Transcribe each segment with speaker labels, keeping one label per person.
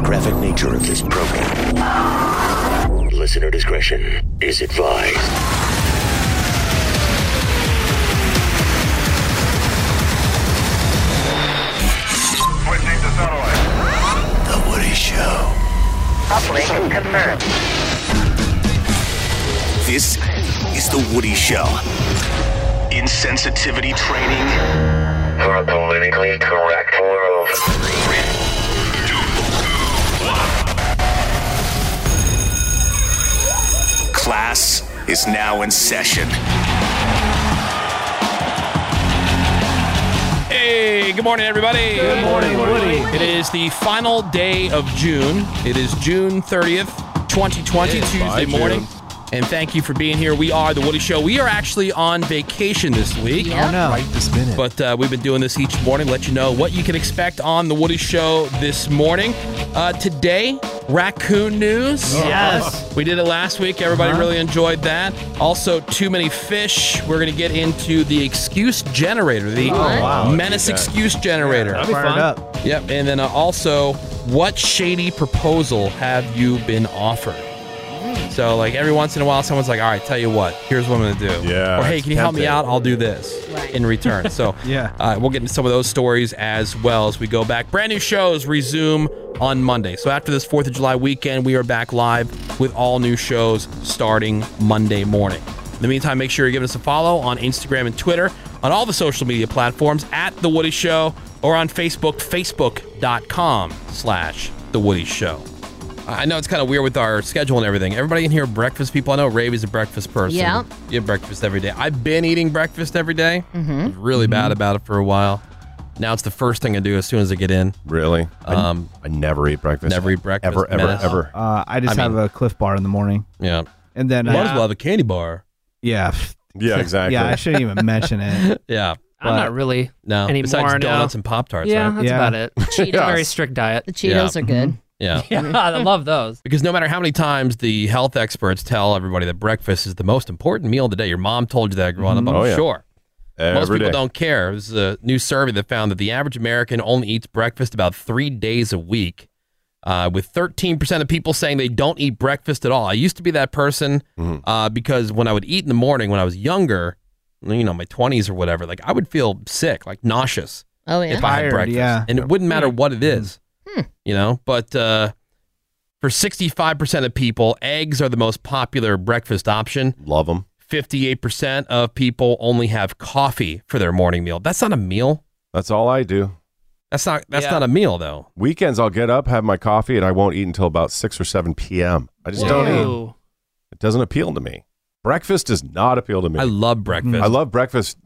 Speaker 1: graphic nature of this program. Listener discretion is advised.
Speaker 2: Switching to satellite.
Speaker 1: The Woody Show.
Speaker 3: Uplink confirmed.
Speaker 1: This is The Woody Show. Insensitivity training
Speaker 2: For a politically correct world.
Speaker 1: class is now in session.
Speaker 4: Hey, good morning, everybody. Good morning, Woody. It is the final day of June. It is June 30th, 2020, Tuesday morning. And thank you for being here. We are The Woody Show. We are actually on vacation this week.
Speaker 5: Oh no.
Speaker 6: this minute.
Speaker 4: But uh, we've been doing this each morning, let you know what you can expect on The Woody Show this morning. Uh, today, raccoon news.
Speaker 5: Yes.
Speaker 4: We did it last week. Everybody really enjoyed that. Also, too many fish. We're going to get into the excuse generator,
Speaker 6: Oh,
Speaker 4: the menace excuse generator.
Speaker 6: That'd be
Speaker 5: Fired
Speaker 6: fun.
Speaker 5: up.
Speaker 4: Yep. And then uh, also, what shady proposal have you been offered? So, like every once in a while, someone's like, "All right, tell you what, here's what I'm gonna do."
Speaker 6: Yeah,
Speaker 4: Or hey,
Speaker 6: it's
Speaker 4: can you help me
Speaker 6: tempting.
Speaker 4: out? I'll do this in return. So,
Speaker 5: Yeah.
Speaker 4: uh, we'll get into some of those stories as well as we go back. Brand new shows resume on Monday. So after this Fourth of July weekend, we are back live with all new shows starting Monday morning. In the meantime, make sure you're giving us a follow on Instagram and Twitter, on all the social media platforms at The Woody Show, or on Facebook, facebook.com slash The Woody Show. I I know it's kind of weird with our schedule and everything. Everybody in here are breakfast people. I know Rave is a breakfast person.
Speaker 7: Yeah.
Speaker 4: You have breakfast every day. I've been eating breakfast every day. I
Speaker 7: Mm-hmm.
Speaker 4: was Really
Speaker 6: Mm-hmm.
Speaker 4: bad about it for a while. Now it's the first thing I do as soon as I get in.
Speaker 6: Really?
Speaker 4: Um,
Speaker 6: I, I never eat breakfast.
Speaker 4: never eat breakfast.
Speaker 6: Ever, ever,
Speaker 4: Menace.
Speaker 6: ever.
Speaker 5: Uh, I just
Speaker 4: I
Speaker 5: have
Speaker 4: mean-
Speaker 5: a Cliff Bar in the morning,
Speaker 4: Yeah.
Speaker 5: and then
Speaker 4: Might as
Speaker 5: uh,
Speaker 4: well have a candy bar.
Speaker 5: yeah, pff,
Speaker 6: Yeah, exactly.
Speaker 5: yeah. I shouldn't even mention it.
Speaker 4: Yeah.
Speaker 5: But-
Speaker 8: I'm not really.
Speaker 4: No.
Speaker 8: Anymore,
Speaker 4: Besides
Speaker 8: no.
Speaker 4: donuts and Pop Tarts,
Speaker 8: yeah,
Speaker 4: right?
Speaker 8: that's
Speaker 5: Yeah.
Speaker 8: about it.
Speaker 7: Cheetos.
Speaker 8: Very strict diet.
Speaker 7: The Cheetos are good.
Speaker 4: Yeah.
Speaker 8: Yeah,
Speaker 6: Mm-hmm.
Speaker 8: I love those.
Speaker 4: Because no matter how many times the health experts tell everybody that breakfast is the most important meal of the day, your mom told you that growing up, I'm
Speaker 6: Oh, yeah.
Speaker 4: sure. Most
Speaker 6: Every
Speaker 4: people
Speaker 6: day.
Speaker 4: don't care. There's a new survey that found that the average American only eats breakfast about three days a week, uh, with 13% of people saying they don't eat breakfast at all. I used to be that person
Speaker 6: Mm-hmm.
Speaker 4: uh, because when I would eat in the morning when I was younger, you know, my 20s or whatever, like I would feel sick, like nauseous
Speaker 7: Oh yeah.
Speaker 4: if I had
Speaker 5: Tired,
Speaker 4: breakfast.
Speaker 5: yeah.
Speaker 4: And it wouldn't matter what it
Speaker 6: Mm-hmm.
Speaker 4: is,
Speaker 6: Hmm.
Speaker 4: you know. But uh, for 65% of people, eggs are the most popular breakfast option.
Speaker 6: Love them.
Speaker 4: 58% of people only have coffee for their morning meal. That's not a meal.
Speaker 6: That's all I do.
Speaker 4: That's not that's
Speaker 8: Yeah.
Speaker 4: not a meal though.
Speaker 6: Weekends, I'll get up, have my coffee, and I won't eat until about 6 or 7 p.m. I just don't eat.
Speaker 8: Whoa.
Speaker 6: It doesn't appeal to me. Breakfast does not appeal to me.
Speaker 4: I love breakfast.
Speaker 6: I love breakfast,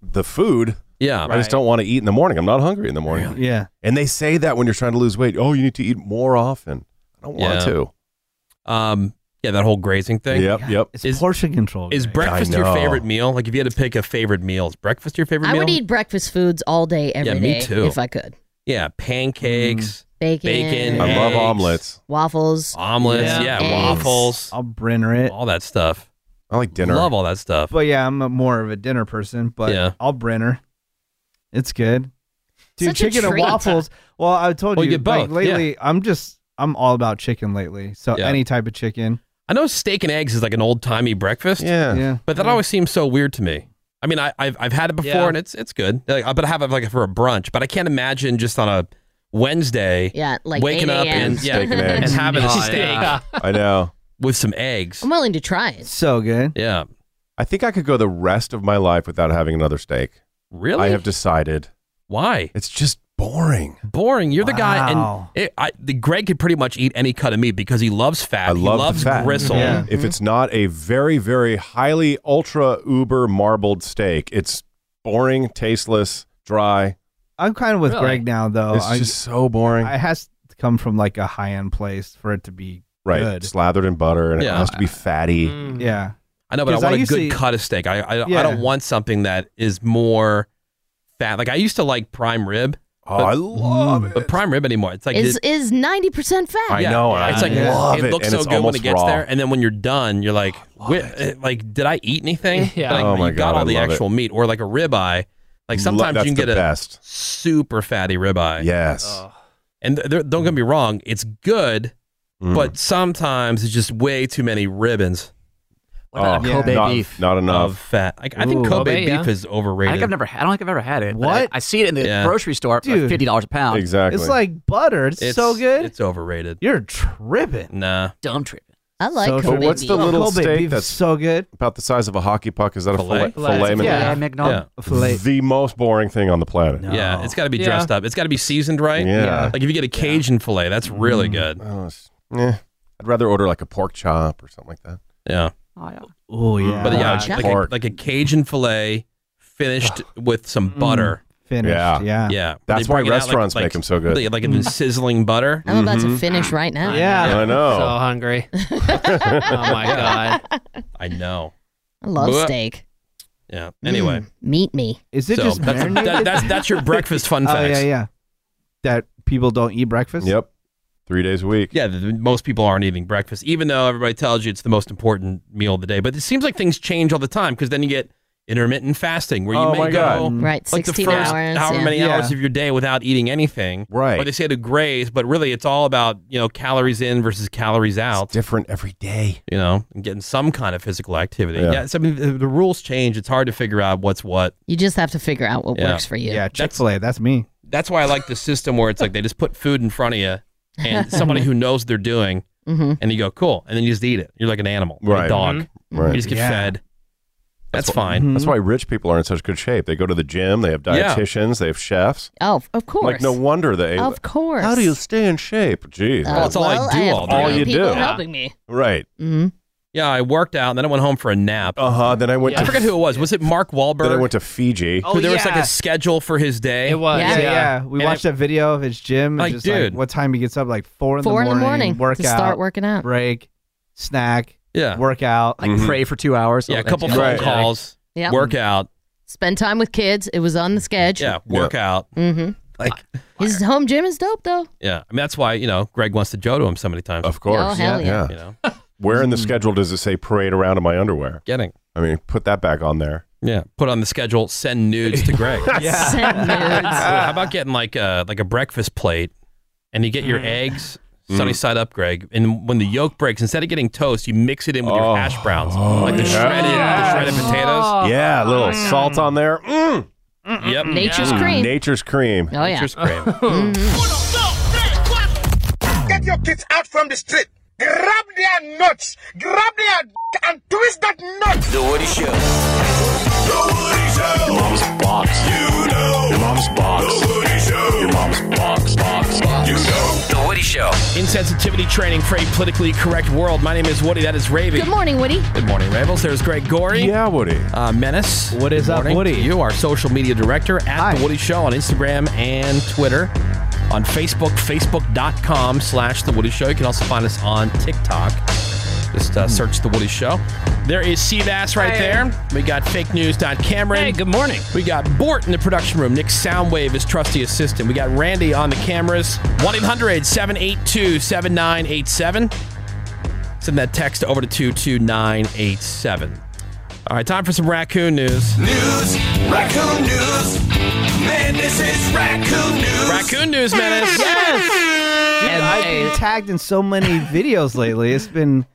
Speaker 6: the food.
Speaker 4: yeah.
Speaker 6: I just don't want to eat in the morning. I'm not hungry in the morning.
Speaker 5: Yeah,
Speaker 6: And they say that when you're trying to lose weight, oh, you need to eat more often. I don't want
Speaker 4: Yeah.
Speaker 6: to.
Speaker 4: Um yeah, that whole grazing thing.
Speaker 6: Yep, yep.
Speaker 5: it's
Speaker 4: Is-
Speaker 5: portion control.
Speaker 4: Is
Speaker 5: Greg.
Speaker 4: breakfast
Speaker 6: I
Speaker 4: your
Speaker 6: know.
Speaker 4: favorite meal? Like if you had to pick a favorite meal, is breakfast your favorite
Speaker 7: I
Speaker 4: meal?
Speaker 7: would eat breakfast foods all day
Speaker 4: Yeah,
Speaker 7: every day
Speaker 4: me too.
Speaker 7: if I could.
Speaker 4: yeah, pancakes,
Speaker 7: Bacon,
Speaker 4: Bacon,
Speaker 6: Mm. I love
Speaker 4: Eggs.
Speaker 6: omelets.
Speaker 7: waffles.
Speaker 4: omelets,
Speaker 8: Yeah.
Speaker 4: yeah,
Speaker 7: Eggs.
Speaker 4: waffles,
Speaker 5: I'll brinner it.
Speaker 4: all that stuff.
Speaker 6: I like dinner.
Speaker 4: Love all that stuff.
Speaker 5: But yeah, I'm a, more of a dinner person. But
Speaker 4: Yeah.
Speaker 5: I'll brinner. It's good, dude.
Speaker 7: Such a
Speaker 5: chicken and
Speaker 7: treat.
Speaker 5: waffles. Well, I told
Speaker 4: Well, you
Speaker 5: you,
Speaker 4: get
Speaker 5: like,
Speaker 4: both,
Speaker 5: lately, I'm just I'm all about chicken lately. So
Speaker 4: Yeah.
Speaker 5: any type of chicken.
Speaker 4: I know steak and eggs is like an old timey breakfast.
Speaker 6: yeah.
Speaker 5: Yeah,
Speaker 4: But that always seems so weird to me. I mean, I, I've I've had it before
Speaker 8: Yeah.
Speaker 4: and it's it's good. Like, I- but I have it like for a brunch. But I can't imagine just on a Wednesday
Speaker 7: Yeah, like
Speaker 4: waking
Speaker 7: 8
Speaker 4: up
Speaker 7: a.m..
Speaker 4: and yeah,
Speaker 6: Steak and
Speaker 4: and
Speaker 6: eggs.
Speaker 4: having a
Speaker 8: Oh,
Speaker 4: steak
Speaker 8: yeah.
Speaker 6: I know.
Speaker 4: with some eggs.
Speaker 7: I'm willing to try it.
Speaker 5: so good.
Speaker 4: Yeah,
Speaker 6: I think I could go the rest of my life without having another steak.
Speaker 4: really?
Speaker 6: I have decided.
Speaker 4: Why?
Speaker 6: It's just boring.
Speaker 4: Boring. You're the guy, and
Speaker 5: Wow.
Speaker 4: it, I, the Greg could pretty much eat any cut of meat because he loves fat.
Speaker 6: I love
Speaker 4: he
Speaker 6: the
Speaker 4: loves
Speaker 6: fat.
Speaker 4: gristle.
Speaker 5: Yeah. Mm-hmm.
Speaker 6: If it's not a very, very highly ultra uber marbled steak, it's boring, tasteless, dry.
Speaker 5: I'm kind of with
Speaker 8: Really?
Speaker 5: Greg now, though.
Speaker 6: it's
Speaker 5: I,
Speaker 6: just so boring.
Speaker 5: I has to come from like a high end place for it to be
Speaker 6: right.
Speaker 5: good.
Speaker 6: Slathered in butter and
Speaker 4: Yeah.
Speaker 6: it has to be fatty.
Speaker 8: Mm.
Speaker 5: Yeah.
Speaker 4: I know, but I
Speaker 5: 'Cause I
Speaker 4: want a
Speaker 5: used to-
Speaker 4: good cut of steak. I I, I
Speaker 5: Yeah.
Speaker 4: don't want something that is more fat. Like I used to like prime rib,
Speaker 6: Oh, I love it.
Speaker 4: but prime rib anymore. It's like
Speaker 7: Is
Speaker 4: it-
Speaker 7: is 90% fat.
Speaker 6: I know. and
Speaker 4: it's
Speaker 6: I
Speaker 4: like
Speaker 5: Yeah.
Speaker 6: love
Speaker 4: it,
Speaker 6: it.
Speaker 4: looks
Speaker 6: and
Speaker 4: so
Speaker 6: it's
Speaker 4: good when
Speaker 6: almost
Speaker 4: it gets
Speaker 6: raw.
Speaker 4: there, and then when you're done, you're like, "Wait, eh, like, did I eat anything?
Speaker 8: Yeah.
Speaker 4: Like,
Speaker 6: Oh my
Speaker 4: you
Speaker 6: God,
Speaker 4: got all
Speaker 6: I
Speaker 4: the
Speaker 6: love it.
Speaker 4: actual meat, or like a ribeye. Like
Speaker 6: Lo-
Speaker 4: sometimes
Speaker 6: that's
Speaker 4: you can
Speaker 6: the
Speaker 4: get a
Speaker 6: best.
Speaker 4: super fatty ribeye,
Speaker 6: Yes.
Speaker 8: Oh.
Speaker 4: And th- there- don't get me wrong, it's good,
Speaker 6: Mm.
Speaker 4: but sometimes it's just way too many ribbons.
Speaker 9: What about a Kobe
Speaker 6: Oh, not,
Speaker 9: beef?
Speaker 6: Not enough
Speaker 4: Of fat. I, I think
Speaker 5: Ooh.
Speaker 4: Kobe,
Speaker 10: Kobe,
Speaker 4: beef
Speaker 10: yeah.
Speaker 4: is
Speaker 9: I
Speaker 4: overrated.
Speaker 9: think I've never. I don't think I've ever had it. but
Speaker 5: What?
Speaker 9: I, I see it in the
Speaker 4: Yeah.
Speaker 9: grocery store. for
Speaker 5: Dude.
Speaker 9: Like Fifty dollars a pound.
Speaker 6: exactly.
Speaker 5: It's like butter. It's, so good.
Speaker 4: It's overrated.
Speaker 5: You're tripping.
Speaker 4: Nah.
Speaker 9: Dumb trip.
Speaker 7: I like
Speaker 5: So-
Speaker 7: so,
Speaker 5: but
Speaker 7: Kobe
Speaker 6: what's the
Speaker 7: beef.
Speaker 6: little
Speaker 5: Kobe
Speaker 6: steak
Speaker 5: beef
Speaker 6: that's-
Speaker 5: is so good.
Speaker 6: about the size of a hockey puck. Is that a
Speaker 4: Filet?
Speaker 6: fillet? Filet mignon?
Speaker 10: Yeah.
Speaker 9: Yeah, McNaught.
Speaker 4: Yeah.
Speaker 5: Filet.
Speaker 6: The most boring thing on the planet.
Speaker 4: Yeah, it's got to be dressed up. It's got to be seasoned right.
Speaker 6: Yeah. Yeah.
Speaker 4: Like if you get a Cajun fillet, that's really good.
Speaker 6: Oh, it's- eh. I'd rather order like a pork chop or something like that.
Speaker 4: Yeah.
Speaker 9: Oh, yeah.
Speaker 5: Oh yeah.
Speaker 4: But yeah,
Speaker 7: Gotcha.
Speaker 4: like a,
Speaker 6: Pork.
Speaker 4: like a Cajun fillet finished with some butter.
Speaker 5: Mm. Finished.
Speaker 6: Yeah.
Speaker 5: Yeah. Yeah. Mm-hmm.
Speaker 4: Yeah.
Speaker 6: That's
Speaker 4: They
Speaker 6: why
Speaker 4: bring it out
Speaker 6: restaurants make 'em so good. Mm-hmm.
Speaker 4: Like, like in sizzling butter.
Speaker 7: I'm about to finish right now.
Speaker 6: I
Speaker 10: So
Speaker 6: know.
Speaker 10: hungry. oh my god.
Speaker 4: I know.
Speaker 7: I love
Speaker 4: Bleh.
Speaker 7: steak.
Speaker 4: Yeah. Anyway.
Speaker 7: Mm, meat me.
Speaker 5: Is it
Speaker 4: so
Speaker 5: just
Speaker 4: that's,
Speaker 5: marinated?
Speaker 4: that, that's that's your breakfast fun
Speaker 5: oh
Speaker 4: facts.
Speaker 5: yeah, yeah. That people don't eat breakfast.
Speaker 6: yep. Three days a week.
Speaker 4: Yeah, the, the- most people aren't eating breakfast, even though everybody tells you it's the most important meal of the day. But it seems like things change all the time because then you get intermittent fasting, where you
Speaker 6: Oh
Speaker 4: may
Speaker 6: my
Speaker 4: go
Speaker 6: God.
Speaker 7: Mm. Right,
Speaker 4: like the
Speaker 7: 16
Speaker 4: first
Speaker 7: hours.
Speaker 4: however
Speaker 7: yeah.
Speaker 4: many
Speaker 5: Yeah.
Speaker 4: hours of your day without eating anything.
Speaker 6: Right.
Speaker 4: Or they say to graze, but really it's all about you know calories in versus calories out.
Speaker 6: Different every day.
Speaker 4: you know, and getting some kind of physical activity.
Speaker 6: Yeah.
Speaker 4: Yeah, so I mean, the, the rules change. It's hard to figure out what's what.
Speaker 7: You just have to figure out what
Speaker 4: Yeah.
Speaker 7: works for you.
Speaker 5: Yeah. Chick Fil A. That's me.
Speaker 4: That's why I like the system where it's like they just put food in front of you and somebody who knows what they're doing,
Speaker 7: Mhm.
Speaker 4: and you go cool, and then you just eat it. You're like an animal, like
Speaker 6: Right.
Speaker 4: a dog. You
Speaker 7: Mm-hmm.
Speaker 6: Right.
Speaker 4: just get
Speaker 5: Yeah.
Speaker 4: fed. That's, fine.
Speaker 5: Mm-hmm.
Speaker 6: That's why rich people are in such good shape. They go to the gym. They have
Speaker 4: Yeah.
Speaker 6: dietitians. They have chefs.
Speaker 7: Oh, of course.
Speaker 6: Like no wonder they.
Speaker 7: Of course.
Speaker 6: How do you stay in shape? Jeez.
Speaker 7: Uh,
Speaker 4: that's all I
Speaker 7: well,
Speaker 4: do
Speaker 7: have
Speaker 4: all day.
Speaker 6: All you
Speaker 7: three people
Speaker 6: do.
Speaker 7: helping me.
Speaker 6: right.
Speaker 7: hmm
Speaker 4: Yeah, I worked out, and then I went home for a nap.
Speaker 6: Uh huh. Then I went.
Speaker 4: I
Speaker 6: To,
Speaker 4: forget who it was. Was it Mark Wahlberg?
Speaker 6: then I went to Fiji.
Speaker 7: Oh,
Speaker 4: who there was like a schedule for his day.
Speaker 10: It was.
Speaker 7: Yeah.
Speaker 10: Yeah.
Speaker 5: Yeah, We
Speaker 4: And
Speaker 5: watched that video of his gym.
Speaker 4: Like,
Speaker 5: and just
Speaker 4: dude.
Speaker 5: like what time he gets up? Like four in
Speaker 7: Four
Speaker 5: the morning.
Speaker 7: to
Speaker 5: Workout.
Speaker 7: start working out.
Speaker 5: Break. Snack.
Speaker 4: Yeah. Mm-hmm.
Speaker 5: Workout.
Speaker 9: Like
Speaker 6: Mhm.
Speaker 9: pray for two hours.
Speaker 5: Oh,
Speaker 4: Yeah, a couple
Speaker 9: Yeah.
Speaker 4: phone
Speaker 6: Right.
Speaker 4: calls,
Speaker 7: Yeah.
Speaker 4: workout.
Speaker 7: Spend time with kids. It was on the sketch.
Speaker 4: Yeah, workout.
Speaker 7: Mm-hmm.
Speaker 4: Like,
Speaker 7: His home gym is dope though.
Speaker 4: yeah. I mean, that's why you know Greg wants to Jodo him so many times.
Speaker 6: Of course.
Speaker 7: Oh, hell yeah.
Speaker 4: You know,
Speaker 6: Where in the schedule does it say parade around in my underwear?
Speaker 4: getting
Speaker 6: I mean, put that back on there.
Speaker 4: yeah. Put on the schedule. Send nudes to Greg.
Speaker 5: Yeah.
Speaker 7: Send nudes.
Speaker 4: How about getting like a like a breakfast plate, and you get your eggs
Speaker 6: Mm.
Speaker 4: sunny side up, Greg. And when the yolk breaks, instead of getting toast, you mix it in with
Speaker 6: Oh.
Speaker 4: your hash browns, like the shredded
Speaker 10: yes.
Speaker 4: the shredded potatoes.
Speaker 7: Oh.
Speaker 6: yeah, a little salt on there. Mm.
Speaker 4: Yep.
Speaker 7: Nature's
Speaker 4: Mm.
Speaker 7: cream.
Speaker 6: Nature's cream.
Speaker 7: oh yeah.
Speaker 4: Nature's cream.
Speaker 1: Get your kids out from the street. Grab their nuts. Grab their d- and twist that nut.
Speaker 11: The Woody Show. The Woody Show. Your mom's box. You know. Your mom's box. The Woody Show. Your mom's box. Box. box. You know. The Woody Show.
Speaker 4: Insensitivity training for a politically correct world. My name is Woody. That is Ravy.
Speaker 7: Good morning, Woody.
Speaker 4: Good morning, Ravels. There's Greg Gorey.
Speaker 6: Yeah, Woody.
Speaker 4: Uh, Menace. What
Speaker 5: is up, Woody?
Speaker 4: You our social media director at
Speaker 5: Hi.
Speaker 4: The Woody Show on Instagram and Twitter. On Facebook, facebook.com slash The Woody Show. You can also find us on TikTok. Just
Speaker 5: Hmm.
Speaker 4: uh, search The Woody Show. There is Seabass right there. We got fake news. Cameron.
Speaker 10: Hey, good morning.
Speaker 4: We got Bort in the production room. Nick Soundwave, his trusty assistant. We got Randy on the cameras. 1 800 782 7987. Send that text over to 22987. All right, time for some raccoon news.
Speaker 5: Um,
Speaker 1: News. Raccoon news. Man, this is raccoon news.
Speaker 4: Raccoon news, Menace.
Speaker 10: And
Speaker 5: I've
Speaker 10: hey,
Speaker 5: been tagged in so many videos lately. It's been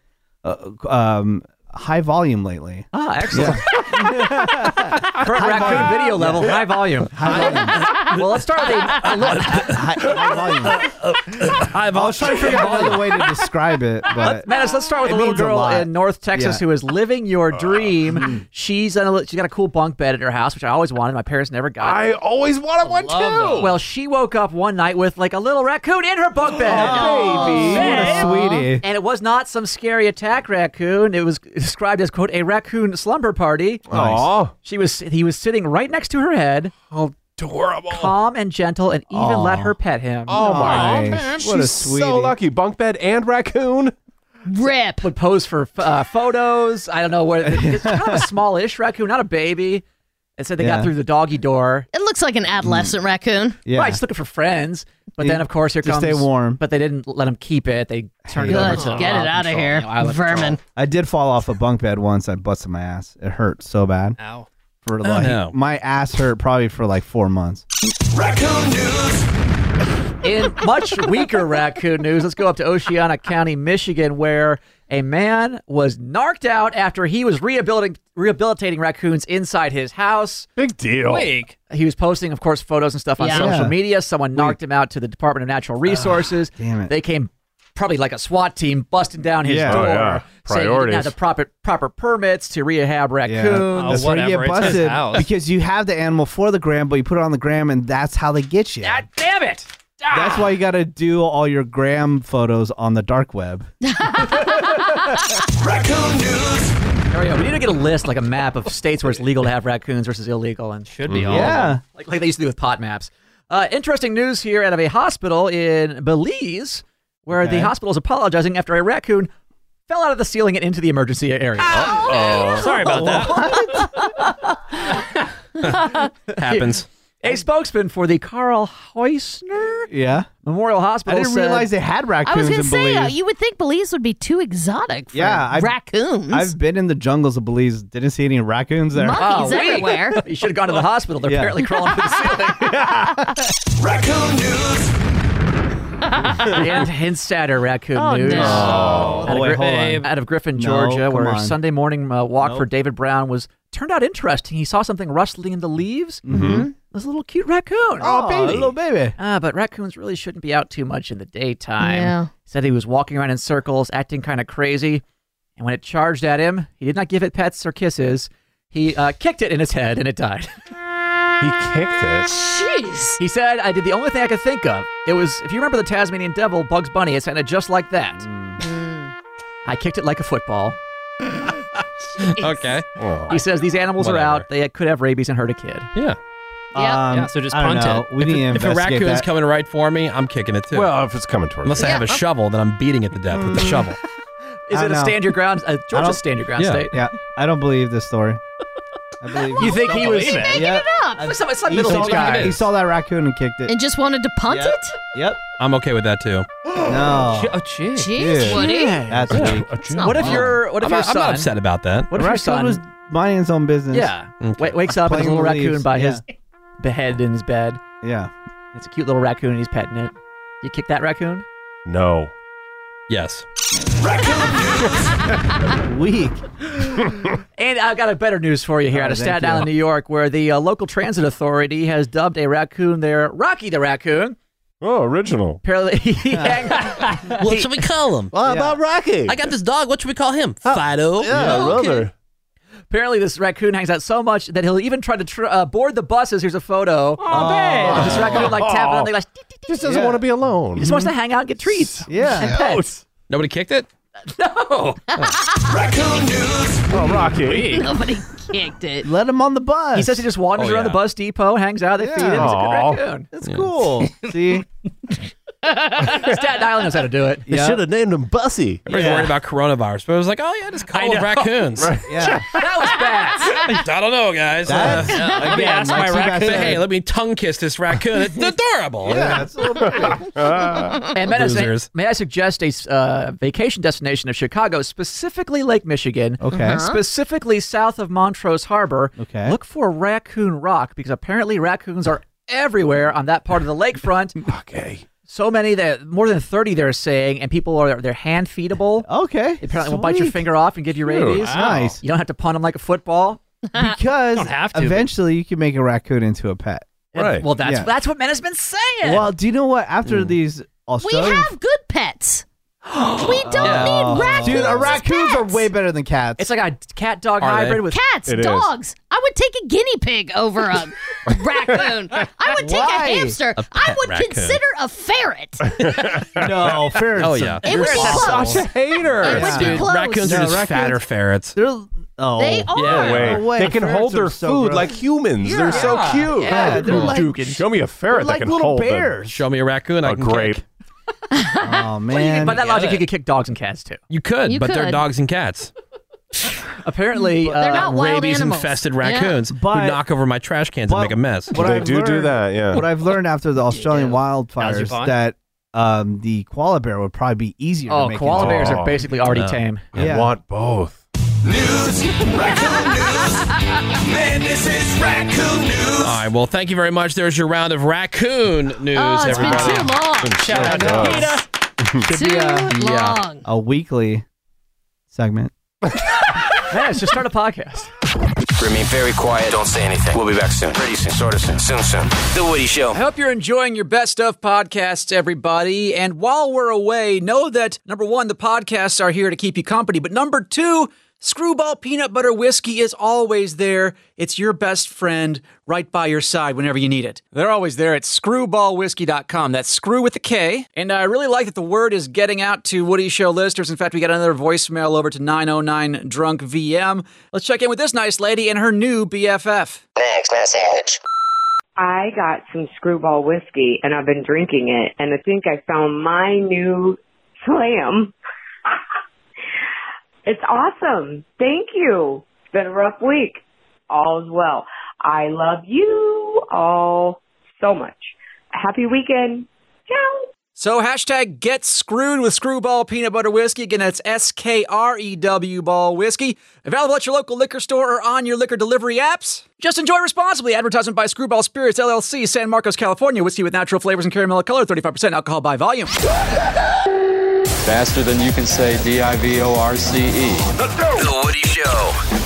Speaker 5: uh, um, high volume lately.
Speaker 9: Ah, excellent. Current raccoon video level, high volume.
Speaker 5: High volume.
Speaker 9: well, let's start with a, a look.
Speaker 5: high, high volume.
Speaker 4: I've
Speaker 5: I was trying to figure out another way to describe it, but
Speaker 9: Menace, let's start with
Speaker 5: It
Speaker 9: a little
Speaker 5: means a
Speaker 9: girl
Speaker 5: lot. Uh, hmm.
Speaker 9: in North Texas
Speaker 5: Yeah.
Speaker 9: who is living your dream. she's in a, she's got a cool bunk bed at her house, which I always wanted. My parents never got.
Speaker 6: I always wanted one too.
Speaker 10: love those.
Speaker 9: well, she woke up one night with like a little raccoon in her bunk bed.
Speaker 6: Oh,
Speaker 5: baby, what a sweetie.
Speaker 9: And it was not some scary attack raccoon. It was described as quote a raccoon slumber party.
Speaker 6: Aw,
Speaker 9: She was he was sitting right next to her head,
Speaker 6: adorable.
Speaker 9: calm and gentle, and even let her pet him.
Speaker 6: oh my
Speaker 5: Nice.
Speaker 6: man,
Speaker 5: What a
Speaker 6: she's
Speaker 5: sweetie.
Speaker 6: so lucky. Bunk bed and raccoon.
Speaker 7: Rip.
Speaker 9: Would pose for uh, photos. I don't know where. It's kind of a smallish raccoon, not a baby. And so they got
Speaker 5: Yeah.
Speaker 9: through the doggy door.
Speaker 7: It looks like an adolescent raccoon.
Speaker 5: yeah.
Speaker 9: Right, just looking for friends. But then, of course, here
Speaker 5: To
Speaker 9: comes.
Speaker 5: stay warm.
Speaker 9: But they didn't let him keep it. They turned it over
Speaker 7: Good.
Speaker 9: to
Speaker 7: Get it
Speaker 9: Island
Speaker 7: out of
Speaker 9: Control,
Speaker 7: here,
Speaker 9: you know, Island Control.
Speaker 7: vermin.
Speaker 5: I did fall off a bunk bed once. I busted my ass. It hurt so bad.
Speaker 10: ow.
Speaker 9: Oh,
Speaker 5: For like
Speaker 4: no.
Speaker 5: my ass hurt probably for like four months.
Speaker 1: Raccoon news.
Speaker 9: In much weaker raccoon news, let's go up to Oceana County, Michigan, where a man was narked out after he was rehabilitating, rehabilitating raccoons inside his house.
Speaker 1: Big deal.
Speaker 9: Weak. He was posting, of course, photos and stuff on
Speaker 1: Yeah.
Speaker 9: social
Speaker 1: Yeah. Ah,
Speaker 9: media. Someone narked him out to the Department of Natural Resources.
Speaker 1: damn it.
Speaker 9: They came probably like a SWAT team busting down his
Speaker 1: Yeah. Oh,
Speaker 9: door,
Speaker 1: yeah.
Speaker 9: saying he didn't
Speaker 1: Priorities.
Speaker 9: have the proper proper permits to rehab raccoons.
Speaker 5: that's where you get busted because you have the animal for the gram, but you put it on the gram, and that's how they get you.
Speaker 9: Damn it!
Speaker 5: That's why you got to do all your gram photos on the dark web.
Speaker 9: Raccoon news. There we go. We need to get a list, like a map of states where it's legal to have raccoons versus illegal, and should
Speaker 5: be all of Mm-hmm. Yeah. them.
Speaker 9: like like they used to do with pot maps. Uh, interesting news here out of a hospital in Belize, where
Speaker 5: Okay.
Speaker 9: the hospital is apologizing after a raccoon fell out of the ceiling and into the emergency area.
Speaker 5: Ah!
Speaker 4: Oh,
Speaker 12: Uh-oh. Sorry about
Speaker 5: Oh.
Speaker 9: that.
Speaker 4: Happens.
Speaker 9: A spokesman for the Carl Heusner
Speaker 5: Yeah.
Speaker 9: Memorial Hospital.
Speaker 5: I didn't
Speaker 9: said-
Speaker 5: realize they had raccoons
Speaker 7: I was gonna
Speaker 5: in
Speaker 7: say, uh,
Speaker 5: Belize.
Speaker 7: you would think Belize would be too exotic for
Speaker 5: Yeah, I've-
Speaker 7: raccoons.
Speaker 5: I've been in the jungles of Belize. Didn't see any raccoons there.
Speaker 7: Monkeys
Speaker 9: Oh,
Speaker 7: everywhere.
Speaker 9: You should have gone to the hospital. They're
Speaker 5: Yeah.
Speaker 9: apparently crawling through the ceiling. and hints at her raccoon
Speaker 12: Oh,
Speaker 9: news.
Speaker 12: no.
Speaker 9: Out, of
Speaker 5: Oh, wait,
Speaker 9: Gri-
Speaker 5: hold on.
Speaker 9: out of Griffin,
Speaker 5: No,
Speaker 9: Georgia,
Speaker 5: come
Speaker 9: where
Speaker 5: on.
Speaker 9: Sunday morning uh, walk for
Speaker 5: Nope.
Speaker 9: David Brown was turned out interesting. He saw something rustling in the leaves.
Speaker 6: Mm-hmm.
Speaker 3: Mm-hmm.
Speaker 5: Mhm.
Speaker 9: There's a little cute raccoon. Oh,
Speaker 5: baby. little baby.
Speaker 9: Ah, but raccoons really shouldn't be out too much in the daytime.
Speaker 7: Yeah.
Speaker 9: Said he was walking around in circles, acting kind of crazy. And when it charged at him, he did not give it pets or kisses. He uh, kicked it in its head and it died.
Speaker 1: He kicked it.
Speaker 7: Jeez.
Speaker 9: He said, I did the only thing I could think of. It was, if you remember the Tasmanian devil, Bugs Bunny, it sounded just like that.
Speaker 7: Mm.
Speaker 9: I kicked it like a football.
Speaker 4: okay.
Speaker 9: He says these animals are
Speaker 4: Whatever.
Speaker 9: out. They could have rabies and hurt a kid.
Speaker 4: Yeah.
Speaker 5: Yeah. Um, Yeah, so just I don't punt know. it. We
Speaker 4: if,
Speaker 5: need to
Speaker 4: if a
Speaker 5: investigate
Speaker 4: raccoon's
Speaker 5: that.
Speaker 4: coming right for me, I'm kicking it too.
Speaker 1: Well, if it's coming towards
Speaker 4: unless
Speaker 1: you.
Speaker 4: I have a
Speaker 1: Yeah.
Speaker 4: shovel, then I'm beating it to death with the shovel.
Speaker 9: Is
Speaker 5: I
Speaker 9: it a
Speaker 5: know.
Speaker 9: stand your ground? Uh,
Speaker 5: I don't-
Speaker 9: Georgia's stand your ground
Speaker 5: yeah.
Speaker 9: state.
Speaker 5: Yeah, I don't believe this story. I believe
Speaker 9: You think he was.
Speaker 5: Yeah.
Speaker 9: It's not- it's not
Speaker 5: He
Speaker 9: middle
Speaker 5: saw,
Speaker 9: aged
Speaker 5: that, he
Speaker 9: guy.
Speaker 5: saw that raccoon and kicked it.
Speaker 7: and just wanted to punt
Speaker 5: Yep.
Speaker 7: it?
Speaker 5: Yep.
Speaker 4: I'm okay with that too.
Speaker 5: No.
Speaker 6: Oh, jeez.
Speaker 7: Jeez,
Speaker 5: Dude.
Speaker 7: Woody.
Speaker 5: That's weak.
Speaker 7: not
Speaker 9: What if
Speaker 7: fun.
Speaker 9: your what if your
Speaker 4: I'm, not, I'm
Speaker 9: son
Speaker 4: not upset about that.
Speaker 9: What if your
Speaker 5: raccoon
Speaker 9: son
Speaker 5: was minding his own business.
Speaker 9: Yeah. wa- wakes up and there's a
Speaker 5: Playing
Speaker 9: little
Speaker 5: with
Speaker 9: raccoon
Speaker 5: leaves,
Speaker 9: by
Speaker 5: yeah.
Speaker 9: his behead in his bed.
Speaker 5: Yeah.
Speaker 9: It's a cute little raccoon and he's petting it. You kick that raccoon?
Speaker 1: No.
Speaker 4: Yes.
Speaker 5: Weak.
Speaker 9: And I've got a better news for you here out of
Speaker 5: thank
Speaker 9: Staten
Speaker 5: you.
Speaker 9: Island, New York, where the uh, local transit authority has dubbed a raccoon there Rocky the Raccoon.
Speaker 1: Oh, original.
Speaker 9: Apparently, he hang-
Speaker 6: What should we call him?
Speaker 1: What about Rocky?
Speaker 6: I got this dog. What should we call him? Fido.
Speaker 9: apparently this raccoon hangs out so much that he'll even try to tr- uh, board the buses. Here's a photo. Oh, man. This raccoon like tapping on the glass.
Speaker 1: Just doesn't
Speaker 5: Yeah.
Speaker 1: want to be alone.
Speaker 9: He just wants to hang out and get treats.
Speaker 5: Yeah.
Speaker 9: And pets.
Speaker 4: Nobody kicked it?
Speaker 9: No.
Speaker 1: Oh, Rocky.
Speaker 7: Nobody kicked it.
Speaker 5: Let him on the bus.
Speaker 9: He says he just wanders
Speaker 4: Oh,
Speaker 9: around
Speaker 4: yeah.
Speaker 9: the bus depot, hangs out, they feed him. He's
Speaker 1: Aw.
Speaker 9: a good raccoon.
Speaker 5: That's cool. See?
Speaker 9: Staten Island knows how to do it.
Speaker 5: Yeah.
Speaker 1: have named him Bussy.
Speaker 4: Everybody's worried about coronavirus, but it was like, oh yeah, just
Speaker 9: I
Speaker 4: call it
Speaker 9: know.
Speaker 4: raccoons.
Speaker 5: Yeah.
Speaker 4: I don't know, guys. Uh,
Speaker 5: That's-
Speaker 4: let
Speaker 5: again,
Speaker 4: me ask
Speaker 5: like
Speaker 4: my
Speaker 5: you guys
Speaker 4: raccoon.
Speaker 5: said.
Speaker 4: Hey, let me tongue kiss this raccoon. It's adorable.
Speaker 5: Yeah. It's a little bit.
Speaker 1: Ah.
Speaker 9: And may, I say-
Speaker 4: Losers.
Speaker 9: may I suggest a uh, vacation destination of Chicago, specifically Lake Michigan,
Speaker 5: Okay.
Speaker 1: Uh-huh.
Speaker 9: specifically south of Montrose Harbor?
Speaker 5: Okay.
Speaker 9: Look for Raccoon Rock because apparently raccoons are everywhere on that part of the lakefront.
Speaker 1: Okay.
Speaker 9: so many that more than thirty they're saying, and people are they're hand feedable.
Speaker 5: Okay.
Speaker 9: They apparently will bite your
Speaker 5: Sweet.
Speaker 9: finger off and give you
Speaker 1: Dude,
Speaker 9: rabies.
Speaker 5: Nice.
Speaker 9: You don't have to punt them like a football.
Speaker 5: Because
Speaker 6: have to, but-
Speaker 5: eventually you can make a raccoon into a pet.
Speaker 9: And-
Speaker 1: Right. Hmm.
Speaker 9: well, that's
Speaker 5: Yeah.
Speaker 9: that's what men has been saying.
Speaker 5: Well, do you know what? After these
Speaker 7: We
Speaker 5: Australian Oh.
Speaker 7: have good pets. we don't need raccoons.
Speaker 5: Dude, uh,
Speaker 7: as
Speaker 5: raccoons are
Speaker 7: pets.
Speaker 5: way better than cats.
Speaker 9: it's like a cat dog
Speaker 4: Are they?
Speaker 9: hybrid with
Speaker 7: Cats,
Speaker 1: It is.
Speaker 7: dogs. I would take a guinea pig over a raccoon. I would take
Speaker 5: Why?
Speaker 7: a hamster.
Speaker 4: A
Speaker 7: I
Speaker 4: pet
Speaker 7: would
Speaker 4: raccoon.
Speaker 7: consider a ferret.
Speaker 5: no, ferrets.
Speaker 4: Oh yeah.
Speaker 7: It would be close.
Speaker 5: a hater.
Speaker 7: It would be
Speaker 4: Dude,
Speaker 7: close.
Speaker 4: raccoons are
Speaker 5: No,
Speaker 4: just
Speaker 5: raccoons-
Speaker 4: fatter ferrets.
Speaker 5: They're, oh.
Speaker 7: They are.
Speaker 4: Yeah,
Speaker 1: Wait,
Speaker 5: No way.
Speaker 1: They can
Speaker 5: Ferrets
Speaker 1: hold their
Speaker 5: are so
Speaker 1: food
Speaker 5: gross.
Speaker 1: like humans. They're so
Speaker 5: Yeah.
Speaker 1: cute.
Speaker 5: Yeah, they're
Speaker 1: Dude,
Speaker 5: like-
Speaker 1: Duke, show me a ferret that
Speaker 5: like
Speaker 1: can
Speaker 5: little
Speaker 1: hold them.
Speaker 5: bears.
Speaker 4: Show me a raccoon, I
Speaker 1: A
Speaker 4: can
Speaker 1: grape.
Speaker 4: kick.
Speaker 5: Oh
Speaker 9: But
Speaker 5: man.
Speaker 9: by that
Speaker 4: Get
Speaker 9: logic,
Speaker 4: it.
Speaker 9: you could kick dogs and cats too.
Speaker 4: You could,
Speaker 7: You
Speaker 4: but they're
Speaker 7: could.
Speaker 4: dogs and cats.
Speaker 9: Apparently,
Speaker 7: They're
Speaker 9: uh,
Speaker 7: not wild
Speaker 4: Rabies
Speaker 7: animals.
Speaker 4: infested
Speaker 7: Yeah.
Speaker 4: raccoons who
Speaker 5: But-
Speaker 4: knock over my trash cans
Speaker 5: Well-
Speaker 4: and make a mess.
Speaker 5: What
Speaker 1: they
Speaker 5: I've
Speaker 1: do do
Speaker 5: learned-
Speaker 1: that, yeah.
Speaker 5: what I've learned after the Australian
Speaker 6: Now's your
Speaker 5: wildfires
Speaker 6: fun.
Speaker 5: that um, the koala bear would probably be easier.
Speaker 9: oh,
Speaker 5: to make
Speaker 9: koala
Speaker 5: into-
Speaker 9: bears
Speaker 1: Oh.
Speaker 9: are basically already
Speaker 4: No.
Speaker 9: tame.
Speaker 1: I
Speaker 5: Yeah.
Speaker 1: want both.
Speaker 13: news. Raccoon news. Man, this is raccoon news.
Speaker 4: All right. Well, thank you very much. There's your round of raccoon news,
Speaker 7: Oh, it's been
Speaker 4: everybody.
Speaker 7: too long.
Speaker 4: Shout out to Peter.
Speaker 7: Too long.
Speaker 5: a weekly segment.
Speaker 9: Yeah, it's just start a podcast.
Speaker 1: Remain very quiet. Don't say anything. We'll be back soon. Pretty soon. Sort of soon. Soon, soon. The Woody Show.
Speaker 9: I hope you're enjoying your best of podcasts, everybody. And while we're away, know that number one, the podcasts are here to keep you company. But number two, Screwball Peanut Butter Whiskey is always there. It's your best friend right by your side whenever you need it. They're always there at screwballwhiskey.com. That's screw with a K. And I really like that the word is getting out to Woody Show listeners. In fact, we got another voicemail over to 909 Drunk VM. Let's check in with this nice lady and her new BFF.
Speaker 14: Next message. I got some screwball whiskey and I've been drinking it and I think I found my new slam. it's awesome. Thank you. It's been a rough week. All's well. I love you all so much. Happy weekend.
Speaker 9: So hashtag get screwed with screwball peanut butter whiskey. Again, that's S K R E W ball whiskey. Available at your local liquor store or on your liquor delivery apps. Just enjoy responsibly. Advertisement by Screwball Spirits LLC, San Marcos, California. Whiskey with natural flavors and caramel color, 35% alcohol by volume.
Speaker 2: Faster than you can say D I V O R C E.
Speaker 1: The Woody Show.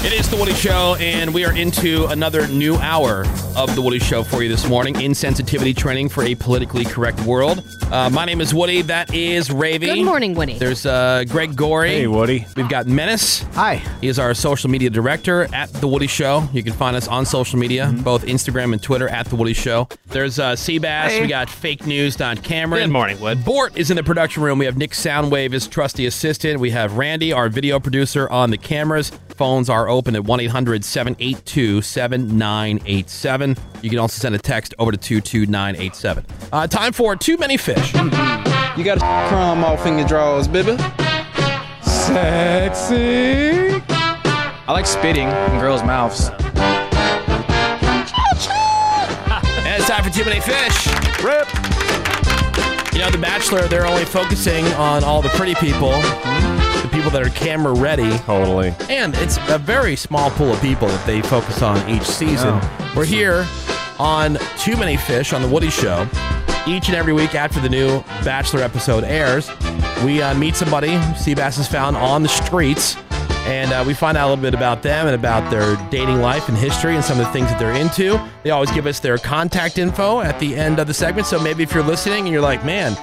Speaker 4: It is The Woody Show, and we are into another new hour of The Woody Show for you this morning. Insensitivity training for a politically correct world. Uh, my name is Woody. That is Ravy.
Speaker 7: Good morning, Woody.
Speaker 4: There's uh, Greg Gorey. Hey, Woody. We've got Menace. Hi. He is our social media director at The Woody Show. You can find us on social media, both Instagram and Twitter at The Woody Show. There's uh, Seabass.
Speaker 15: Hey.
Speaker 4: We got Fake News, Don Cameron.
Speaker 15: Good morning,
Speaker 4: Wood. Bort is in the production room. We have Nick Soundwave, his trusty assistant. We have Randy, our video producer, on the cameras. Phones are open at 1 800 782 7987. You can also send a text over to 22987. Uh, time for Too Many Fish.
Speaker 16: You got a crumb off in your drawers, baby. Sexy. I like spitting in girls' mouths.
Speaker 4: And it's time for Too Many Fish. Rip. You know, The Bachelor, they're only focusing on all the pretty people, the people that are camera ready.
Speaker 6: Totally.
Speaker 4: And it's a very small pool of people that they focus on each season. We're here on Too Many Fish on The Woody Show. Each and every week after the new Bachelor episode airs, we uh, meet somebody Seabass is found on the streets, and uh, we find out a little bit about them and about their dating life and history and some of the things that they're into. They always give us their contact info at the end of the segment. So maybe if you're listening and you're like, man,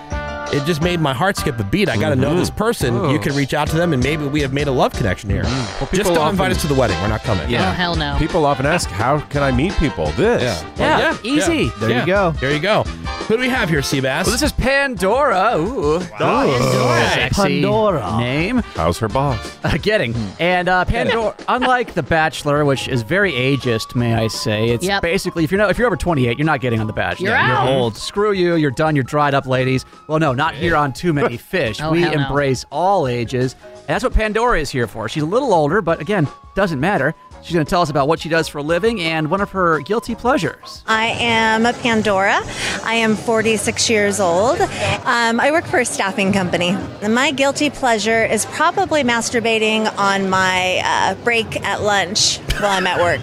Speaker 4: it just made my heart skip a beat. I got to
Speaker 5: Mm-hmm.
Speaker 4: know
Speaker 15: Mhm.
Speaker 4: this person. You
Speaker 15: Oh.
Speaker 4: can reach out to them, and maybe we have made a love connection here.
Speaker 5: Mm-hmm.
Speaker 4: Just
Speaker 6: people
Speaker 4: don't
Speaker 6: often-
Speaker 4: invite us to the wedding. We're not coming.
Speaker 7: Oh, hell no.
Speaker 6: People often ask, how can I meet people? This.
Speaker 4: Well, yeah.
Speaker 6: There
Speaker 4: Yeah.
Speaker 6: you go.
Speaker 4: There you go. Who do we have here, Seabass?
Speaker 9: Well, this is Pandora. Ooh.
Speaker 4: Pandora.
Speaker 9: Sexy
Speaker 5: Pandora.
Speaker 9: Name.
Speaker 6: How's her boss?
Speaker 9: Uh, getting.
Speaker 7: Hmm.
Speaker 9: And uh, Pandora, unlike The Bachelor, which is very ageist, may I say, it's
Speaker 7: Yep.
Speaker 9: basically if you're not if you're over 28, you're not getting on The Bachelor.
Speaker 7: You're out.
Speaker 9: old. Screw you. You're done. You're dried up, ladies. Well, no, not here on Too Many Fish.
Speaker 7: Oh,
Speaker 9: we
Speaker 7: hell no.
Speaker 9: embrace all ages, and that's what Pandora is here for. She's a little older, but again, doesn't matter. She's going to tell us about what she does for a living and one of her guilty pleasures.
Speaker 17: I am a Pandora. I am 46 years old. Um, I work for a staffing company. My guilty pleasure is probably masturbating on my uh, break at lunch while I'm at work.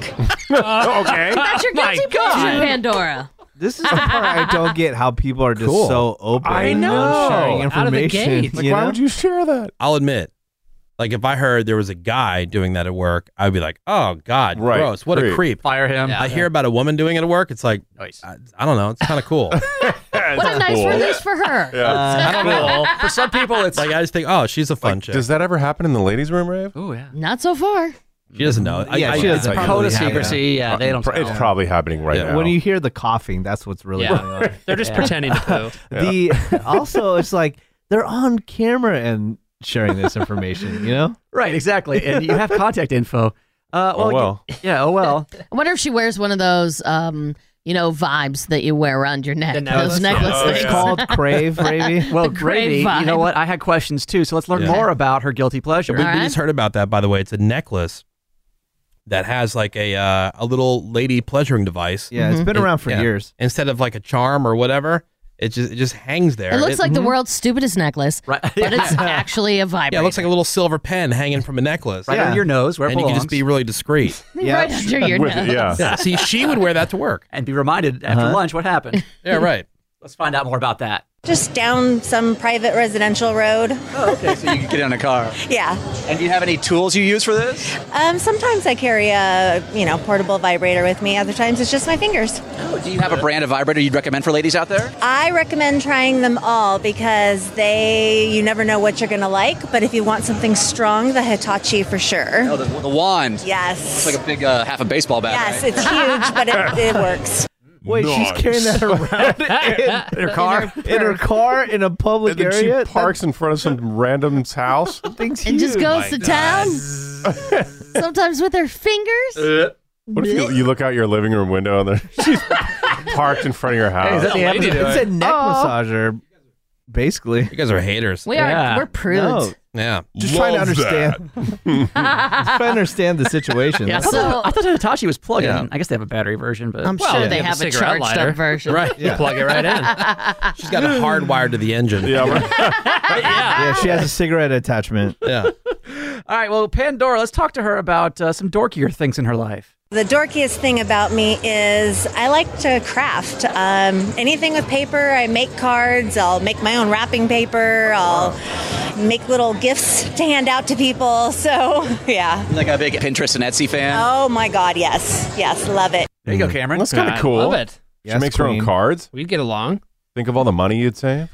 Speaker 17: Oh,
Speaker 7: okay. That's your
Speaker 17: My
Speaker 7: guilty
Speaker 17: God.
Speaker 7: pleasure, Pandora.
Speaker 5: This is the part I don't get how people are just
Speaker 4: Cool.
Speaker 5: so open.
Speaker 4: I
Speaker 5: on
Speaker 4: know.
Speaker 5: sharing
Speaker 4: Out of the
Speaker 5: information.
Speaker 4: gate. Like, why would
Speaker 6: you share that?
Speaker 4: I'll admit, like if I heard there was a guy doing that at work, I'd be like, oh God,
Speaker 6: Right.
Speaker 4: gross, what
Speaker 6: Creep.
Speaker 4: a creep.
Speaker 9: Fire him.
Speaker 4: I hear about a woman doing it at work. It's like, I, I don't know, it's kind of cool.
Speaker 7: What a nice
Speaker 4: Cool.
Speaker 7: release for her.
Speaker 4: Yeah. I don't know.
Speaker 9: Uh, For some people, it's
Speaker 4: like I just think, oh, she's a fun chick.
Speaker 6: Does that ever happen in the ladies' room, Rave?
Speaker 9: Oh yeah.
Speaker 7: Not so far.
Speaker 4: She doesn't know.
Speaker 5: Yeah, she doesn't know. Code of secrecy, yeah, they don't
Speaker 6: It's
Speaker 5: know.
Speaker 6: probably happening right now.
Speaker 5: When you hear the coughing, that's what's really
Speaker 6: Yeah.
Speaker 5: going on.
Speaker 6: They're just pretending to poo.
Speaker 5: The also, it's like they're on camera and sharing this information. You know,
Speaker 9: Right, exactly. And you have contact info. Uh,
Speaker 5: Oh, well.
Speaker 9: Yeah, oh well.
Speaker 7: I wonder if she wears one of those, um, you know, vibes that you wear around your neck. Those necklace
Speaker 9: Oh,
Speaker 7: things.
Speaker 9: Well,
Speaker 7: The crave
Speaker 9: Gravy, you know
Speaker 7: vibe.
Speaker 9: what? I had questions too, so let's learn
Speaker 4: Yeah.
Speaker 9: more about her guilty pleasure.
Speaker 4: We, we just heard about that, by the way. It's a necklace that has like a uh, a little lady pleasuring device.
Speaker 7: Mm-hmm.
Speaker 5: Yeah, it's Mhm. been around for years.
Speaker 4: Instead of like a charm or whatever, It just it just hangs there. Mm-hmm.
Speaker 7: It looks like the world's stupidest necklace, right. but it's actually a vibrator.
Speaker 4: Yeah, it looks like a little silver pen hanging from a necklace.
Speaker 7: Right
Speaker 4: yeah.
Speaker 7: under your nose, where it
Speaker 4: And you can just
Speaker 9: belongs.
Speaker 4: be really discreet.
Speaker 7: Right under your
Speaker 4: With it,
Speaker 7: nose.
Speaker 4: yeah. Yeah, see, she would wear that to work.
Speaker 9: And be reminded after
Speaker 4: Uh-huh.
Speaker 9: lunch what happened.
Speaker 4: Yeah, right.
Speaker 9: Let's find out more about that.
Speaker 17: Just down some private residential road. Oh,
Speaker 9: Okay, so you can get in a car.
Speaker 17: yeah.
Speaker 9: And do you have any tools you use for this?
Speaker 17: Um, sometimes I carry a you know portable vibrator with me. Other times it's just my fingers.
Speaker 9: Oh, Do you have a brand of vibrator you'd recommend for ladies out there?
Speaker 17: I recommend trying them all because they you never know what you're gonna like. But if you want something strong, the Hitachi for sure.
Speaker 9: Oh, the, the wand.
Speaker 17: Yes.
Speaker 9: It's like a big uh, half a baseball bat.
Speaker 17: yes,
Speaker 9: right?
Speaker 17: it's huge, but it, it works.
Speaker 5: Wait, she's carrying that around in,
Speaker 6: In her car?
Speaker 5: in her car, in a public
Speaker 6: And then she
Speaker 5: area.
Speaker 6: parks in front of some random's house.
Speaker 5: Things
Speaker 7: And just goes to town. Sometimes with her fingers.
Speaker 6: What if you, you look out your living room window and there, she's parked in front of your house?
Speaker 5: It's a neck massager, basically. You
Speaker 4: guys are haters.
Speaker 7: We are- Yeah. we're prudes.
Speaker 5: No.
Speaker 4: Yeah.
Speaker 5: Just trying to understand. Just trying to understand the situation.
Speaker 9: Yeah,
Speaker 5: That's-
Speaker 9: so, I thought the Hitachi was plug-in.
Speaker 5: Yeah.
Speaker 9: I guess they have a battery version, but
Speaker 7: I'm sure they have a charged up version.
Speaker 4: Right. You plug it right in. She's got it hardwired to the engine.
Speaker 6: Yeah, right.
Speaker 5: yeah, she has a cigarette attachment.
Speaker 4: Yeah.
Speaker 9: All right, well, Pandora, let's talk to her about uh, some dorkier things in her life.
Speaker 17: The dorkiest thing about me is I like to craft um, anything with paper. I make cards. I'll make my own wrapping paper. I'll make little gifts to hand out to people. So yeah.
Speaker 9: Like a big Pinterest and Etsy fan.
Speaker 17: Oh my God! Yes, yes, love it.
Speaker 9: There you go, Cameron.
Speaker 6: That's kind of cool. She
Speaker 18: Yes,
Speaker 6: makes her
Speaker 18: queen.
Speaker 6: own cards.
Speaker 18: We'd get
Speaker 7: Oh.
Speaker 18: along.
Speaker 6: Think of all the money you'd save.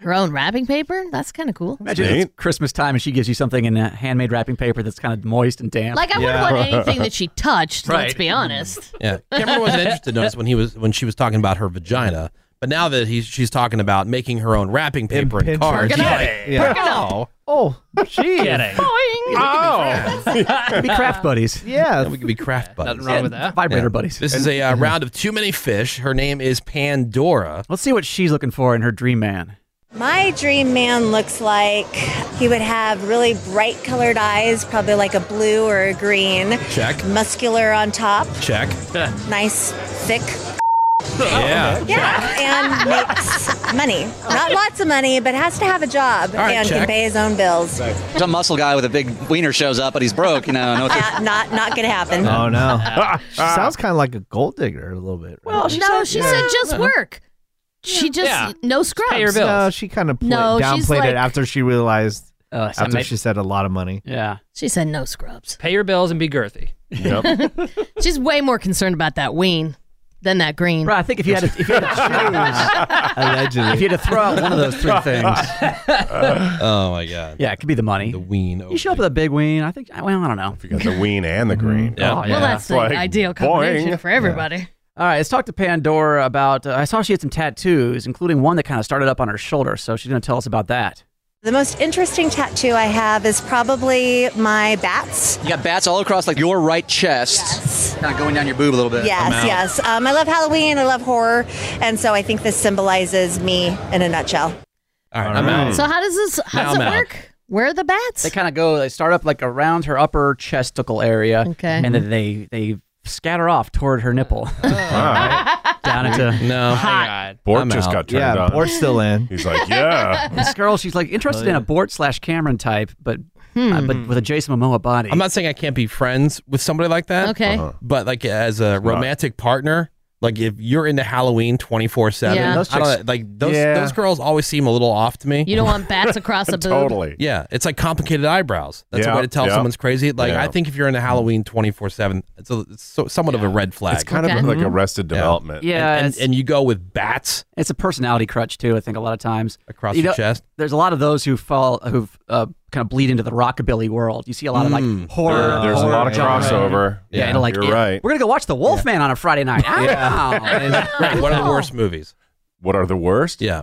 Speaker 7: Her own wrapping paper? That's kind of cool.
Speaker 9: Imagine it's Christmas time and she gives you something in a handmade wrapping paper that's kind of moist and damp.
Speaker 7: Like, I wouldn't want anything that she touched, let's
Speaker 9: Right.
Speaker 7: be honest.
Speaker 4: Yeah. Cameron wasn't interested in us when he was when she was talking about her vagina. But now that he's she's talking about making her own wrapping paper and, cards,
Speaker 2: Perking
Speaker 4: he's
Speaker 2: up.
Speaker 4: like,
Speaker 2: Yeah. Perking up.
Speaker 4: "Oh,
Speaker 5: Oh, she
Speaker 4: Kidding.
Speaker 9: Be craft buddies.
Speaker 5: Yeah.
Speaker 4: we could be craft buddies.
Speaker 9: wrong with that. Vibrator buddies.
Speaker 4: This is a uh, round of too many fish. Her name is Pandora.
Speaker 9: Let's see what she's looking for in her dream man.
Speaker 17: My dream man looks like he would have really bright colored eyes, probably like a blue or a green.
Speaker 4: Check.
Speaker 17: Muscular on top,
Speaker 4: Check.
Speaker 17: nice, thick.
Speaker 4: Yeah.
Speaker 17: Yeah, and makes money. Not lots of money, but has to have a job
Speaker 9: right,
Speaker 17: and
Speaker 9: check.
Speaker 17: can pay his own bills.
Speaker 9: Some muscle guy with a big wiener shows up, but he's broke. You know, no.
Speaker 17: Not, not, not gonna happen.
Speaker 5: Oh no. she sounds kind of like a gold digger a little bit.
Speaker 7: Well,
Speaker 5: she
Speaker 7: no,
Speaker 5: said-
Speaker 7: she
Speaker 5: yeah.
Speaker 7: said just
Speaker 5: Yeah.
Speaker 7: work. She just
Speaker 5: Yeah.
Speaker 7: no scrubs.
Speaker 5: No, she kind of
Speaker 7: No, she's
Speaker 5: downplayed
Speaker 7: like-
Speaker 5: it after she realized
Speaker 18: so
Speaker 5: after
Speaker 18: maybe-
Speaker 5: she said a lot of money.
Speaker 9: Yeah.
Speaker 7: She said no scrubs.
Speaker 18: Pay your bills and be girthy.
Speaker 7: She's way more concerned about that ween than that green. Right,
Speaker 9: I think if you had a, if you had
Speaker 5: Allegedly.
Speaker 9: If you had to throw out one of those three things.
Speaker 4: oh my god.
Speaker 9: Yeah, it could be the money. The
Speaker 4: ween.
Speaker 9: You show up with a big ween. I think. Well, I don't know.
Speaker 6: You got the ween and the
Speaker 4: Mm-hmm.
Speaker 6: green.
Speaker 9: Oh, yeah.
Speaker 7: Well, that's the
Speaker 9: Like,
Speaker 7: ideal
Speaker 9: boing.
Speaker 7: combination for everybody.
Speaker 9: All right, let's talk to Pandora about. Uh, I saw she had some tattoos, including one that kind of started up on her shoulder. So she's going to tell us about that.
Speaker 17: The most interesting tattoo I have is probably my bats.
Speaker 9: You got bats all across like your right chest, kind of going down your boob a little bit.
Speaker 17: Yes, yes. Um, I love Halloween. I love horror, and so I think this symbolizes me in a nutshell.
Speaker 4: All right,
Speaker 9: I'm
Speaker 7: So how does this how does
Speaker 9: Now,
Speaker 7: it
Speaker 9: now.
Speaker 7: work? Where are the bats?
Speaker 9: They kind of go. They start up like around her upper chesticle area,
Speaker 7: Okay.
Speaker 9: and then they they scatter off toward her nipple, down into
Speaker 4: no.
Speaker 9: Hot.
Speaker 6: Bork just got turned
Speaker 5: yeah,
Speaker 6: on.
Speaker 5: Bork's still in.
Speaker 6: He's like, yeah.
Speaker 9: This girl, she's like interested
Speaker 4: Oh, yeah.
Speaker 9: in a Bort slash Cameron type, but uh, but
Speaker 7: Hmm.
Speaker 9: with a Jason Momoa body.
Speaker 4: I'm not saying I can't be friends with somebody like that.
Speaker 9: Okay. Uh-huh.
Speaker 4: But like as a romantic partner, like if you're into Halloween 24
Speaker 7: Yeah.
Speaker 4: seven,
Speaker 7: Those chicks-
Speaker 4: like those
Speaker 7: Yeah.
Speaker 4: those girls always seem a little off to me.
Speaker 7: You don't want bats across a boob.
Speaker 4: Yeah, it's like complicated eyebrows. That's
Speaker 6: Yeah,
Speaker 4: a way to tell
Speaker 6: yeah.
Speaker 4: someone's crazy. Like
Speaker 6: Yeah.
Speaker 4: I think if you're into Halloween 24 seven, it's, a, it's so, somewhat of a red flag.
Speaker 6: It's kind of
Speaker 4: Mm-hmm.
Speaker 6: like arrested development.
Speaker 9: Yeah,
Speaker 4: and, and, and you go with bats.
Speaker 9: It's a personality crutch too. I think a lot of times
Speaker 4: across
Speaker 9: you
Speaker 4: your chest?
Speaker 9: There's a lot of those who fall who uh, kind of bleed into the rockabilly world. You see a lot of
Speaker 6: Mm.
Speaker 9: like horror.
Speaker 6: There- there's a
Speaker 9: horror
Speaker 6: lot of
Speaker 9: genre.
Speaker 6: crossover.
Speaker 9: Yeah,
Speaker 6: Yeah,
Speaker 9: and like
Speaker 6: you're
Speaker 9: it-
Speaker 6: right.
Speaker 9: We're gonna go watch The Wolfman on a Friday night. Ow.
Speaker 4: right, one of the worst movies.
Speaker 6: What are the worst?
Speaker 4: Yeah.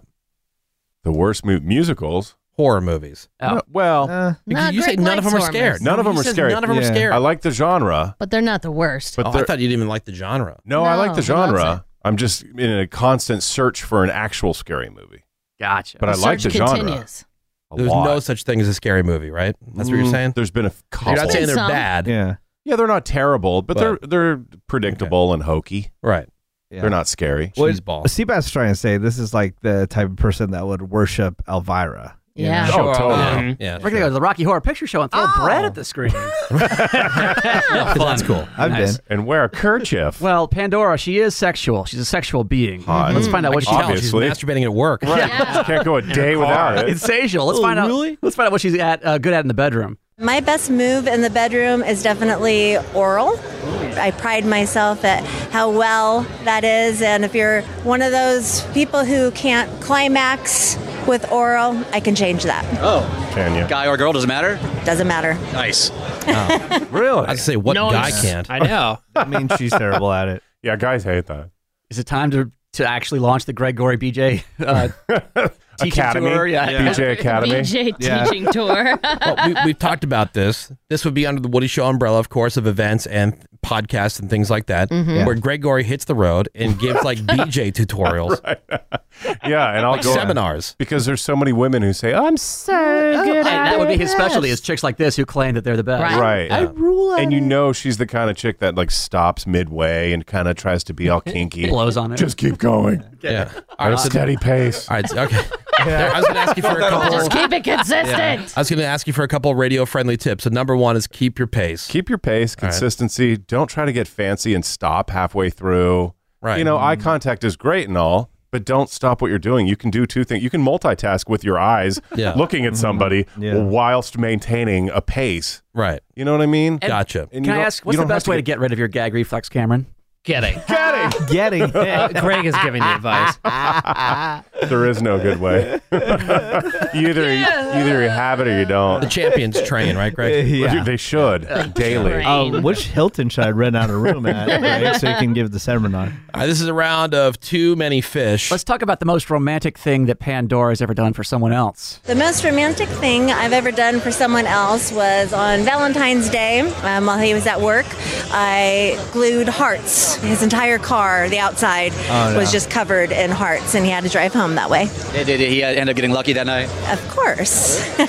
Speaker 6: The worst mu- musicals.
Speaker 4: Horror movies.
Speaker 1: Oh.
Speaker 6: No, well,
Speaker 4: Because you say
Speaker 7: Greg
Speaker 4: none of
Speaker 7: likes
Speaker 4: them are
Speaker 7: horror
Speaker 4: scared.
Speaker 7: movies.
Speaker 6: none of them
Speaker 4: He
Speaker 6: are
Speaker 4: says
Speaker 6: scary.
Speaker 4: None of them are scared.
Speaker 6: I like the genre.
Speaker 7: but they're not the worst.
Speaker 6: But
Speaker 4: Oh, I
Speaker 6: they're-
Speaker 4: thought you didn't even like the genre.
Speaker 6: No, I like the
Speaker 7: No, he loves
Speaker 6: genre. I'm just in a constant search for an actual scary movie.
Speaker 9: Gotcha.
Speaker 6: But I like the genre. A
Speaker 4: There's
Speaker 6: lot.
Speaker 4: no such thing as a scary movie, right? That's what you're
Speaker 6: Mm,
Speaker 4: saying.
Speaker 6: There's been a
Speaker 4: You're
Speaker 6: couple.
Speaker 4: not saying they're
Speaker 6: Been some.
Speaker 4: bad.
Speaker 5: Yeah.
Speaker 6: Yeah, they're not terrible, but, they're
Speaker 4: But-
Speaker 6: they're predictable and hokey.
Speaker 4: Right.
Speaker 6: They're not scary.
Speaker 5: What Seabass trying to say this is like the type of person that would worship Elvira.
Speaker 9: Yeah. Mm-hmm.
Speaker 6: Oh, totally. Oh.
Speaker 9: We're going to go to the Rocky Horror Picture Show and throw bread at the screen.
Speaker 6: That's cool.
Speaker 9: I've Nice.
Speaker 6: been. And wear a kerchief.
Speaker 9: well, Pandora, she is sexual. She's a sexual being.
Speaker 6: Hot.
Speaker 9: Let's find out what
Speaker 6: I can tell she's Obviously.
Speaker 4: masturbating at work.
Speaker 6: Right. She can't go a day without it.
Speaker 9: It's sexual. Let's
Speaker 17: Oh,
Speaker 9: find out. Let's find out what she's at uh, good at in the bedroom.
Speaker 17: My best move in the bedroom is definitely oral. I pride myself at how well that is. And if you're one of those people who can't climax with oral, I can change that.
Speaker 19: Oh.
Speaker 6: Can you?
Speaker 19: Guy or girl, doesn't matter?
Speaker 17: Doesn't matter.
Speaker 19: Nice.
Speaker 6: really?
Speaker 4: Oh. I say, what
Speaker 19: No,
Speaker 4: guy
Speaker 19: it's-
Speaker 4: can't?
Speaker 9: I know.
Speaker 5: That means she's terrible at it.
Speaker 6: Yeah, guys hate that.
Speaker 9: Is it time to to actually launch the Gregory BJ uh, teaching
Speaker 4: Academy.
Speaker 9: tour? Yeah.
Speaker 4: BJ Academy.
Speaker 7: BJ
Speaker 4: Yeah.
Speaker 7: teaching tour.
Speaker 4: well, we, we've talked about this. This would be under the Woody Show umbrella, of course, of events and podcasts and things like that,
Speaker 6: Mm-hmm.
Speaker 7: Mhm. Yeah.
Speaker 4: where Gregory hits the road and gives like BJ E tutorials.
Speaker 6: Yeah, and I'll
Speaker 4: Like
Speaker 6: go
Speaker 4: seminars.
Speaker 6: because there's so many women who say, "I'm so good."
Speaker 9: And
Speaker 6: at
Speaker 9: Oh, that would be his
Speaker 6: this."
Speaker 9: specialty is chicks like this who claim that they're the best.
Speaker 6: Right.
Speaker 9: Yeah.
Speaker 6: rule And you know she's the kind of chick that like stops midway and kind of tries to be all kinky.
Speaker 9: Blows on it.
Speaker 6: Just keep going.
Speaker 4: Yeah.
Speaker 6: At a steady pace.
Speaker 4: All right. so- Okay. I was going to ask you for a couple.
Speaker 7: Just keep it consistent.
Speaker 4: Yeah. I was going to ask you for a couple radio friendly tips. So number one is keep your pace.
Speaker 6: Keep your pace, consistency. Don't try to get fancy and stop halfway through. Right. You know,
Speaker 4: Mm-hmm.
Speaker 6: eye contact is great and all, but don't stop what you're doing. You can do two things. You can multitask with your eyes,
Speaker 4: Yeah. Mm-hmm.
Speaker 6: looking at somebody whilst maintaining a pace.
Speaker 4: Right.
Speaker 6: You know what I mean?
Speaker 4: Gotcha.
Speaker 6: And
Speaker 9: Can
Speaker 6: you
Speaker 9: I
Speaker 6: don't-
Speaker 9: ask,
Speaker 6: you
Speaker 9: what's the
Speaker 6: don't have
Speaker 9: best way to get rid of your gag reflex, Cameron?
Speaker 1: Getting.
Speaker 6: Getting.
Speaker 5: Getting.
Speaker 1: Greg is giving the advice.
Speaker 6: There is no good way. you either either you have it or you don't.
Speaker 4: The champions train, right, Greg?
Speaker 5: Yeah.
Speaker 6: They should daily.
Speaker 5: Uh, which Hilton should I rent out a room at Greg, so you can give the seminar?
Speaker 4: Uh, this is a round of too many fish.
Speaker 9: Let's talk about the most romantic thing that Pandora has ever done for someone else.
Speaker 17: The most romantic thing I've ever done for someone else was on Valentine's Day um, while he was at work. I glued hearts. His entire car, the outside,
Speaker 19: Oh, no.
Speaker 17: was just covered in hearts, and he had to drive home that way.
Speaker 19: Did, did he end up getting lucky that night?
Speaker 17: Of course.
Speaker 4: All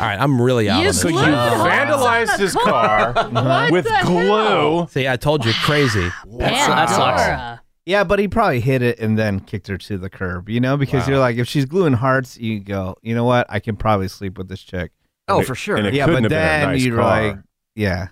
Speaker 4: right. I'm really out
Speaker 17: You
Speaker 4: on this.
Speaker 17: So you
Speaker 6: Wow. vandalized his car
Speaker 17: What
Speaker 6: with the glue.
Speaker 4: See, I told you, crazy.
Speaker 5: That sucks. Yeah, but he probably hit it and then kicked her to the curb, you know, because
Speaker 6: Wow.
Speaker 5: you're like, if she's gluing hearts, you go, you know what? I can probably sleep with this chick.
Speaker 6: Oh, for sure. And it
Speaker 5: yeah,
Speaker 6: couldn't
Speaker 5: but
Speaker 6: have been a
Speaker 5: then
Speaker 6: nice
Speaker 5: you're
Speaker 6: car.
Speaker 5: like, yeah.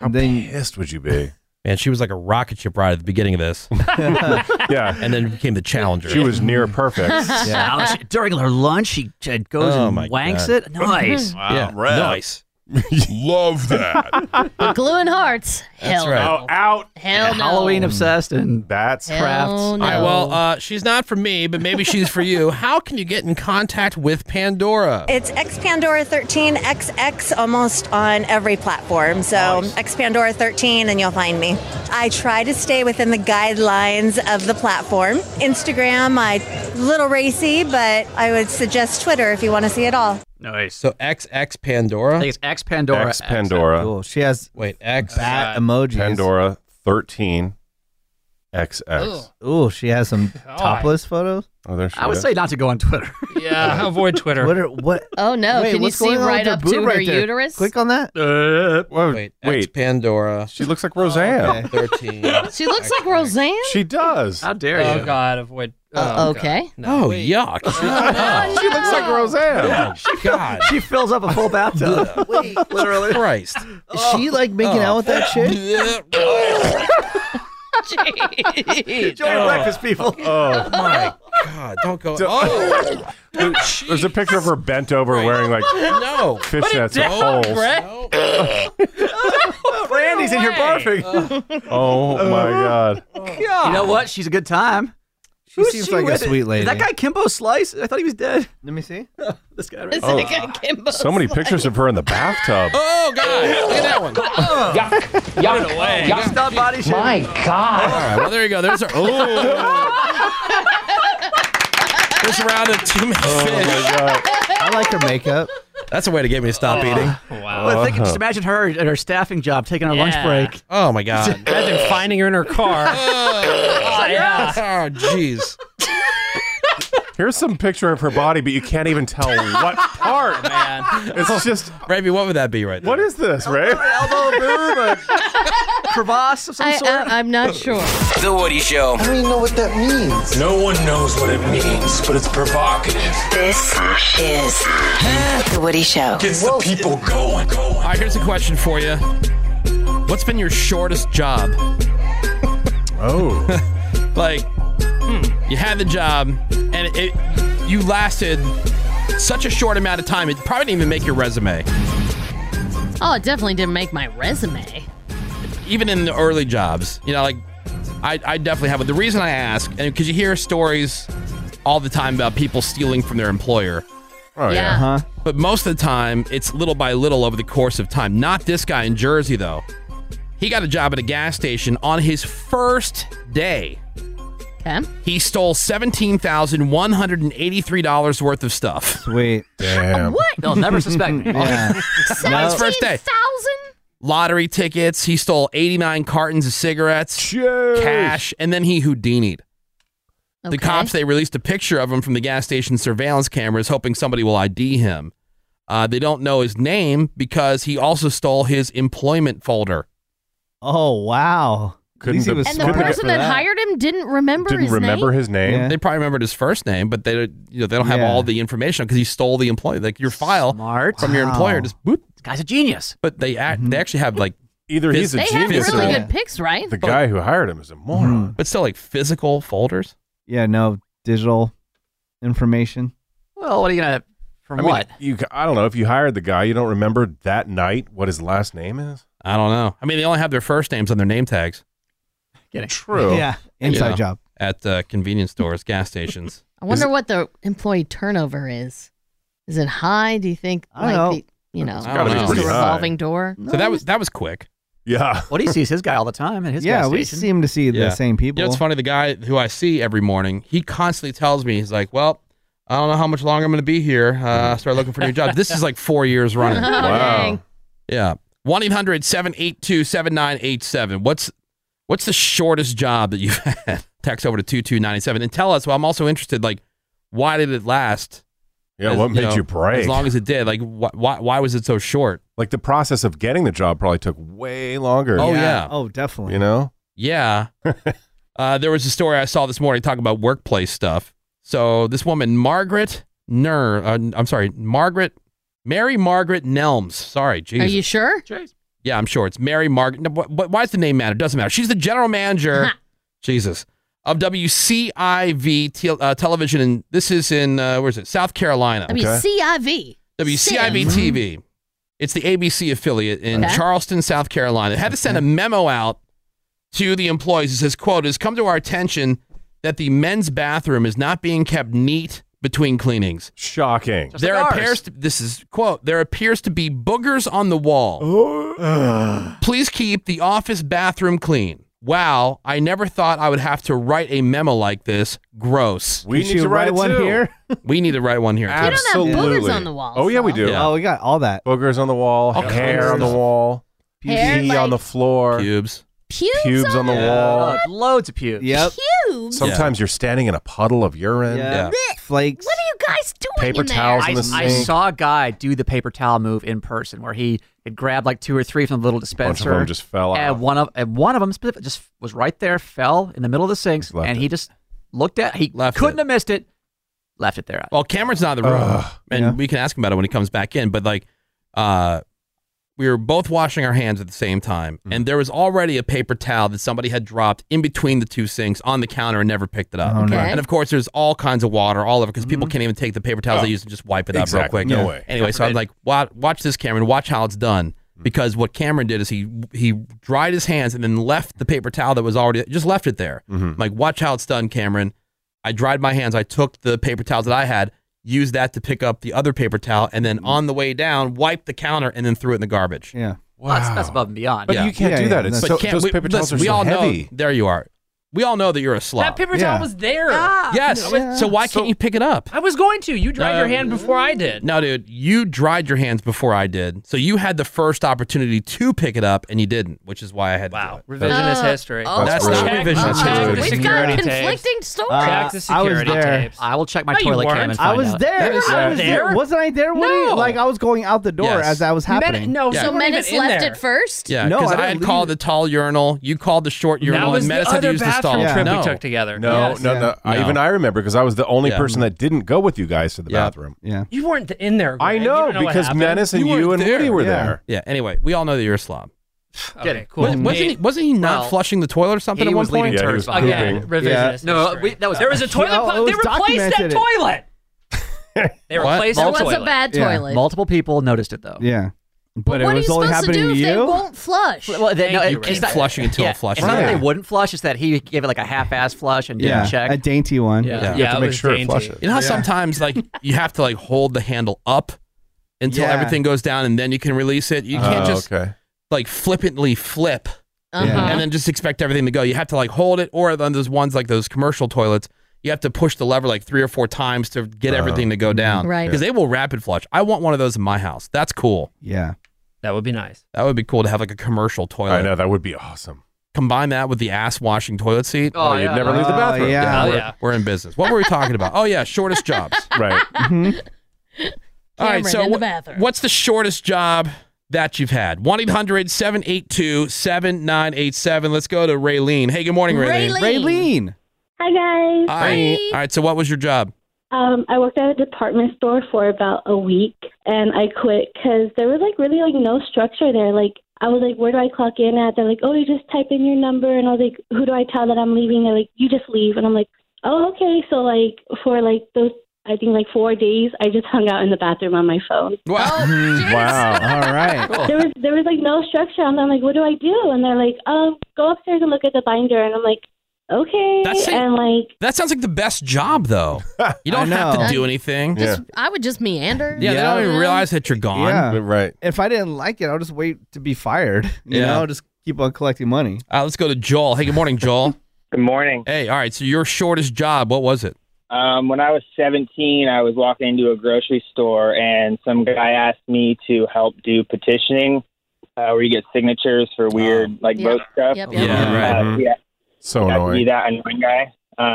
Speaker 5: How then,
Speaker 6: pissed would you be?
Speaker 4: Man, she was like a rocket ship ride at the beginning of this.
Speaker 6: yeah.
Speaker 4: And then became the challenger.
Speaker 6: She was near perfect.
Speaker 9: Now, she- during her lunch, she uh, goes
Speaker 4: Oh, my
Speaker 9: and wanks
Speaker 4: God.
Speaker 9: it. Nice.
Speaker 4: Yeah, nice.
Speaker 6: Love that.
Speaker 7: But glue and hearts. Hell
Speaker 4: right.
Speaker 7: no.
Speaker 4: Oh,
Speaker 6: out.
Speaker 7: Hell no.
Speaker 9: Halloween obsessed and
Speaker 6: that's
Speaker 7: Hell crafts.
Speaker 4: All right,
Speaker 7: no.
Speaker 4: well, uh, she's not for me, but maybe she's for you. How can you get in contact with Pandora?
Speaker 17: It's X Pandora 13 XX almost on every platform. So X Pandora 13 and you'll find me. I try to stay within the guidelines of the platform. Instagram, I little racy, but I would suggest Twitter if you want to see it all.
Speaker 9: Nice.
Speaker 4: So XX Pandora. I
Speaker 9: think it's X Pandora.
Speaker 6: X Pandora.
Speaker 5: Cool. She has
Speaker 4: wait X
Speaker 5: bat emojis.
Speaker 6: Pandora 13 XX.
Speaker 5: Ooh, she has some topless photos.
Speaker 6: Oh, there she
Speaker 9: I would
Speaker 6: is.
Speaker 9: say not to go on Twitter.
Speaker 1: Yeah, avoid Twitter.
Speaker 5: Twitter, what?
Speaker 7: Oh no!
Speaker 5: Wait,
Speaker 7: Can you
Speaker 5: what's
Speaker 7: see
Speaker 5: going on with
Speaker 7: right
Speaker 5: her
Speaker 7: up
Speaker 5: boob
Speaker 7: to her
Speaker 5: right there?
Speaker 7: uterus?
Speaker 5: Click on that.
Speaker 6: Uh, whoa, wait,
Speaker 4: X Pandora.
Speaker 6: She looks like Roseanne.
Speaker 4: 13.
Speaker 7: She looks like Roseanne.
Speaker 6: She does. How
Speaker 9: dare
Speaker 1: Oh, God, avoid. Oh,
Speaker 7: okay.
Speaker 4: Oh, yuck.
Speaker 6: She looks like Roseanne.
Speaker 4: Oh, God.
Speaker 9: She fills up a full bathtub. Wait, literally.
Speaker 4: Christ. Oh.
Speaker 5: Is she like making out with that chick?
Speaker 9: Enjoy your breakfast, people.
Speaker 6: Oh,
Speaker 4: my God. Don't go. Oh,
Speaker 6: There's there's a picture of her bent over wearing like
Speaker 4: no.
Speaker 6: fishnets and
Speaker 4: down,
Speaker 6: poles.
Speaker 9: Randy's in here barfing.
Speaker 6: Oh my god.
Speaker 9: You know what? She's a good time. She
Speaker 5: seems like a sweet
Speaker 9: Is
Speaker 5: lady.
Speaker 9: that guy Kimbo Slice? I thought he was dead.
Speaker 5: Let me see.
Speaker 9: This guy.
Speaker 7: Is
Speaker 9: Right
Speaker 6: Oh.
Speaker 7: it a guy Kimbo?
Speaker 6: So many pictures of her in the bathtub.
Speaker 4: Oh, God. Look at that one.
Speaker 1: Yuck. away.
Speaker 9: Yuck. Stop body shit. My
Speaker 4: All
Speaker 9: God.
Speaker 4: right. Well, there you go. There's our. Oh. There's a round of too many fish.
Speaker 5: Oh, I like her makeup. Oh,
Speaker 4: That's a way to get me to stop eating. Uh-huh.
Speaker 9: Well, think, just imagine her at her staffing job taking her lunch
Speaker 1: Yeah.
Speaker 9: break.
Speaker 4: Oh my god.
Speaker 1: Imagine
Speaker 5: Oh,
Speaker 1: finding her in her car.
Speaker 4: oh,
Speaker 1: yeah.
Speaker 4: jeez.
Speaker 6: Here's some picture of her body, but you can't even tell what part. Man, it's just
Speaker 4: Ravi. What would that be right there?
Speaker 6: What is this, Ray?
Speaker 14: elbow boob, a crevasse of some
Speaker 7: I,
Speaker 14: sort.
Speaker 7: I, am not sure.
Speaker 20: The Woody Show.
Speaker 7: I don't even know what that means.
Speaker 20: No one knows what it means, but it's provocative. This is
Speaker 4: The Woody Show.
Speaker 20: Gets the people going.
Speaker 4: All right, here's a question for you. What's been your shortest job?
Speaker 6: Oh,
Speaker 4: like hmm, you had the job and it, you lasted such a short amount of time. It probably didn't even make your resume.
Speaker 7: Oh, it definitely didn't make my resume.
Speaker 4: even in the early jobs, you know, like I, I definitely have. But the reason I ask, and because you hear stories all the time about people stealing from their employer.
Speaker 6: Oh
Speaker 7: yeah. Yeah.
Speaker 4: huh But most of the time, it's little by little over the course of time. Not this guy in Jersey though. He got a job at a gas station on his first day.
Speaker 7: Okay.
Speaker 4: He stole seventeen thousand one hundred and eighty-three dollars worth of stuff.
Speaker 5: Sweet.
Speaker 6: Damn.
Speaker 7: What?
Speaker 14: They'll never suspect.
Speaker 5: yeah.
Speaker 4: On his first day.
Speaker 7: thousand.
Speaker 4: lottery tickets. He stole 89 cartons of cigarettes, cash, and then he Houdini'd. The cops, they released a picture of him from the gas station surveillance cameras, hoping somebody will ID him. Uh, they don't know his name because he also stole his employment folder.
Speaker 5: Oh wow!
Speaker 4: Couldn't
Speaker 5: he
Speaker 4: the-
Speaker 5: was
Speaker 7: And the
Speaker 5: smart
Speaker 7: person
Speaker 5: for
Speaker 7: that hired him didn't remember his name.
Speaker 6: his name.
Speaker 4: They probably remembered his first name, but they don't- you know they don't have
Speaker 5: Yeah.
Speaker 4: all the information because he stole the employee like your file from your
Speaker 5: Wow.
Speaker 4: employer. Just boop.
Speaker 14: This guy's a genius.
Speaker 4: But they act, they actually have like either
Speaker 7: they have really good picks, right?
Speaker 6: The guy who hired him is a moron.
Speaker 4: Mm-hmm. But still, like physical folders.
Speaker 5: Yeah, no digital information.
Speaker 14: Well, what are you gonna from
Speaker 6: I mean,
Speaker 14: what?
Speaker 6: you, I don't know. If you hired the guy, you don't remember that night what his last name is.
Speaker 4: I don't know. I mean, they only have their first names on their name tags.
Speaker 14: Kidding.
Speaker 6: True.
Speaker 5: Yeah. Inside job.
Speaker 4: at uh, convenience stores, gas stations.
Speaker 7: I wonder what the employee turnover is. Is it high? Do you think?
Speaker 4: don't know.
Speaker 7: The, you know,
Speaker 4: gotta be
Speaker 7: just a
Speaker 4: pretty high.
Speaker 7: revolving door.
Speaker 4: So that was that was quick.
Speaker 6: Yeah.
Speaker 14: Well, he sees his guy all the time at his
Speaker 5: yeah,
Speaker 14: gas
Speaker 5: we
Speaker 14: station.
Speaker 5: seem to see the same people.
Speaker 4: You know, it's funny. The guy who I see every morning, he constantly tells me, he's like, "Well, I don't know how much longer I'm going to be here. Uh, I started looking for a new job. This is like four years running.
Speaker 7: Oh, Wow. dang.
Speaker 4: Yeah. One 7987 What's what's the shortest job that you've had? Text over to two two ninety seven and tell us. Well, I'm also interested. Like, why did it last?
Speaker 6: Yeah, what made you break?
Speaker 4: As long as it did. Like, wh- why why was it so short?
Speaker 6: Like the process of getting the job probably took way longer.
Speaker 4: Oh, Yeah. yeah.
Speaker 5: Oh, definitely.
Speaker 6: You know?
Speaker 4: Yeah. uh, there was a story I saw this morning talking about workplace stuff. So this woman, Margaret Ner, uh, I'm sorry, Margaret, Mary Margaret Nelms. Sorry, Jesus.
Speaker 7: Are you sure?
Speaker 4: yeah, I'm sure it's Mary Margaret. No, wh- wh- why does the name matter? It doesn't matter. She's the general manager. Jesus. Of WCIV tel- uh, television, and this is in uh, where is it? South Carolina.
Speaker 7: I mean, CIV.
Speaker 4: WCIV TV. It's the ABC affiliate in
Speaker 7: Okay.
Speaker 4: Charleston, South Carolina. It had to send a memo out to the employees. It says, quote, it has come to our attention that the men's bathroom is not being kept neat between cleanings.
Speaker 6: Shocking.
Speaker 4: there appears to, this is quote, there appears to be boogers on the wall. Please keep the office bathroom clean. Wow, I never thought I would have to write a memo like this. Gross.
Speaker 6: We
Speaker 5: Could need you to write write it one too. here?
Speaker 4: we need to write one here. too.
Speaker 6: Absolutely.
Speaker 7: on the walls,
Speaker 6: Oh, yeah, we do.
Speaker 5: Oh, we got all that.
Speaker 6: Boogers on the wall,
Speaker 4: All kinds
Speaker 6: hair
Speaker 4: of
Speaker 6: on the
Speaker 4: stuff.
Speaker 6: wall,
Speaker 7: Hair,
Speaker 6: pee on the floor,
Speaker 4: pubes,
Speaker 7: Pubes,
Speaker 6: pubes on the wall.
Speaker 14: Oh, loads of pubes.
Speaker 5: Yep.
Speaker 7: Pubes.
Speaker 6: Sometimes you're standing in a puddle of urine.
Speaker 5: Yeah. Flakes.
Speaker 7: What are you guys doing
Speaker 6: Paper
Speaker 7: in there?
Speaker 6: towels
Speaker 14: I,
Speaker 6: in the
Speaker 14: I
Speaker 6: sink.
Speaker 14: saw a guy do the paper towel move in person, where he had grabbed like two or three from the little
Speaker 6: bunch
Speaker 14: dispenser.
Speaker 6: of them just fell out.
Speaker 14: And one of and one of them specific- just was right there, fell in the middle of the sinks, and he just looked at. He couldn't have missed it. Left it there.
Speaker 4: Well, Cameron's not in the room, and we can ask him about it when he comes back in. But like, uh, we were both washing our hands at the same time, and there was already a paper towel that somebody had dropped in between the two sinks on the counter and never picked it up.
Speaker 5: Oh, no. Okay.
Speaker 4: And of course, there's all kinds of water all over because people can't even take the paper towels
Speaker 6: Oh.
Speaker 4: they use and just wipe it up real
Speaker 6: Exactly.
Speaker 4: quick.
Speaker 6: No way. Hmm.
Speaker 4: Anyway, so I'm like, watch, watch this, Cameron. Watch how it's done. Because what Cameron did is he he dried his hands and then left the paper towel that was already just left it there.
Speaker 6: Mm-hmm.
Speaker 4: I'm like, watch how it's done, Cameron. I dried my hands. I took the paper towels that I had, used that to pick up the other paper towel, and
Speaker 6: Mm.
Speaker 4: then on the way down, wiped the counter and then threw it in the garbage.
Speaker 5: Yeah.
Speaker 14: Well, that's, that's above and beyond.
Speaker 6: But you can't do that. It's
Speaker 4: But
Speaker 6: so,
Speaker 4: can't-
Speaker 6: those
Speaker 4: we,
Speaker 6: paper towels
Speaker 4: listen,
Speaker 6: are
Speaker 4: we
Speaker 6: so
Speaker 4: all
Speaker 6: heavy.
Speaker 4: Know, there you are. We all know that you're a slob.
Speaker 21: That paper towel was there.
Speaker 7: Ah.
Speaker 4: Yes.
Speaker 21: I was,
Speaker 4: So why can't you pick it up?
Speaker 21: I was going to. You dried your
Speaker 4: Um,
Speaker 21: hand before I did.
Speaker 4: No, dude, you dried your hands before I did. So you had the first opportunity to pick it up and you didn't, which is why I had wow. to. do it.
Speaker 22: Revisionist Oh, history. oh.
Speaker 4: That's
Speaker 22: That's
Speaker 4: not
Speaker 22: rude.
Speaker 4: revisionist
Speaker 22: Check the
Speaker 4: history.
Speaker 22: We've got security tapes.
Speaker 7: Conflicting stories.
Speaker 5: Uh, I was there.
Speaker 14: I will check my
Speaker 5: No, you
Speaker 14: toilet cam
Speaker 5: weren't.
Speaker 14: and
Speaker 5: I
Speaker 14: find
Speaker 5: was
Speaker 14: out.
Speaker 5: there.
Speaker 14: That is-
Speaker 5: I was there. Wasn't I there? Woody?
Speaker 14: No.
Speaker 5: Like I was going out the door
Speaker 4: Yes.
Speaker 5: as that was
Speaker 4: Men-
Speaker 5: happening.
Speaker 4: no, Yeah.
Speaker 7: So Menace left it first.
Speaker 4: Yeah,
Speaker 5: No,
Speaker 4: because
Speaker 5: I
Speaker 4: I,
Speaker 5: don't
Speaker 4: had
Speaker 5: leave.
Speaker 4: called the tall urinal. You called the short urinal.
Speaker 22: was
Speaker 4: and
Speaker 22: the
Speaker 4: Metis had to
Speaker 22: other
Speaker 4: use the stall.
Speaker 22: bathroom trip we
Speaker 4: no.
Speaker 22: took together.
Speaker 6: No,
Speaker 22: Yes.
Speaker 6: no, no, I,
Speaker 4: No.
Speaker 6: Even I remember because I was the only
Speaker 4: Yeah.
Speaker 6: person that didn't go with you guys to the bathroom.
Speaker 5: Yeah.
Speaker 21: You weren't in there.
Speaker 6: I
Speaker 21: Greg. You
Speaker 6: know
Speaker 21: don't what
Speaker 6: because
Speaker 21: happened.
Speaker 6: Menace and you,
Speaker 4: weren't
Speaker 6: and
Speaker 4: there.
Speaker 6: Woody were
Speaker 4: Yeah.
Speaker 6: there.
Speaker 4: Yeah. Anyway, we all know that you're a slob.
Speaker 21: Get it.
Speaker 4: Wa- Wasn't he, wasn't he not
Speaker 21: Well,
Speaker 4: flushing the toilet or something
Speaker 21: he
Speaker 4: at one
Speaker 21: was leaving
Speaker 4: point?
Speaker 21: Yeah, he turds was behind. Again, pooping. revisionist Yeah.
Speaker 14: No, we, that was
Speaker 21: there was a toilet.
Speaker 14: Oh,
Speaker 21: pot-
Speaker 14: it
Speaker 21: they
Speaker 14: was
Speaker 21: replaced that
Speaker 14: documented.
Speaker 21: toilet. they
Speaker 14: What?
Speaker 21: replaced
Speaker 14: There
Speaker 21: that
Speaker 14: was a
Speaker 21: toilet.
Speaker 7: bad Yeah. toilet.
Speaker 14: Multiple people noticed it though.
Speaker 5: Yeah.
Speaker 14: But,
Speaker 7: what are you supposed to do if they won't flush?
Speaker 14: Well, they, no,
Speaker 4: you
Speaker 14: it-
Speaker 4: keep
Speaker 14: it's not,
Speaker 4: flushing until
Speaker 14: yeah,
Speaker 4: it flushes.
Speaker 14: It's not that
Speaker 4: Right.
Speaker 14: they wouldn't flush; it's that he gave it like a half-ass flush and didn't
Speaker 5: Yeah.
Speaker 14: check.
Speaker 5: A dainty one. Yeah.
Speaker 4: You have to make sure it flushes. You know how sometimes like you have to like hold the handle up until
Speaker 5: Yeah.
Speaker 4: everything goes down and then you can release it. You can't
Speaker 6: Oh,
Speaker 4: just
Speaker 6: okay.
Speaker 4: like flippantly flip
Speaker 7: Uh-huh. Yeah.
Speaker 4: and then just expect everything to go. You have to like hold it or then there's ones like those commercial toilets. You have to push the lever like three or four times to get
Speaker 5: Uh-huh.
Speaker 4: everything to go down.
Speaker 5: Right.
Speaker 4: Because they will rapid flush. I want one of those in my house. That's cool.
Speaker 5: Yeah.
Speaker 21: That would be nice.
Speaker 4: That would be cool to have like a commercial toilet.
Speaker 6: I know that would be awesome.
Speaker 4: Combine that with the ass washing toilet seat.
Speaker 6: Oh, you'd never leave the
Speaker 4: Oh,
Speaker 6: bathroom.
Speaker 4: yeah.
Speaker 6: Oh,
Speaker 4: we're,
Speaker 6: yeah.
Speaker 4: we're in business. What were we talking about? Oh yeah, shortest jobs.
Speaker 6: right.
Speaker 4: All right,
Speaker 7: Cameron
Speaker 4: so
Speaker 7: in the
Speaker 4: wh-
Speaker 7: bathroom.
Speaker 4: what's the shortest job that you've had? 1 800 782 7987. Let's go to Raylene. Hey, good morning, Raylene.
Speaker 5: Raylene.
Speaker 23: Hi guys.
Speaker 4: Hi. All right, so what was your job?
Speaker 23: Um, I worked at a department store for about a week, and I quit because there was like really like no structure there. Like I was like, where do I clock in at? They're like, oh, you just type in your number, and I was like, who do I tell that I'm leaving? They're like, you just leave, and I'm like, oh, okay. So like for like those, I think like four days, I just hung out in the bathroom on my phone.
Speaker 5: wow. All right.
Speaker 23: There was there was like no structure, and I'm like, what do I do? And they're like, oh, go upstairs and look at the binder, and I'm like, okay,
Speaker 4: That's it.
Speaker 23: and like.
Speaker 4: That sounds like the best job, though. You don't have
Speaker 5: know.
Speaker 4: to do anything.
Speaker 7: Just, I would just meander.
Speaker 4: Yeah, they don't even realize that you're gone.
Speaker 5: Yeah. But
Speaker 6: right.
Speaker 5: If I didn't like it, I'll just wait to be fired. You
Speaker 4: Yeah.
Speaker 5: know, just keep on collecting money.
Speaker 4: Uh, let's go to Joel. Hey, good morning, Joel.
Speaker 24: good morning.
Speaker 4: Hey, all right, so your shortest job, what was it?
Speaker 24: Um, when I was 17, I was walking into a grocery store, and some guy asked me to help do petitioning, uh, where you get signatures for weird like vote stuff.
Speaker 6: yep. Yeah,
Speaker 24: Uh,
Speaker 6: right. Mhm.
Speaker 24: yeah.
Speaker 6: So
Speaker 24: Got to be
Speaker 6: annoying.
Speaker 24: that annoying guy.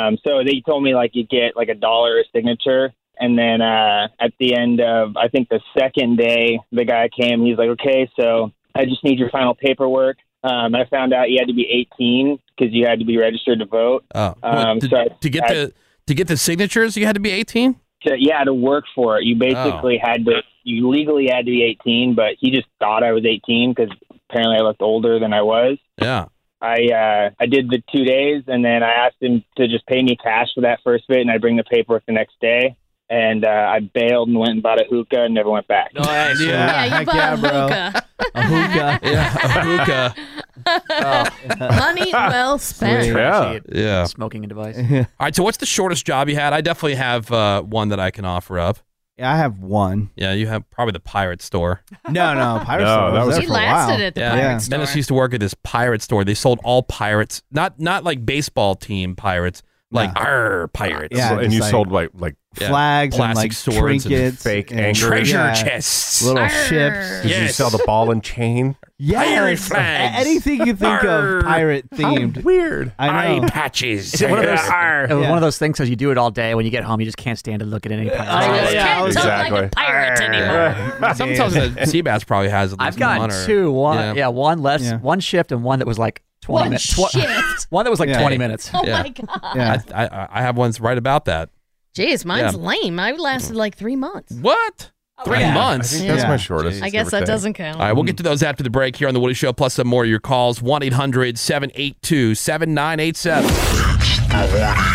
Speaker 24: Um, so they told me like you get like a dollar a signature, and then uh, at the end of I think the second day, the guy came. He's like, okay, so I just need your final paperwork. Um, I found out you had to be 18 because you had to be registered to vote.
Speaker 4: Oh,
Speaker 24: Um,
Speaker 4: to,
Speaker 24: so I-
Speaker 4: to get
Speaker 24: I-
Speaker 4: the to get the signatures, you had to be Oh. 18.
Speaker 24: to yeah to work for it. You basically had to you legally had to be 18, but he just thought I was 18 because apparently I looked older than I was.
Speaker 4: Yeah.
Speaker 24: I uh, I did the two days, and then I asked him to just pay me cash for that first bit, and I would bring the paperwork the next day. And uh, I bailed and went and bought a hookah and never went back.
Speaker 4: Nice.
Speaker 24: Yeah,
Speaker 7: you bought a hookah.
Speaker 4: A hookah. yeah, a hookah.
Speaker 7: Money well spent.
Speaker 4: Yeah. Yeah.
Speaker 14: Smoking a device.
Speaker 4: All right. So, what's the shortest job you had? I definitely have uh, one that I can offer up.
Speaker 5: Yeah, I have one.
Speaker 4: Yeah, you have probably the pirate store.
Speaker 5: No, no, pirate store. was there for a while.
Speaker 4: Dennis used to work at this pirate store. They sold all pirates, not not like baseball team pirates, like our pirates.
Speaker 5: Yeah,
Speaker 6: and you sold like like
Speaker 4: Yeah.
Speaker 5: flags and,
Speaker 4: plastic
Speaker 5: like,
Speaker 4: swords, and
Speaker 5: trinkets
Speaker 4: fake
Speaker 5: and-
Speaker 4: anger, treasure
Speaker 5: Yeah.
Speaker 4: chests,
Speaker 5: Little ships.
Speaker 6: Did you
Speaker 5: Yes.
Speaker 6: sell the ball and chain?
Speaker 5: Yes.
Speaker 4: Pirate flags.
Speaker 5: Anything you think
Speaker 4: Arr.
Speaker 5: of pirate themed.
Speaker 6: weird.
Speaker 5: I know.
Speaker 4: Eye patches.
Speaker 14: Is it one of those?
Speaker 4: Arr.
Speaker 14: it was One of those things because you do it all day. When you get home, you just can't stand to look at any. kind of-
Speaker 4: yeah,
Speaker 14: Like,
Speaker 4: yeah.
Speaker 14: can't
Speaker 4: Exactly.
Speaker 14: talk like a pirate anymore.
Speaker 4: Sometimes the Seabass probably has. At least
Speaker 14: I've gotten
Speaker 4: one or-
Speaker 14: two. One, yeah. one less, one shift, and one that was like twenty
Speaker 4: One
Speaker 14: minutes. Tw-
Speaker 7: shift.
Speaker 14: one that was like
Speaker 4: Yeah.
Speaker 14: twenty minutes.
Speaker 7: Oh my god.
Speaker 4: I, I I have ones right about that.
Speaker 7: Jeez, mine's
Speaker 4: Yeah.
Speaker 7: lame. I lasted like three months.
Speaker 4: What? Oh, Three
Speaker 7: yeah.
Speaker 4: months.
Speaker 7: I think that's Yeah. my shortest, I guess give or that take. doesn't count.
Speaker 4: All right, we'll get to those after the break here on The Woody Show, plus some more of your calls 1 800 782 7987.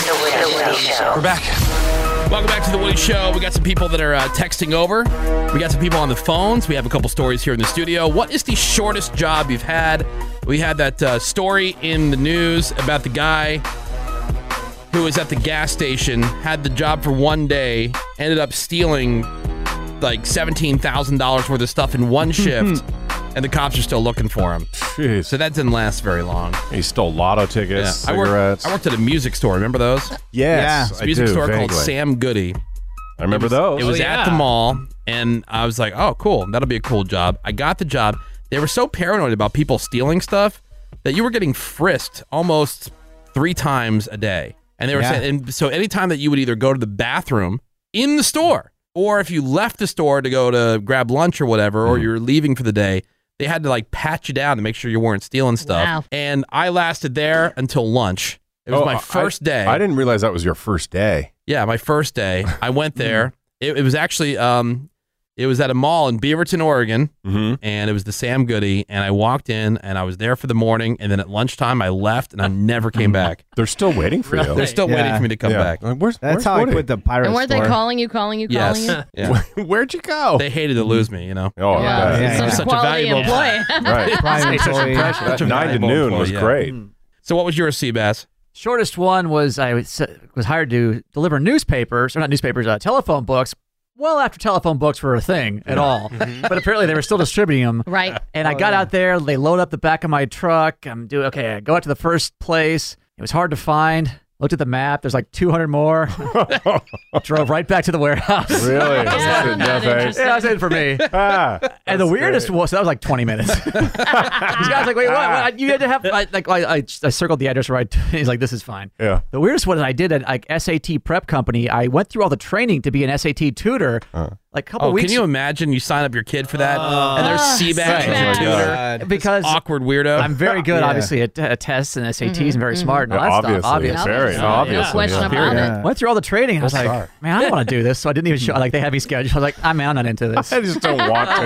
Speaker 4: We're back. Welcome back to The Woody Show. We got some people that are uh, texting over. We got some people on the phones. We have a couple stories here in the studio. What is the shortest job you've had? We had that uh, story in the news about the guy who was at the gas station, had the job for one day, ended up stealing like $17,000 worth of stuff in one shift, and the cops are still looking for him. So that didn't last very long.
Speaker 6: He stole lotto tickets,
Speaker 4: I worked,
Speaker 6: cigarettes.
Speaker 4: I worked at a music store. Remember those?
Speaker 6: Yes,
Speaker 4: It's
Speaker 6: I
Speaker 4: a music
Speaker 6: do,
Speaker 4: store called
Speaker 6: vaguely.
Speaker 4: Sam Goody.
Speaker 6: I remember
Speaker 4: it was,
Speaker 6: those.
Speaker 4: It was
Speaker 6: Oh,
Speaker 4: at the
Speaker 6: yeah.
Speaker 4: mall, and I was like, "Oh, cool, that'll be a cool job." I got the job. They were so paranoid about people stealing stuff that you were getting frisked almost three times a day, and they were
Speaker 25: Yeah.
Speaker 4: saying, and so anytime that you would either go to the bathroom in the store, or if you left the store to go to grab lunch or whatever,
Speaker 6: Mm.
Speaker 4: or you were leaving for the day. They had to like pat you down to make sure you weren't stealing stuff.
Speaker 6: Wow.
Speaker 4: And I lasted there until lunch. It was
Speaker 6: Oh,
Speaker 4: my
Speaker 6: I-
Speaker 4: first day.
Speaker 6: I didn't realize that was your first day.
Speaker 4: Yeah, my first day, I went
Speaker 6: Mm-hmm.
Speaker 4: there. It, it was actually, um, it was at a mall in Beaverton, Oregon,
Speaker 6: Mm-hmm.
Speaker 4: and it was the Sam Goody. And I walked in, and I was there for the morning, and then at lunchtime I left, and I never came back.
Speaker 6: They're still waiting for you.
Speaker 4: They're still waiting
Speaker 6: Yeah.
Speaker 4: for me to come
Speaker 6: Yeah.
Speaker 4: back.
Speaker 6: Like, where's-
Speaker 5: That's how I quit the pirate
Speaker 7: and weren't they calling you, calling you, calling you?
Speaker 4: Yes.
Speaker 6: Where'd you go?
Speaker 4: They hated to lose me, you know.
Speaker 6: Oh, I Yeah. bet. Yeah,
Speaker 4: I'm
Speaker 6: yeah.
Speaker 4: such a
Speaker 7: Quality
Speaker 4: valuable
Speaker 7: employee.
Speaker 22: Right. Prime employee.
Speaker 6: That nine to noon was great.
Speaker 4: So what was yours, Seabass?
Speaker 9: Hmm. Shortest one was I was, was hired to deliver newspapers, or not newspapers, uh, telephone books. Well, after telephone books were a thing at all,
Speaker 6: Mm-hmm.
Speaker 9: but apparently they were still distributing them.
Speaker 7: Right.
Speaker 9: And
Speaker 6: Oh,
Speaker 9: I got out there. They load up the back of my truck. I'm doing okay. I go out to the first place. It was hard to find. Looked at the map. There's like 200 more. Drove right back to the warehouse.
Speaker 6: Really? Yeah, That's it, not Jeff, eh? Ah. interesting.
Speaker 9: Yeah, that's it for me. and the weirdest was that was like 20 minutes. These guys like, wait, what?
Speaker 6: Ah.
Speaker 9: what? You had to have I, like I, I, I circled the address right. He's like, this is fine.
Speaker 6: Yeah.
Speaker 9: The weirdest one that I did at like SAT prep company. I went through all the training to be an SAT tutor.
Speaker 6: Uh.
Speaker 9: Like a couple
Speaker 4: oh,
Speaker 9: weeks.
Speaker 4: can you imagine you sign up your kid for that, and there's
Speaker 9: Oh,
Speaker 4: Seabass
Speaker 9: Seabass.
Speaker 4: as your
Speaker 9: Oh my
Speaker 4: tutor?
Speaker 9: God.
Speaker 4: This
Speaker 9: Because
Speaker 4: awkward weirdo.
Speaker 9: I'm very good, obviously, at uh, tests and SATs Mhm, and very mhm. smart and all
Speaker 6: Yeah,
Speaker 9: that stuff.
Speaker 6: Mm-hmm, obviously,
Speaker 9: Obviously,
Speaker 6: very, Yeah, obviously, no question yeah. about it.
Speaker 9: Went through all the training. I was
Speaker 6: Gold
Speaker 9: like,
Speaker 6: star.
Speaker 9: man, I want to do this. So I didn't even show. Like they had me scheduled. I was like, I'm man, I'm not into this. Mm.
Speaker 6: I just don't want to.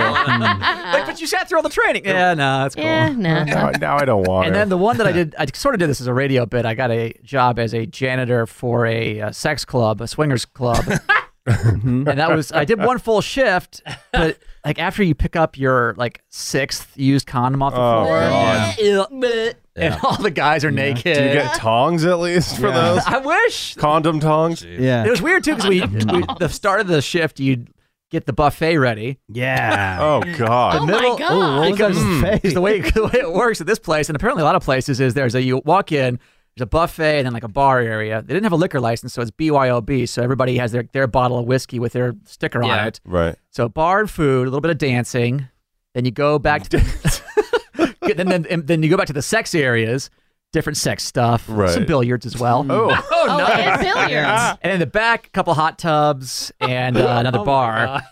Speaker 9: like, but you sat through all the training. Yeah, no, that's cool.
Speaker 6: Yeah,
Speaker 9: no.
Speaker 6: now, now I don't want.
Speaker 9: And
Speaker 6: to.
Speaker 9: then the one that I did, I sort of did this as a radio bit. I got a job as a janitor for a uh, sex club, a swingers club.
Speaker 6: Mm-hmm.
Speaker 9: and that was, I did one full shift, but like after you pick up your like sixth used condom off the floor,
Speaker 6: Oh, God.
Speaker 9: and all the guys are naked.
Speaker 6: Do you get tongs at least for
Speaker 9: Yeah.
Speaker 6: those?
Speaker 9: I wish.
Speaker 6: Condom tongs?
Speaker 9: It was weird too because we, we, the start of the shift, you'd get the buffet ready.
Speaker 5: Yeah.
Speaker 6: Oh, God.
Speaker 9: The middle, because, because Hmm. the way the way it works at this place, and apparently a lot of places, is there's a you walk in, there's a buffet, and then like a bar area. They didn't have a liquor license, so it's BYOB. So everybody has their their bottle of whiskey with their sticker on
Speaker 6: Yeah.
Speaker 9: it.
Speaker 6: Right.
Speaker 9: So bar and food, a little bit of dancing, then you go back to then then and then you go back to the sex areas. Different sex stuff,
Speaker 6: Right.
Speaker 9: some billiards as well.
Speaker 6: Oh.
Speaker 9: oh,
Speaker 7: Oh, and billiards.
Speaker 9: And in the back, a couple hot tubs and uh,
Speaker 6: Oh
Speaker 9: another bar.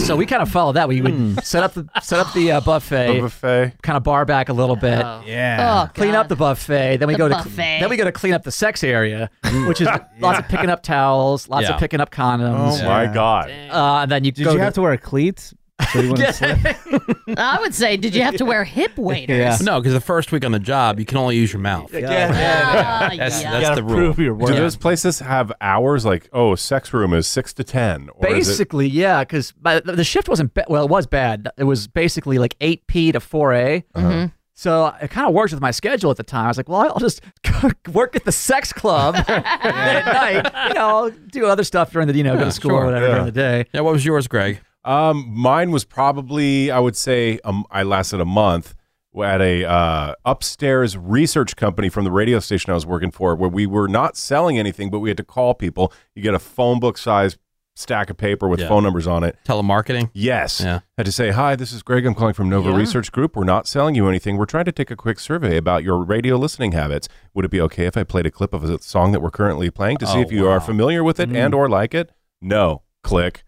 Speaker 9: So we kind of followed that. We would set up the set up the uh, buffet,
Speaker 6: Hmm. The buffet,
Speaker 9: kind of bar back a little bit.
Speaker 7: Yeah. Oh,
Speaker 9: clean up the buffet. Then we
Speaker 7: The
Speaker 9: go to
Speaker 7: buffet.
Speaker 9: then we go to clean up the sex area,
Speaker 6: Hmm.
Speaker 9: which is lots of picking up towels, lots
Speaker 6: Yeah.
Speaker 9: of picking up condoms.
Speaker 6: Oh, my Yeah. God.
Speaker 9: Uh, and then you
Speaker 5: Did
Speaker 9: go
Speaker 5: you have to wear cleats? So you wouldn't slip?
Speaker 7: I would say, did you have to wear hip waiters?
Speaker 4: No, because the first week on the job, you can only use your mouth. That's, that's the rule.
Speaker 6: Do those places have hours like, oh, sex room is six to 10? Or is it-
Speaker 9: Basically, yeah, because the shift wasn't ba- well. It was bad. It was basically like eight p to four a.
Speaker 4: Mm-hmm.
Speaker 6: Uh-huh.
Speaker 9: So it kind of worked with my schedule at the time. I was like, well, I'll just work at the sex club and then at night. You know, do other stuff during the you know go to school or whatever during the day.
Speaker 4: Yeah, what was yours, Greg?
Speaker 6: Um, mine was probably, I would say, um, I lasted a month at a uh, upstairs research company from the radio station I was working for, where we were not selling anything, but we had to call people. You get a phone book size stack of paper with
Speaker 4: Yeah.
Speaker 6: phone numbers on it.
Speaker 4: Telemarketing.
Speaker 6: Yes.
Speaker 4: Yeah.
Speaker 6: Had to say, hi, this is Greg. I'm calling from Nova
Speaker 4: Yeah.
Speaker 6: Research Group. We're not selling you anything. We're trying to take a quick survey about your radio listening habits. Would it be okay if I played a clip of a song that we're currently playing to see
Speaker 4: Oh,
Speaker 6: if you are familiar with it
Speaker 4: Mm.
Speaker 6: and or like it? No. Click.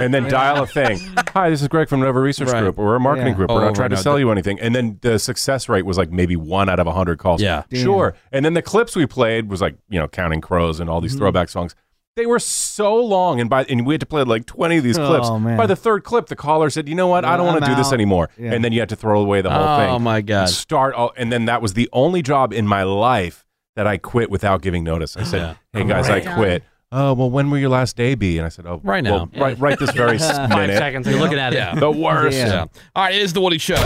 Speaker 6: and then dial a thing. Hi, this is Greg from Nova Research
Speaker 4: Right.
Speaker 6: Group. We're a marketing
Speaker 4: Yeah.
Speaker 6: group. We're
Speaker 4: Oh,
Speaker 6: not trying
Speaker 4: right,
Speaker 6: to
Speaker 4: no,
Speaker 6: sell
Speaker 4: the-
Speaker 6: you anything. And then the success rate was like maybe one out of a 100 calls.
Speaker 4: Yeah. Damn.
Speaker 6: Sure. And then the clips we played was like, you know, Counting Crows and all
Speaker 4: Mm-hmm.
Speaker 6: these throwback songs. They were so long, and by and we had to play like twenty of these
Speaker 4: Oh,
Speaker 6: clips.
Speaker 4: man.
Speaker 6: By the third clip, the caller said, "You know what? I don't
Speaker 4: I'm
Speaker 6: want to do this
Speaker 4: out."
Speaker 6: anymore."
Speaker 4: Yeah.
Speaker 6: And then you had to throw away the whole
Speaker 4: Oh,
Speaker 6: thing.
Speaker 4: my God.
Speaker 6: Start all, and then that was the only job in my life that I quit without giving notice. I said, "Hey guys,
Speaker 4: Great.
Speaker 6: I quit." Oh well, when will your last day be? And I said, "Oh,
Speaker 4: Right
Speaker 6: well,
Speaker 4: now.
Speaker 6: right, right this very
Speaker 4: Five
Speaker 6: minute."
Speaker 4: seconds ago. You're looking at it. Yeah.
Speaker 6: The worst.
Speaker 4: Yeah. Yeah. All right, it is the Woody Show.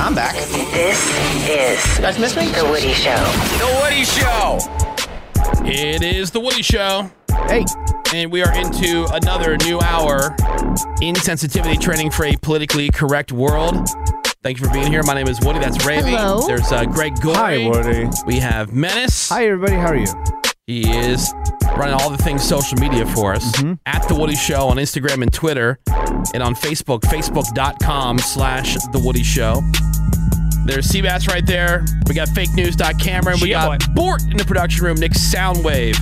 Speaker 1: I'm back. This is. You guys miss me? The Woody Show. The Woody Show.
Speaker 4: It is the Woody Show.
Speaker 5: Hey.
Speaker 4: And we are into another new hour insensitivity training for a politically correct world. Thank you for being here. My name is Woody. That's Ravy.
Speaker 6: Hello.
Speaker 4: There's uh, Greg Gorey. Hi, Woody. We have Menace. Hi,
Speaker 5: everybody. How are you?
Speaker 4: He is running all the things social media for us
Speaker 5: Mm-hmm.
Speaker 4: at The Woody Show on Instagram and Twitter and on Facebook, facebook.com slash The Woody Show. There's Seabass right there. We got fake news.cameron. We got Bort in the production room. Nick Soundwave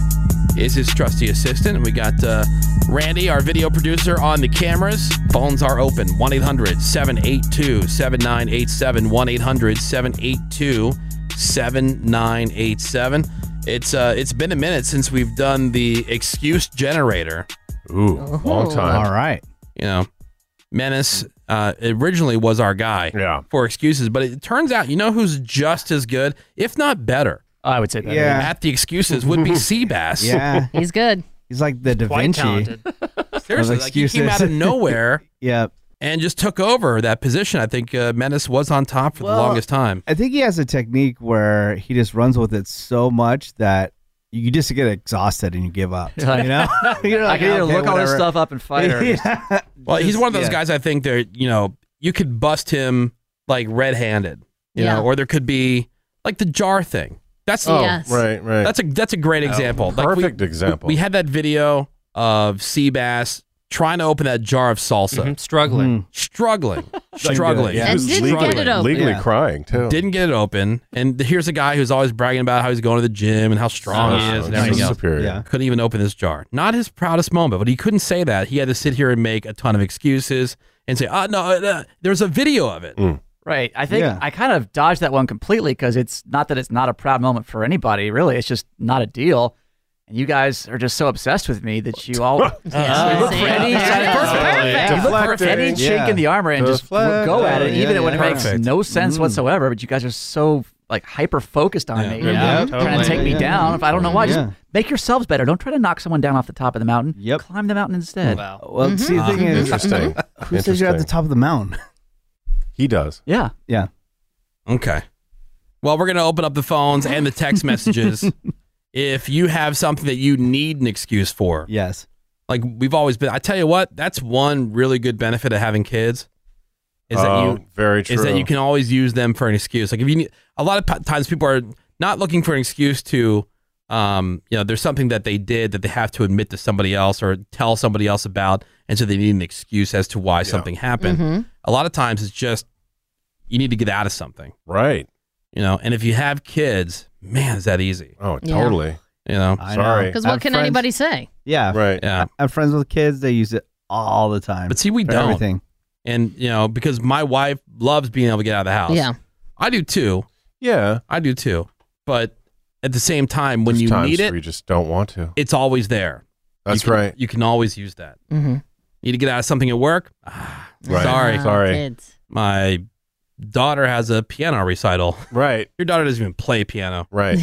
Speaker 4: is his trusty assistant. And we got uh, Randy, our video producer, on the cameras. Phones are open 1 800 782 7987. 1 800 782 7987. It's uh, it's been a minute since we've done the excuse generator.
Speaker 6: Ooh, long time.
Speaker 5: All right.
Speaker 4: You know, Menace uh, originally was our guy for excuses, but it turns out you know who's just as good, if not better.
Speaker 9: I would say
Speaker 5: better. Yeah.
Speaker 4: At the excuses would be Seabass.
Speaker 5: Yeah.
Speaker 7: He's good.
Speaker 5: He's like the Da
Speaker 4: Quite
Speaker 5: Vinci.
Speaker 4: talented. Seriously,
Speaker 5: of
Speaker 4: like he came
Speaker 5: excuses.
Speaker 4: out of nowhere.
Speaker 5: yep.
Speaker 4: And just took over that position. I think uh, Menace was on top for the longest time.
Speaker 5: I think he has a technique where he just runs with it so much that you just get exhausted and you give up. You know?
Speaker 4: Oh.
Speaker 5: You're
Speaker 9: I
Speaker 5: like,
Speaker 9: can either
Speaker 5: okay,
Speaker 9: look all this
Speaker 5: whatever.
Speaker 9: stuff up and fight or just-
Speaker 4: Well, he's one of those
Speaker 5: yeah.
Speaker 4: guys I think that, you know, you could bust him like red handed, you
Speaker 1: Yeah.
Speaker 4: know, or there could be like the jar thing. That's
Speaker 1: Oh, Yes. right, right.
Speaker 4: That's a that's a great
Speaker 1: Oh,
Speaker 4: example.
Speaker 1: perfect
Speaker 6: example.
Speaker 4: We had that video of Seabass trying to open that jar of salsa.
Speaker 6: Mhm, struggling. Mm.
Speaker 4: Struggling.
Speaker 6: Like,
Speaker 4: struggling.
Speaker 6: yeah. And He was didn't get legally- it open. legally crying, too.
Speaker 4: Didn't get it open. And here's a guy who's always bragging about how he's going to the gym and how strong he
Speaker 6: Oh,
Speaker 4: is and
Speaker 6: he's
Speaker 4: everything else.
Speaker 6: superior. Yeah.
Speaker 4: Couldn't even open this jar. Not his proudest moment, but he couldn't say that. He had to sit here and make a ton of excuses and say, "Ah, no, uh, there's a video of it."
Speaker 6: mm.
Speaker 9: Right. I think
Speaker 4: Yeah.
Speaker 9: I kind of dodged that one completely because it's not that it's not a proud moment for anybody, really. It's just not a deal. And you guys are just so obsessed with me that you all you look for any,
Speaker 1: Perfect.
Speaker 9: you look for any
Speaker 1: Deflecting.
Speaker 9: chink
Speaker 1: Yeah.
Speaker 9: in the armor and just
Speaker 1: Deflect.
Speaker 9: go at it,
Speaker 1: Yeah,
Speaker 9: even when
Speaker 1: yeah.
Speaker 9: it makes
Speaker 1: Perfect.
Speaker 9: no sense
Speaker 1: Mm.
Speaker 9: whatsoever. But you guys are so like hyper focused on me,
Speaker 1: Yeah, Yeah,
Speaker 9: trying
Speaker 1: totally.
Speaker 9: to take me
Speaker 1: Yeah,
Speaker 9: down. If I don't know why,
Speaker 1: yeah.
Speaker 9: just make yourselves better. Don't try to knock someone down off the top of the mountain.
Speaker 5: Yep.
Speaker 9: Climb the mountain instead.
Speaker 5: Well,
Speaker 6: Mm-hmm.
Speaker 5: see,
Speaker 1: Mm-hmm.
Speaker 5: the
Speaker 6: Ah,
Speaker 5: thing is, who says you're at the top of the mountain?
Speaker 6: He does.
Speaker 9: Yeah.
Speaker 5: Yeah.
Speaker 4: Okay. Well, we're going to open up the phones and the text messages. if you have something that you need an excuse for,
Speaker 5: yes.
Speaker 4: Like we've always been. I tell you what, that's one really good benefit of having kids. Is that
Speaker 6: Oh,
Speaker 4: you
Speaker 6: very
Speaker 4: Is that
Speaker 6: true.
Speaker 4: you can always use them for an excuse. Like if you need, a lot of p- times people are not looking for an excuse to, um, you know, there's something that they did that they have to admit to somebody else or tell somebody else about, and so they need an excuse as to why something happened.
Speaker 1: Mhm.
Speaker 4: A lot of times it's just you need to get out of something.
Speaker 6: Right.
Speaker 4: You know, and if you have kids, man, is that easy.
Speaker 6: Oh,
Speaker 7: Yeah. totally.
Speaker 4: You know,
Speaker 5: I know. Sorry.
Speaker 7: Because
Speaker 5: I
Speaker 7: what
Speaker 5: have
Speaker 7: can
Speaker 5: friends-
Speaker 7: anybody say?
Speaker 5: Yeah.
Speaker 6: Right.
Speaker 4: Yeah.
Speaker 5: I have friends with kids. They use it all the time.
Speaker 4: But see, we
Speaker 5: for
Speaker 4: don't.
Speaker 5: Everything.
Speaker 4: And, you know, because my wife loves being able to get out of the house.
Speaker 5: Yeah.
Speaker 4: I do too.
Speaker 6: Yeah.
Speaker 4: I do too. But at the same time, when
Speaker 6: There's
Speaker 4: you
Speaker 6: times
Speaker 4: need
Speaker 6: where
Speaker 4: it,
Speaker 6: you just don't want to.
Speaker 4: it's always there.
Speaker 6: That's
Speaker 4: You can-
Speaker 6: right.
Speaker 4: You can always use that.
Speaker 7: Mhm.
Speaker 4: You need to get out of something at work. Ah, Sorry.
Speaker 7: Ah, Sorry. kids.
Speaker 4: My daughter has a piano recital.
Speaker 6: Right.
Speaker 4: Your daughter doesn't even play piano.
Speaker 6: Right.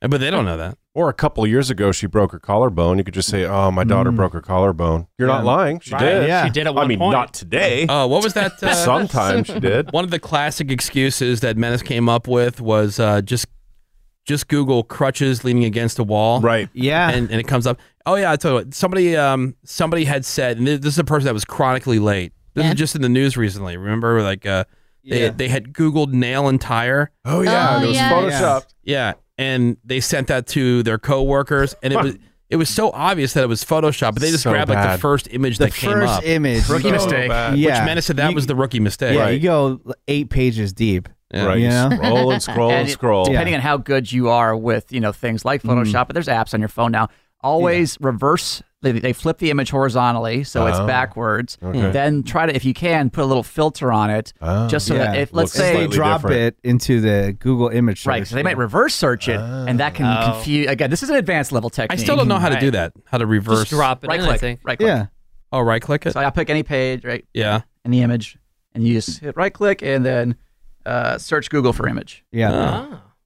Speaker 4: But they don't know that.
Speaker 6: Or a couple of years ago, she broke her collarbone. You could just say, "Oh, my daughter broke her collarbone." You're not
Speaker 4: Mm. Yeah.
Speaker 6: lying. She
Speaker 4: Right.
Speaker 6: did.
Speaker 4: Yeah. She did at
Speaker 6: I
Speaker 4: one
Speaker 6: mean,
Speaker 4: point.
Speaker 6: not today.
Speaker 4: Uh, what was that? Uh,
Speaker 6: Sometimes she did.
Speaker 4: One of the classic excuses that Menace came up with was uh, just just Google crutches leaning against a wall.
Speaker 6: Right.
Speaker 5: Yeah.
Speaker 4: And, and it comes up. Oh yeah, I told you what, somebody um somebody had said, and thi- this is a person that was chronically late. This is just in the news recently. Remember, like uh, they they had Googled nail and tire.
Speaker 6: Oh yeah,
Speaker 1: Oh,
Speaker 6: it was
Speaker 1: yeah.
Speaker 6: photoshopped.
Speaker 4: Yeah, and they sent that to their coworkers, and it was. It was so obvious that it was Photoshop, but they just
Speaker 6: So
Speaker 4: grabbed like the
Speaker 6: bad.
Speaker 4: first image
Speaker 5: The
Speaker 4: that came
Speaker 5: first
Speaker 4: up.
Speaker 5: image. Rookie So mistake. bad.
Speaker 4: Which
Speaker 5: Yeah.
Speaker 4: Menace said that was the rookie mistake.
Speaker 5: Yeah. You go eight pages deep.
Speaker 4: Right,
Speaker 5: You
Speaker 4: you
Speaker 5: know?
Speaker 6: scroll and scroll
Speaker 9: And
Speaker 6: Hmm.
Speaker 9: it- Depending
Speaker 5: Yeah.
Speaker 9: on how good you are with you know things like Photoshop, but there's apps on your phone now. Always reverse. They, they flip the image horizontally, so it's
Speaker 6: Oh.
Speaker 9: backwards.
Speaker 4: Hmm.
Speaker 6: Okay. Oh.
Speaker 9: Then try to, if you can, put a little filter on it, just so that
Speaker 5: Yeah.
Speaker 9: if let's
Speaker 5: Just
Speaker 9: say
Speaker 5: drop it into the Google image search.
Speaker 9: Right, because they might reverse search it, and that can
Speaker 5: Oh.
Speaker 9: confuse. Again, this is an advanced level
Speaker 4: I
Speaker 9: technique.
Speaker 4: still don't know how to do that. How to reverse?
Speaker 9: drop it Right in, I click, think. right click. Yeah.
Speaker 4: Oh, right click it.
Speaker 9: So I will pick any page, right?
Speaker 4: Yeah.
Speaker 9: Any image, and you just hit right click and then uh, search Google for image.
Speaker 5: Yeah.
Speaker 9: Ah.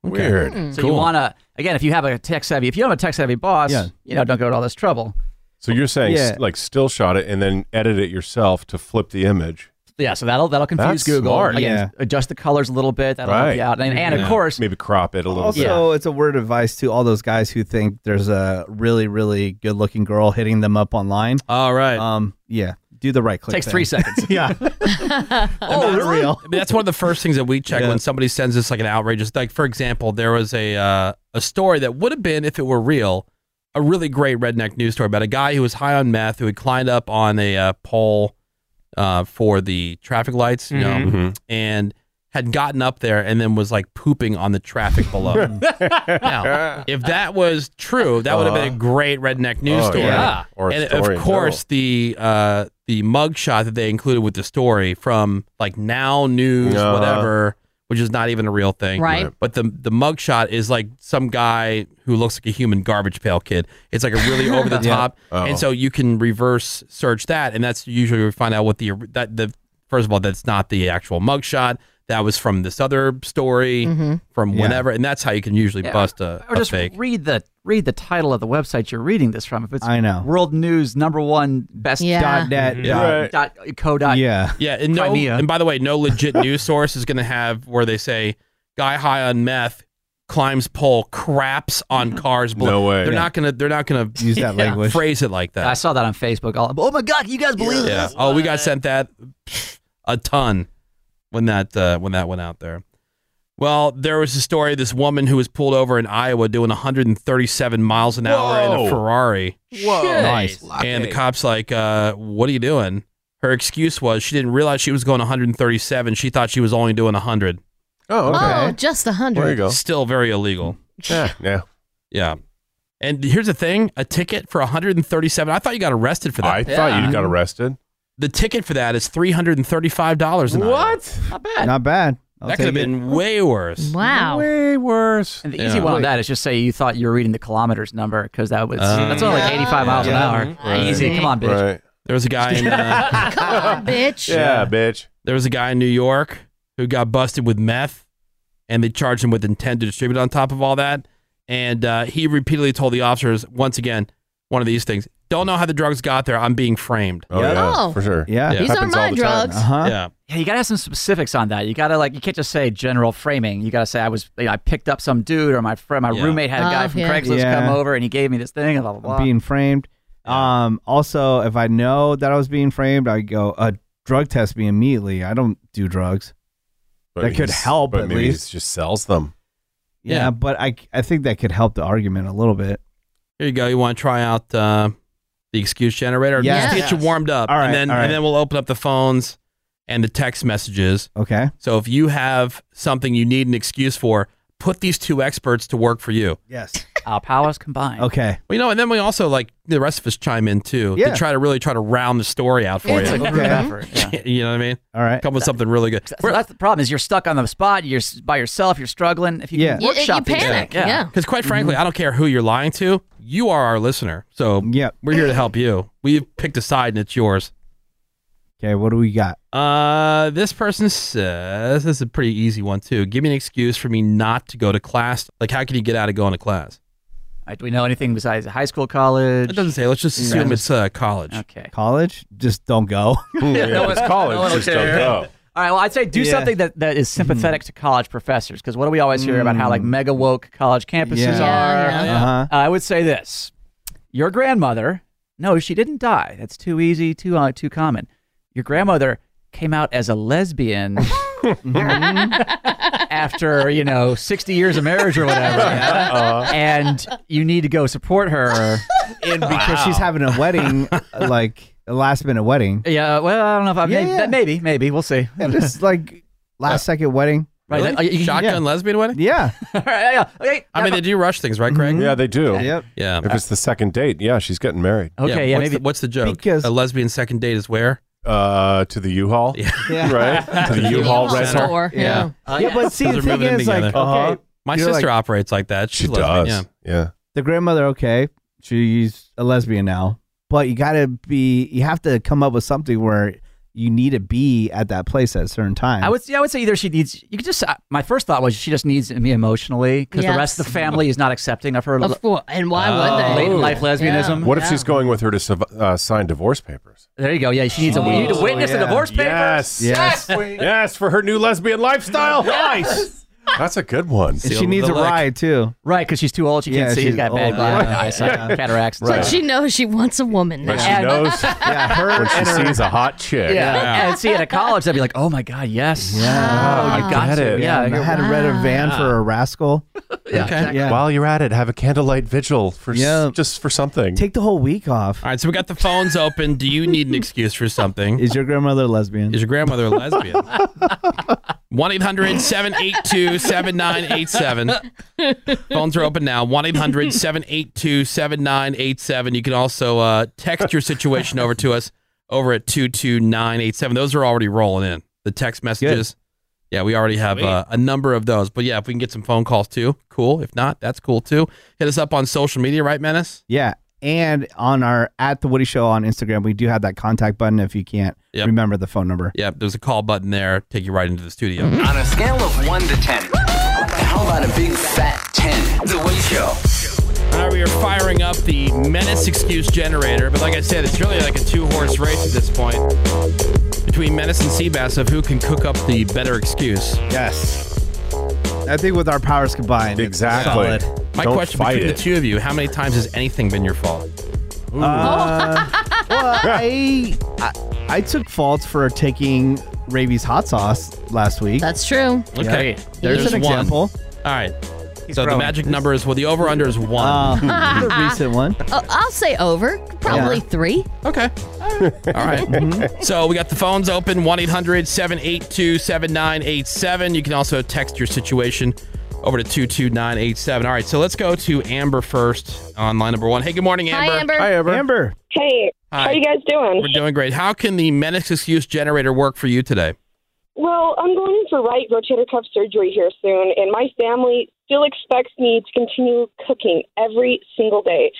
Speaker 4: okay.
Speaker 6: Weird.
Speaker 9: So you want to again, if you have a tech savvy, if you have a tech savvy boss,
Speaker 6: Yeah.
Speaker 9: you know, don't go to all this trouble.
Speaker 6: So you're saying
Speaker 9: Yeah.
Speaker 6: s like still shot it and then edit it yourself to flip the image.
Speaker 9: Yeah, so that'll that'll confuse
Speaker 6: That's
Speaker 9: Google.
Speaker 6: smart.
Speaker 9: Again,
Speaker 6: Yeah.
Speaker 9: adjust the colors a little bit. That'll help you out. And, and of course,
Speaker 6: maybe crop it a little bit.
Speaker 5: Also, it's a word of advice to all those guys who think there's a really, really good looking girl hitting them up online.
Speaker 4: All right.
Speaker 5: Um, yeah. Do the right click.
Speaker 4: Takes
Speaker 5: thing.
Speaker 4: three seconds.
Speaker 5: yeah.
Speaker 4: oh, really? I mean, that's one of the first things that we check when somebody sends us like an outrageous. Like for example, there was a uh, a story that would have been if it were real, a really great redneck news story about a guy who was high on meth who had climbed up on a uh, pole uh, for the traffic lights, you know,
Speaker 1: Mhm. Mhm.
Speaker 4: and had gotten up there and then was like pooping on the traffic below. Um, now, if that was true, that would have been a
Speaker 1: Uh-huh.
Speaker 4: great redneck news
Speaker 1: Oh,
Speaker 4: story.
Speaker 1: yeah. Or a
Speaker 4: and
Speaker 1: story in
Speaker 4: of course, the uh, the mugshot that they included with the story from like Now News,
Speaker 1: Uh-huh.
Speaker 4: whatever, which is not even a real thing,
Speaker 1: Right. Right.
Speaker 4: But the the mugshot is like some guy who looks like a human garbage pail kid. It's like a really over the
Speaker 1: Yeah.
Speaker 4: top,
Speaker 1: Uh-oh.
Speaker 4: and so you can reverse search that, and that's usually where we find out what the that the first of all that's not the actual mugshot. That was from this other story
Speaker 9: Mhm.
Speaker 4: from
Speaker 9: Yeah.
Speaker 4: whenever, and that's how you can usually
Speaker 9: Yeah.
Speaker 4: bust a,
Speaker 9: or
Speaker 4: a
Speaker 9: just
Speaker 4: fake.
Speaker 9: read the read the title of the website you're reading this from. If it's
Speaker 4: I know.
Speaker 9: World News number one best
Speaker 4: Yeah.
Speaker 9: dot net
Speaker 4: Mhm. Right.
Speaker 9: dot, dot co dot
Speaker 4: Yeah, and no,
Speaker 9: Crimea.
Speaker 4: and by the way, no legit news source is going to have where they say guy high on meth climbs pole, craps on cars. Below.
Speaker 9: No way.
Speaker 4: They're
Speaker 9: Yeah.
Speaker 4: not gonna. They're not gonna
Speaker 9: Use that language.
Speaker 4: Phrase it like that.
Speaker 9: I saw that on Facebook. All, oh my god, can you guys believe
Speaker 4: Yeah.
Speaker 9: this?
Speaker 4: Oh, we got sent that pff, a ton when that uh, when that went out there. Well, there was a story of this woman who was pulled over in Iowa doing 137 miles an hour in
Speaker 1: Whoa.
Speaker 4: a Ferrari.
Speaker 1: Whoa. Shit. Nice.
Speaker 4: And the cop's like, uh, "What are you doing?" Her excuse was she didn't realize she was going 137. She thought she was only doing 100.
Speaker 6: Oh,
Speaker 7: Oh, just a hundred.
Speaker 4: Still very illegal.
Speaker 6: Yeah. Yeah.
Speaker 4: Yeah. And here's the thing: a ticket for 137. I thought you got arrested for that. I
Speaker 6: thought you got arrested.
Speaker 4: The ticket for that is three hundred and thirty-five dollars an hour.
Speaker 6: What?
Speaker 9: Not bad.
Speaker 5: Not bad.
Speaker 4: that could have been way worse.
Speaker 7: Wow.
Speaker 6: Way worse.
Speaker 9: And the
Speaker 4: Yeah.
Speaker 9: easy one on that is just say you thought you were reading the kilometers number because that was
Speaker 4: Um,
Speaker 9: that's only like 85 miles
Speaker 4: Yeah.
Speaker 9: an hour.
Speaker 4: Right.
Speaker 9: Easy. Come on, bitch.
Speaker 6: Right.
Speaker 4: There was a guy in uh,
Speaker 7: Come on, bitch.
Speaker 6: bitch.
Speaker 4: There was a guy in New York who got busted with meth, and they charged him with intent to distribute. On top of all that, and uh, he repeatedly told the officers once again, one of these things. Don't know how the drugs got there. I'm being framed.
Speaker 6: Oh, Yeah. yeah, Oh. for sure.
Speaker 5: Yeah.
Speaker 6: These aren't Happens all my the time. drugs.
Speaker 9: Uh-huh.
Speaker 4: Yeah.
Speaker 9: Yeah, you gotta have some specifics on that. You gotta like, you can't just say general framing. You gotta say I was, you know, I picked up some dude or my friend, my
Speaker 5: Yeah.
Speaker 9: roommate had a guy
Speaker 5: Oh,
Speaker 9: from
Speaker 5: yeah.
Speaker 9: Craigslist
Speaker 5: Yeah.
Speaker 9: come over and he gave me this thing. and Blah blah blah.
Speaker 5: being framed. Um, also, if I know that I was being framed, I go uh, drug test me immediately. I don't do drugs. that could
Speaker 6: he's-
Speaker 5: help
Speaker 6: but
Speaker 5: at
Speaker 6: maybe he
Speaker 5: least.
Speaker 6: just sells them.
Speaker 5: Yeah, but I I think that could help the argument a little bit.
Speaker 4: Here you go. You want to try out uh, the excuse generator?
Speaker 5: Yes.
Speaker 4: Just get you
Speaker 5: Yes.
Speaker 4: warmed up,
Speaker 5: All right,
Speaker 4: and then
Speaker 5: all right.
Speaker 4: and then we'll open up the phones and the text messages.
Speaker 5: Okay.
Speaker 4: So if you have something you need an excuse for, put these two experts to work for you.
Speaker 5: Yes.
Speaker 9: Our powers combined.
Speaker 5: Okay.
Speaker 4: Well, you know, and then we also like the rest of us chime in too
Speaker 9: Yeah.
Speaker 4: to try to really try to round the story out for
Speaker 9: It's
Speaker 4: you.
Speaker 9: a group Okay. effort,
Speaker 4: you know what I mean?
Speaker 5: All right.
Speaker 4: Come with something really good.
Speaker 9: So that's the problem is you're stuck on the spot. You're s- by yourself. You're struggling. If you
Speaker 4: Yeah.
Speaker 9: can
Speaker 4: You- you
Speaker 9: workshop these
Speaker 4: panic,
Speaker 9: things, yeah. Mm-hmm.
Speaker 4: Because quite frankly, I don't care who you're lying to. You are our listener, so
Speaker 5: yeah,
Speaker 4: we're here to help you. We've picked a side and it's yours.
Speaker 5: Okay, what do we got?
Speaker 4: Uh, this person says this is a pretty easy one too. Give me an excuse for me not to go to class. Like, how can you get out of going to class?
Speaker 9: All right, do we know anything besides high school, college? It
Speaker 4: doesn't say. Let's just assume it's uh, college.
Speaker 9: Okay.
Speaker 5: College? Just don't go.
Speaker 9: All right. Well, I'd say do
Speaker 5: Yeah.
Speaker 9: something that, that is sympathetic to college professors because what do we always hear about how like
Speaker 5: Mm.
Speaker 9: mega woke college campuses
Speaker 5: Yeah.
Speaker 9: are?
Speaker 5: Yeah, yeah. Uh-huh.
Speaker 9: Uh, I would say this: your grandmother. No, she didn't die. That's too easy, too uh, too common. Your grandmother came out as a lesbian mm, after you know sixty years of marriage or whatever,
Speaker 5: Uh-huh.
Speaker 9: and you need to go support her
Speaker 5: because she's having a wedding, uh, like a last minute wedding.
Speaker 9: Uh, Yeah, well, I don't know if I've
Speaker 5: Yeah,
Speaker 9: maybe,
Speaker 5: yeah.
Speaker 9: maybe, maybe we'll see.
Speaker 5: Yeah, just like last second wedding.
Speaker 9: Right, Really? uh, you- you-
Speaker 4: Shotgun
Speaker 9: yeah.
Speaker 4: lesbian wedding?
Speaker 5: Yeah.
Speaker 9: All right, yeah, okay.
Speaker 4: I mean, they do rush things, right, Craig?
Speaker 6: Yeah, they do.
Speaker 4: Yep. Yeah.
Speaker 6: If it's the second date, yeah, she's getting married.
Speaker 4: what's The, what's the joke?
Speaker 6: Because-
Speaker 4: a lesbian second date is where?
Speaker 6: Uh, to the U-Haul.
Speaker 4: Yeah.
Speaker 6: Yeah. Right? To the U-Haul rental. Uh-huh.
Speaker 5: store, yeah.
Speaker 4: Uh,
Speaker 5: Yeah, but see,
Speaker 4: Those
Speaker 5: the
Speaker 4: are
Speaker 5: thing
Speaker 4: moving in
Speaker 5: is, like,
Speaker 4: together.
Speaker 5: okay,
Speaker 4: My
Speaker 5: you're
Speaker 4: sister
Speaker 5: like-
Speaker 4: operates like that. She's
Speaker 6: She
Speaker 4: lesbian,
Speaker 6: does.
Speaker 4: Yeah.
Speaker 6: Yeah.
Speaker 5: The grandmother, okay, she's a lesbian now, but you gotta be, you have to come up with something where you need to be at that place at a certain time.
Speaker 9: I would, yeah, I would say either she needs. You could just. uh, My first thought was she just needs me emotionally because the rest of the
Speaker 7: Yes.
Speaker 9: family is not accepting of her.
Speaker 7: Of course. And why would they?
Speaker 4: Oh.
Speaker 9: Late in life lesbianism.
Speaker 6: What if she's going with her to sub- uh, sign divorce papers?
Speaker 9: There you go. Yeah, she needs
Speaker 4: Oh,
Speaker 9: a. You need a witness
Speaker 6: Oh, yeah.
Speaker 9: a divorce papers.
Speaker 6: Yes. Yes. yes, for her new lesbian lifestyle. Nice. That's a good one.
Speaker 5: And she needs a ride too.
Speaker 9: Right, because she's too old. She
Speaker 5: Yeah,
Speaker 9: can't see.
Speaker 5: she's
Speaker 9: She's got bad
Speaker 5: old,
Speaker 9: glass,
Speaker 5: yeah.
Speaker 9: eyes, uh, cataracts.
Speaker 7: But she knows she wants a woman.
Speaker 9: But
Speaker 7: now.
Speaker 9: she knows-
Speaker 6: yeah,
Speaker 9: her
Speaker 6: when she
Speaker 9: and her-
Speaker 6: sees a hot chick.
Speaker 9: Yeah. and see, at a college, they'd be like, "Oh my god, yes, yeah,
Speaker 6: Wow,
Speaker 9: you
Speaker 6: you
Speaker 9: got
Speaker 6: get
Speaker 9: to,
Speaker 6: it.
Speaker 9: yeah."
Speaker 5: I had to rent a van for a rascal.
Speaker 6: Okay.
Speaker 5: Yeah.
Speaker 6: While you're at it, have a candlelight vigil for s- just for something.
Speaker 5: Take the whole week off.
Speaker 4: All right, so we got the phones open. Do you need an excuse for something?
Speaker 5: Is your grandmother a lesbian?
Speaker 4: Is your grandmother a lesbian? 1 800 782 7987. Phones are open now. 1 800 782 7987. You can also uh, text your situation over to us over at 22987. Those are already rolling in. The text messages. Yeah, we already have uh, a number of those. But yeah, if we can get some phone calls too, cool. If not, that's cool too. Hit us up on social media, right, Menace?
Speaker 5: Yeah. And on our at the Woody Show on Instagram, we do have that contact button if you can't remember the phone number.
Speaker 4: Yep, there's a call button there. Take you right into the studio.
Speaker 25: On a scale of 1 to 10, how about a big fat 10? The Woody Show.
Speaker 4: All right, we are firing up the menace excuse generator, but like I said, it's really like a two-horse race at this point between menace and Seabass of who can cook up the better excuse.
Speaker 5: Yes. I think with our powers combined, it's solid.
Speaker 4: My question between the two of you: How many times has anything been your fault?
Speaker 5: Uh, well, I, I I took fault for taking Ravi's hot sauce last week.
Speaker 7: That's true.
Speaker 4: Okay,
Speaker 5: There's, an
Speaker 4: one.
Speaker 5: example.
Speaker 4: All right, so the
Speaker 5: growing.
Speaker 4: magic number is well, the over/under is one.
Speaker 5: Uh, the recent one.
Speaker 7: Oh, I'll say over. Probably three.
Speaker 4: Okay. All right.
Speaker 5: Mm-hmm.
Speaker 4: So we got the phones open 1 800 782 7987. You can also text your situation over to 22987. All right. So let's go to Amber first on line number one. Hey, good morning, Amber.
Speaker 5: Amber.
Speaker 26: Hey, how
Speaker 4: Hi.
Speaker 26: you guys doing?
Speaker 4: We're doing great. How can the Menace Excuse Generator work for you today?
Speaker 26: Well, I'm going in for right rotator cuff surgery here soon, and my family still expects me to continue cooking every single day.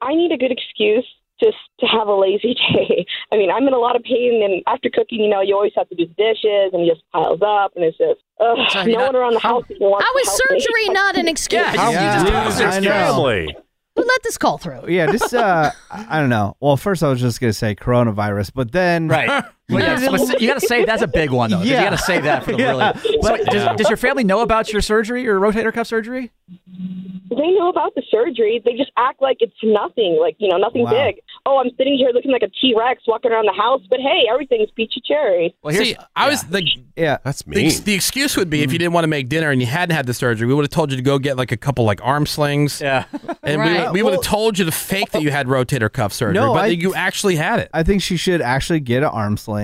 Speaker 26: I need a good excuse just to have a lazy day. I mean, I'm in a lot of pain, and after cooking, you know, you always have to do the dishes, and it just piles up, and it's just ugh,
Speaker 7: Sorry,
Speaker 26: no
Speaker 7: not-
Speaker 26: one around the house wants
Speaker 7: How
Speaker 26: to
Speaker 7: is
Speaker 26: help
Speaker 7: surgery
Speaker 26: me.
Speaker 7: not an excuse?
Speaker 5: I know.
Speaker 7: Well, let this call through.
Speaker 5: Yeah, just uh, I I don't know. Well, first I was just gonna say coronavirus, but then
Speaker 9: Right. Well, yeah, speci- you got to say that's a big one though. 'cause
Speaker 5: Yeah.
Speaker 9: You got to say that for the
Speaker 5: Yeah.
Speaker 9: really. So
Speaker 5: But-
Speaker 9: wait, does, does your family know about your surgery, your rotator cuff surgery?
Speaker 26: They know about the surgery. They just act like it's nothing, like, you know, nothing
Speaker 9: Wow.
Speaker 26: big. Oh, I'm sitting here looking like a T Rex walking around the house, but hey, everything's peachy cherry.
Speaker 4: See, I was like,
Speaker 5: yeah, Mm-hmm.
Speaker 6: that's
Speaker 4: me. The, excuse would be if you didn't want to make dinner and you hadn't had the surgery, we would have told you to go get like a couple like arm slings.
Speaker 9: Yeah.
Speaker 4: And
Speaker 5: Right.
Speaker 4: we, we would
Speaker 5: Well-
Speaker 4: have told you to fake that you had rotator cuff surgery,
Speaker 5: No,
Speaker 4: but
Speaker 5: I-
Speaker 4: you actually had it.
Speaker 5: I think she should actually get an arm sling.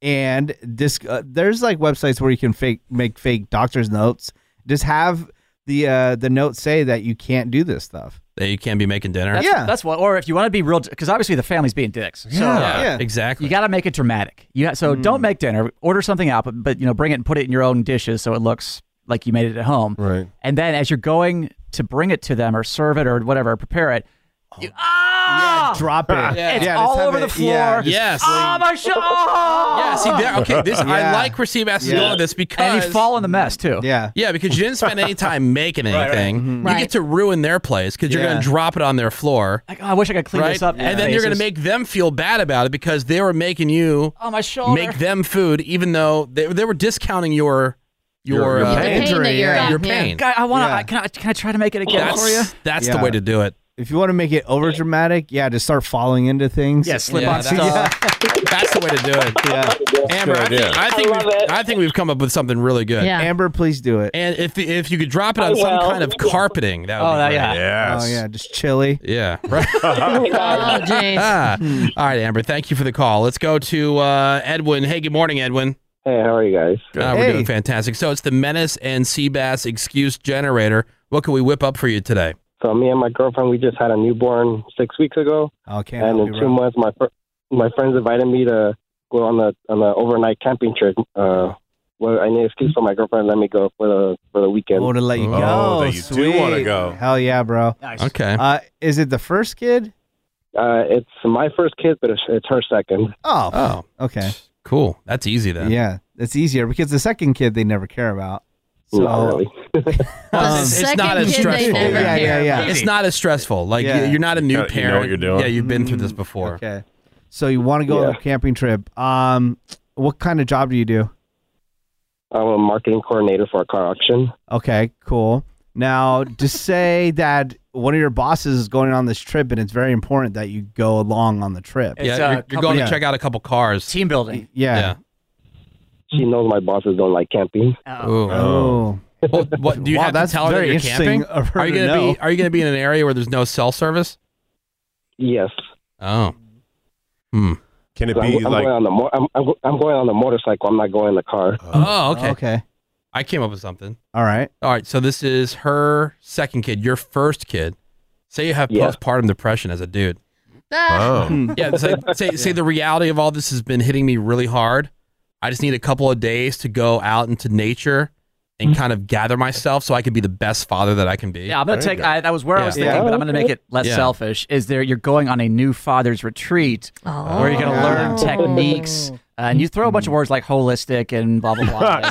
Speaker 5: And this, uh, there's like websites where you can fake make fake doctor's notes. Just have the uh, the notes say that you can't do this stuff.
Speaker 4: That you can't be making dinner.
Speaker 9: That's, that's what. Or if you want to be real, because obviously the family's being dicks. So
Speaker 4: Yeah. Mm. Yeah. exactly.
Speaker 9: You got to make it dramatic. You ha- so don't make dinner. Order something out, but, but you know, bring it and put it in your own dishes so it looks like you made it at home. Right. And then as you're going to bring it to them or serve it or whatever, prepare it.
Speaker 4: Oh.
Speaker 9: You, ah!
Speaker 5: drop it. Yeah.
Speaker 9: It's
Speaker 5: Yeah, just
Speaker 9: all
Speaker 5: have
Speaker 9: over the
Speaker 5: it-
Speaker 9: floor.
Speaker 5: yeah, just
Speaker 4: Yes.
Speaker 9: Oh my shit!
Speaker 4: Yeah, see there. Okay, this I
Speaker 9: Yeah.
Speaker 4: like where CBS
Speaker 9: Yeah.
Speaker 4: is going with this because
Speaker 9: and you fall in the mess too.
Speaker 5: Yeah.
Speaker 4: yeah, because you didn't spend any time making
Speaker 9: Right, right.
Speaker 4: anything.
Speaker 9: Mhm.
Speaker 4: You get to ruin their place because you're
Speaker 9: Yeah.
Speaker 4: going to drop it on their floor,
Speaker 9: Like, oh, I wish I could clean
Speaker 4: right?
Speaker 9: this up.
Speaker 4: And then you're going to
Speaker 9: Faces.
Speaker 4: make them feel bad about it because they were making you
Speaker 9: Oh my shoulder.
Speaker 4: make them food, even though they, they were discounting your your,
Speaker 9: Your- your
Speaker 4: uh,
Speaker 9: pain. The pain that you're in,
Speaker 4: your
Speaker 9: yeah.
Speaker 4: pain.
Speaker 9: God, I want to. Can I? Can I try to make it again for you?
Speaker 4: That's, that's the way to do it.
Speaker 5: If you want to make it over dramatic, yeah, just start falling into things.
Speaker 4: Yeah, slip on stuff. That's the way to do it.
Speaker 5: Yeah.
Speaker 4: Amber, I
Speaker 5: Good idea.
Speaker 4: think, I, think we've, I think we've come up with something really good.
Speaker 5: Amber, please do it.
Speaker 4: And if the, if you could drop it
Speaker 5: I
Speaker 4: on some
Speaker 5: will.
Speaker 4: kind of carpeting, that would
Speaker 5: Oh,
Speaker 4: be
Speaker 5: that-
Speaker 4: great.
Speaker 5: yeah. Oh, yeah, just chilly.
Speaker 4: Yeah. Right.
Speaker 26: my God. Oh, jeez.
Speaker 7: Um,
Speaker 4: Ah.
Speaker 10: Hmm.
Speaker 4: All right, Amber. Thank you for the call. Let's go to uh, Edwin. Hey, good morning, Edwin.
Speaker 10: Hey, how are you guys?
Speaker 4: Uh, We're doing fantastic. So it's the Menace and Seabass excuse generator. What can we whip up for you today?
Speaker 10: So me and my girlfriend, we just had a newborn six weeks ago.
Speaker 5: Okay.
Speaker 10: and in two months, my fr- my friends invited me to go on the on the overnight camping trip. Uh, well, I need an excuse for my girlfriend. to Let me go for the for the weekend.
Speaker 5: Oh, to let you go. Sweet. Hell yeah, bro.
Speaker 9: Nice.
Speaker 4: Okay.
Speaker 5: Uh, is it the first kid?
Speaker 10: Uh, it's my first kid, but it's, it's her second.
Speaker 5: Oh. Okay.
Speaker 4: Cool. That's easy then.
Speaker 5: Yeah, it's easier because the second kid they never care about. So um,
Speaker 4: Not really. it's, it's not as stressful.
Speaker 5: Yeah, yeah, yeah.
Speaker 4: It's not as stressful. Like
Speaker 5: Yeah.
Speaker 4: you- you're not a new
Speaker 5: You know-
Speaker 4: parent.
Speaker 5: you know what you're doing.
Speaker 4: Yeah, you've been through this before.
Speaker 5: Okay. So you want to go on a camping trip? Um, what kind of job do you do?
Speaker 10: I'm a marketing coordinator for a car auction.
Speaker 5: Okay, cool. Now, to say that one of your bosses is going on this trip, and it's very important that you go along on the trip.
Speaker 10: Mm-hmm.
Speaker 4: yeah,
Speaker 10: uh,
Speaker 4: you're, you're going to check out a couple cars.
Speaker 9: Team building.
Speaker 5: Yeah.
Speaker 10: She knows my bosses don't like camping.
Speaker 4: Ooh.
Speaker 5: Oh.
Speaker 4: Well, what do you
Speaker 10: Wow,
Speaker 4: have to
Speaker 10: that's
Speaker 4: tell her that
Speaker 10: very
Speaker 4: you're
Speaker 10: interesting
Speaker 4: camping?
Speaker 10: of her
Speaker 4: Are you
Speaker 10: to
Speaker 4: gonna
Speaker 10: know.
Speaker 4: be Are you going to be in an area where there's no cell service?
Speaker 10: Yes.
Speaker 4: Oh. Hmm.
Speaker 6: Can
Speaker 4: it
Speaker 10: Mm-hmm. I'm,
Speaker 4: be
Speaker 10: I'm
Speaker 4: like-
Speaker 10: Going on the mo- I'm, I'm, go- I'm going on the motorcycle. I'm not going in the car.
Speaker 4: Oh, okay.
Speaker 5: Okay.
Speaker 4: I came up with something.
Speaker 5: All right.
Speaker 4: All right. So this is her second kid, your first kid. Say you have
Speaker 10: Yeah.
Speaker 4: postpartum depression as a dude.
Speaker 1: Ah.
Speaker 4: Wow. yeah. Say, say, say the reality of all this has been hitting me really hard. I just need a couple of days to go out into nature and kind of gather myself so I can be the best father that I can be.
Speaker 9: Mm-hmm. Yeah, I'm gonna take. I, that was where I was
Speaker 4: Yeah.
Speaker 9: thinking, but I'm gonna make it less
Speaker 4: Yeah.
Speaker 9: selfish. Is there? You're going on a new father's retreat
Speaker 7: Oh.
Speaker 9: where you're gonna learn techniques, uh, and you throw a bunch of words like holistic and blah blah blah. and- uh,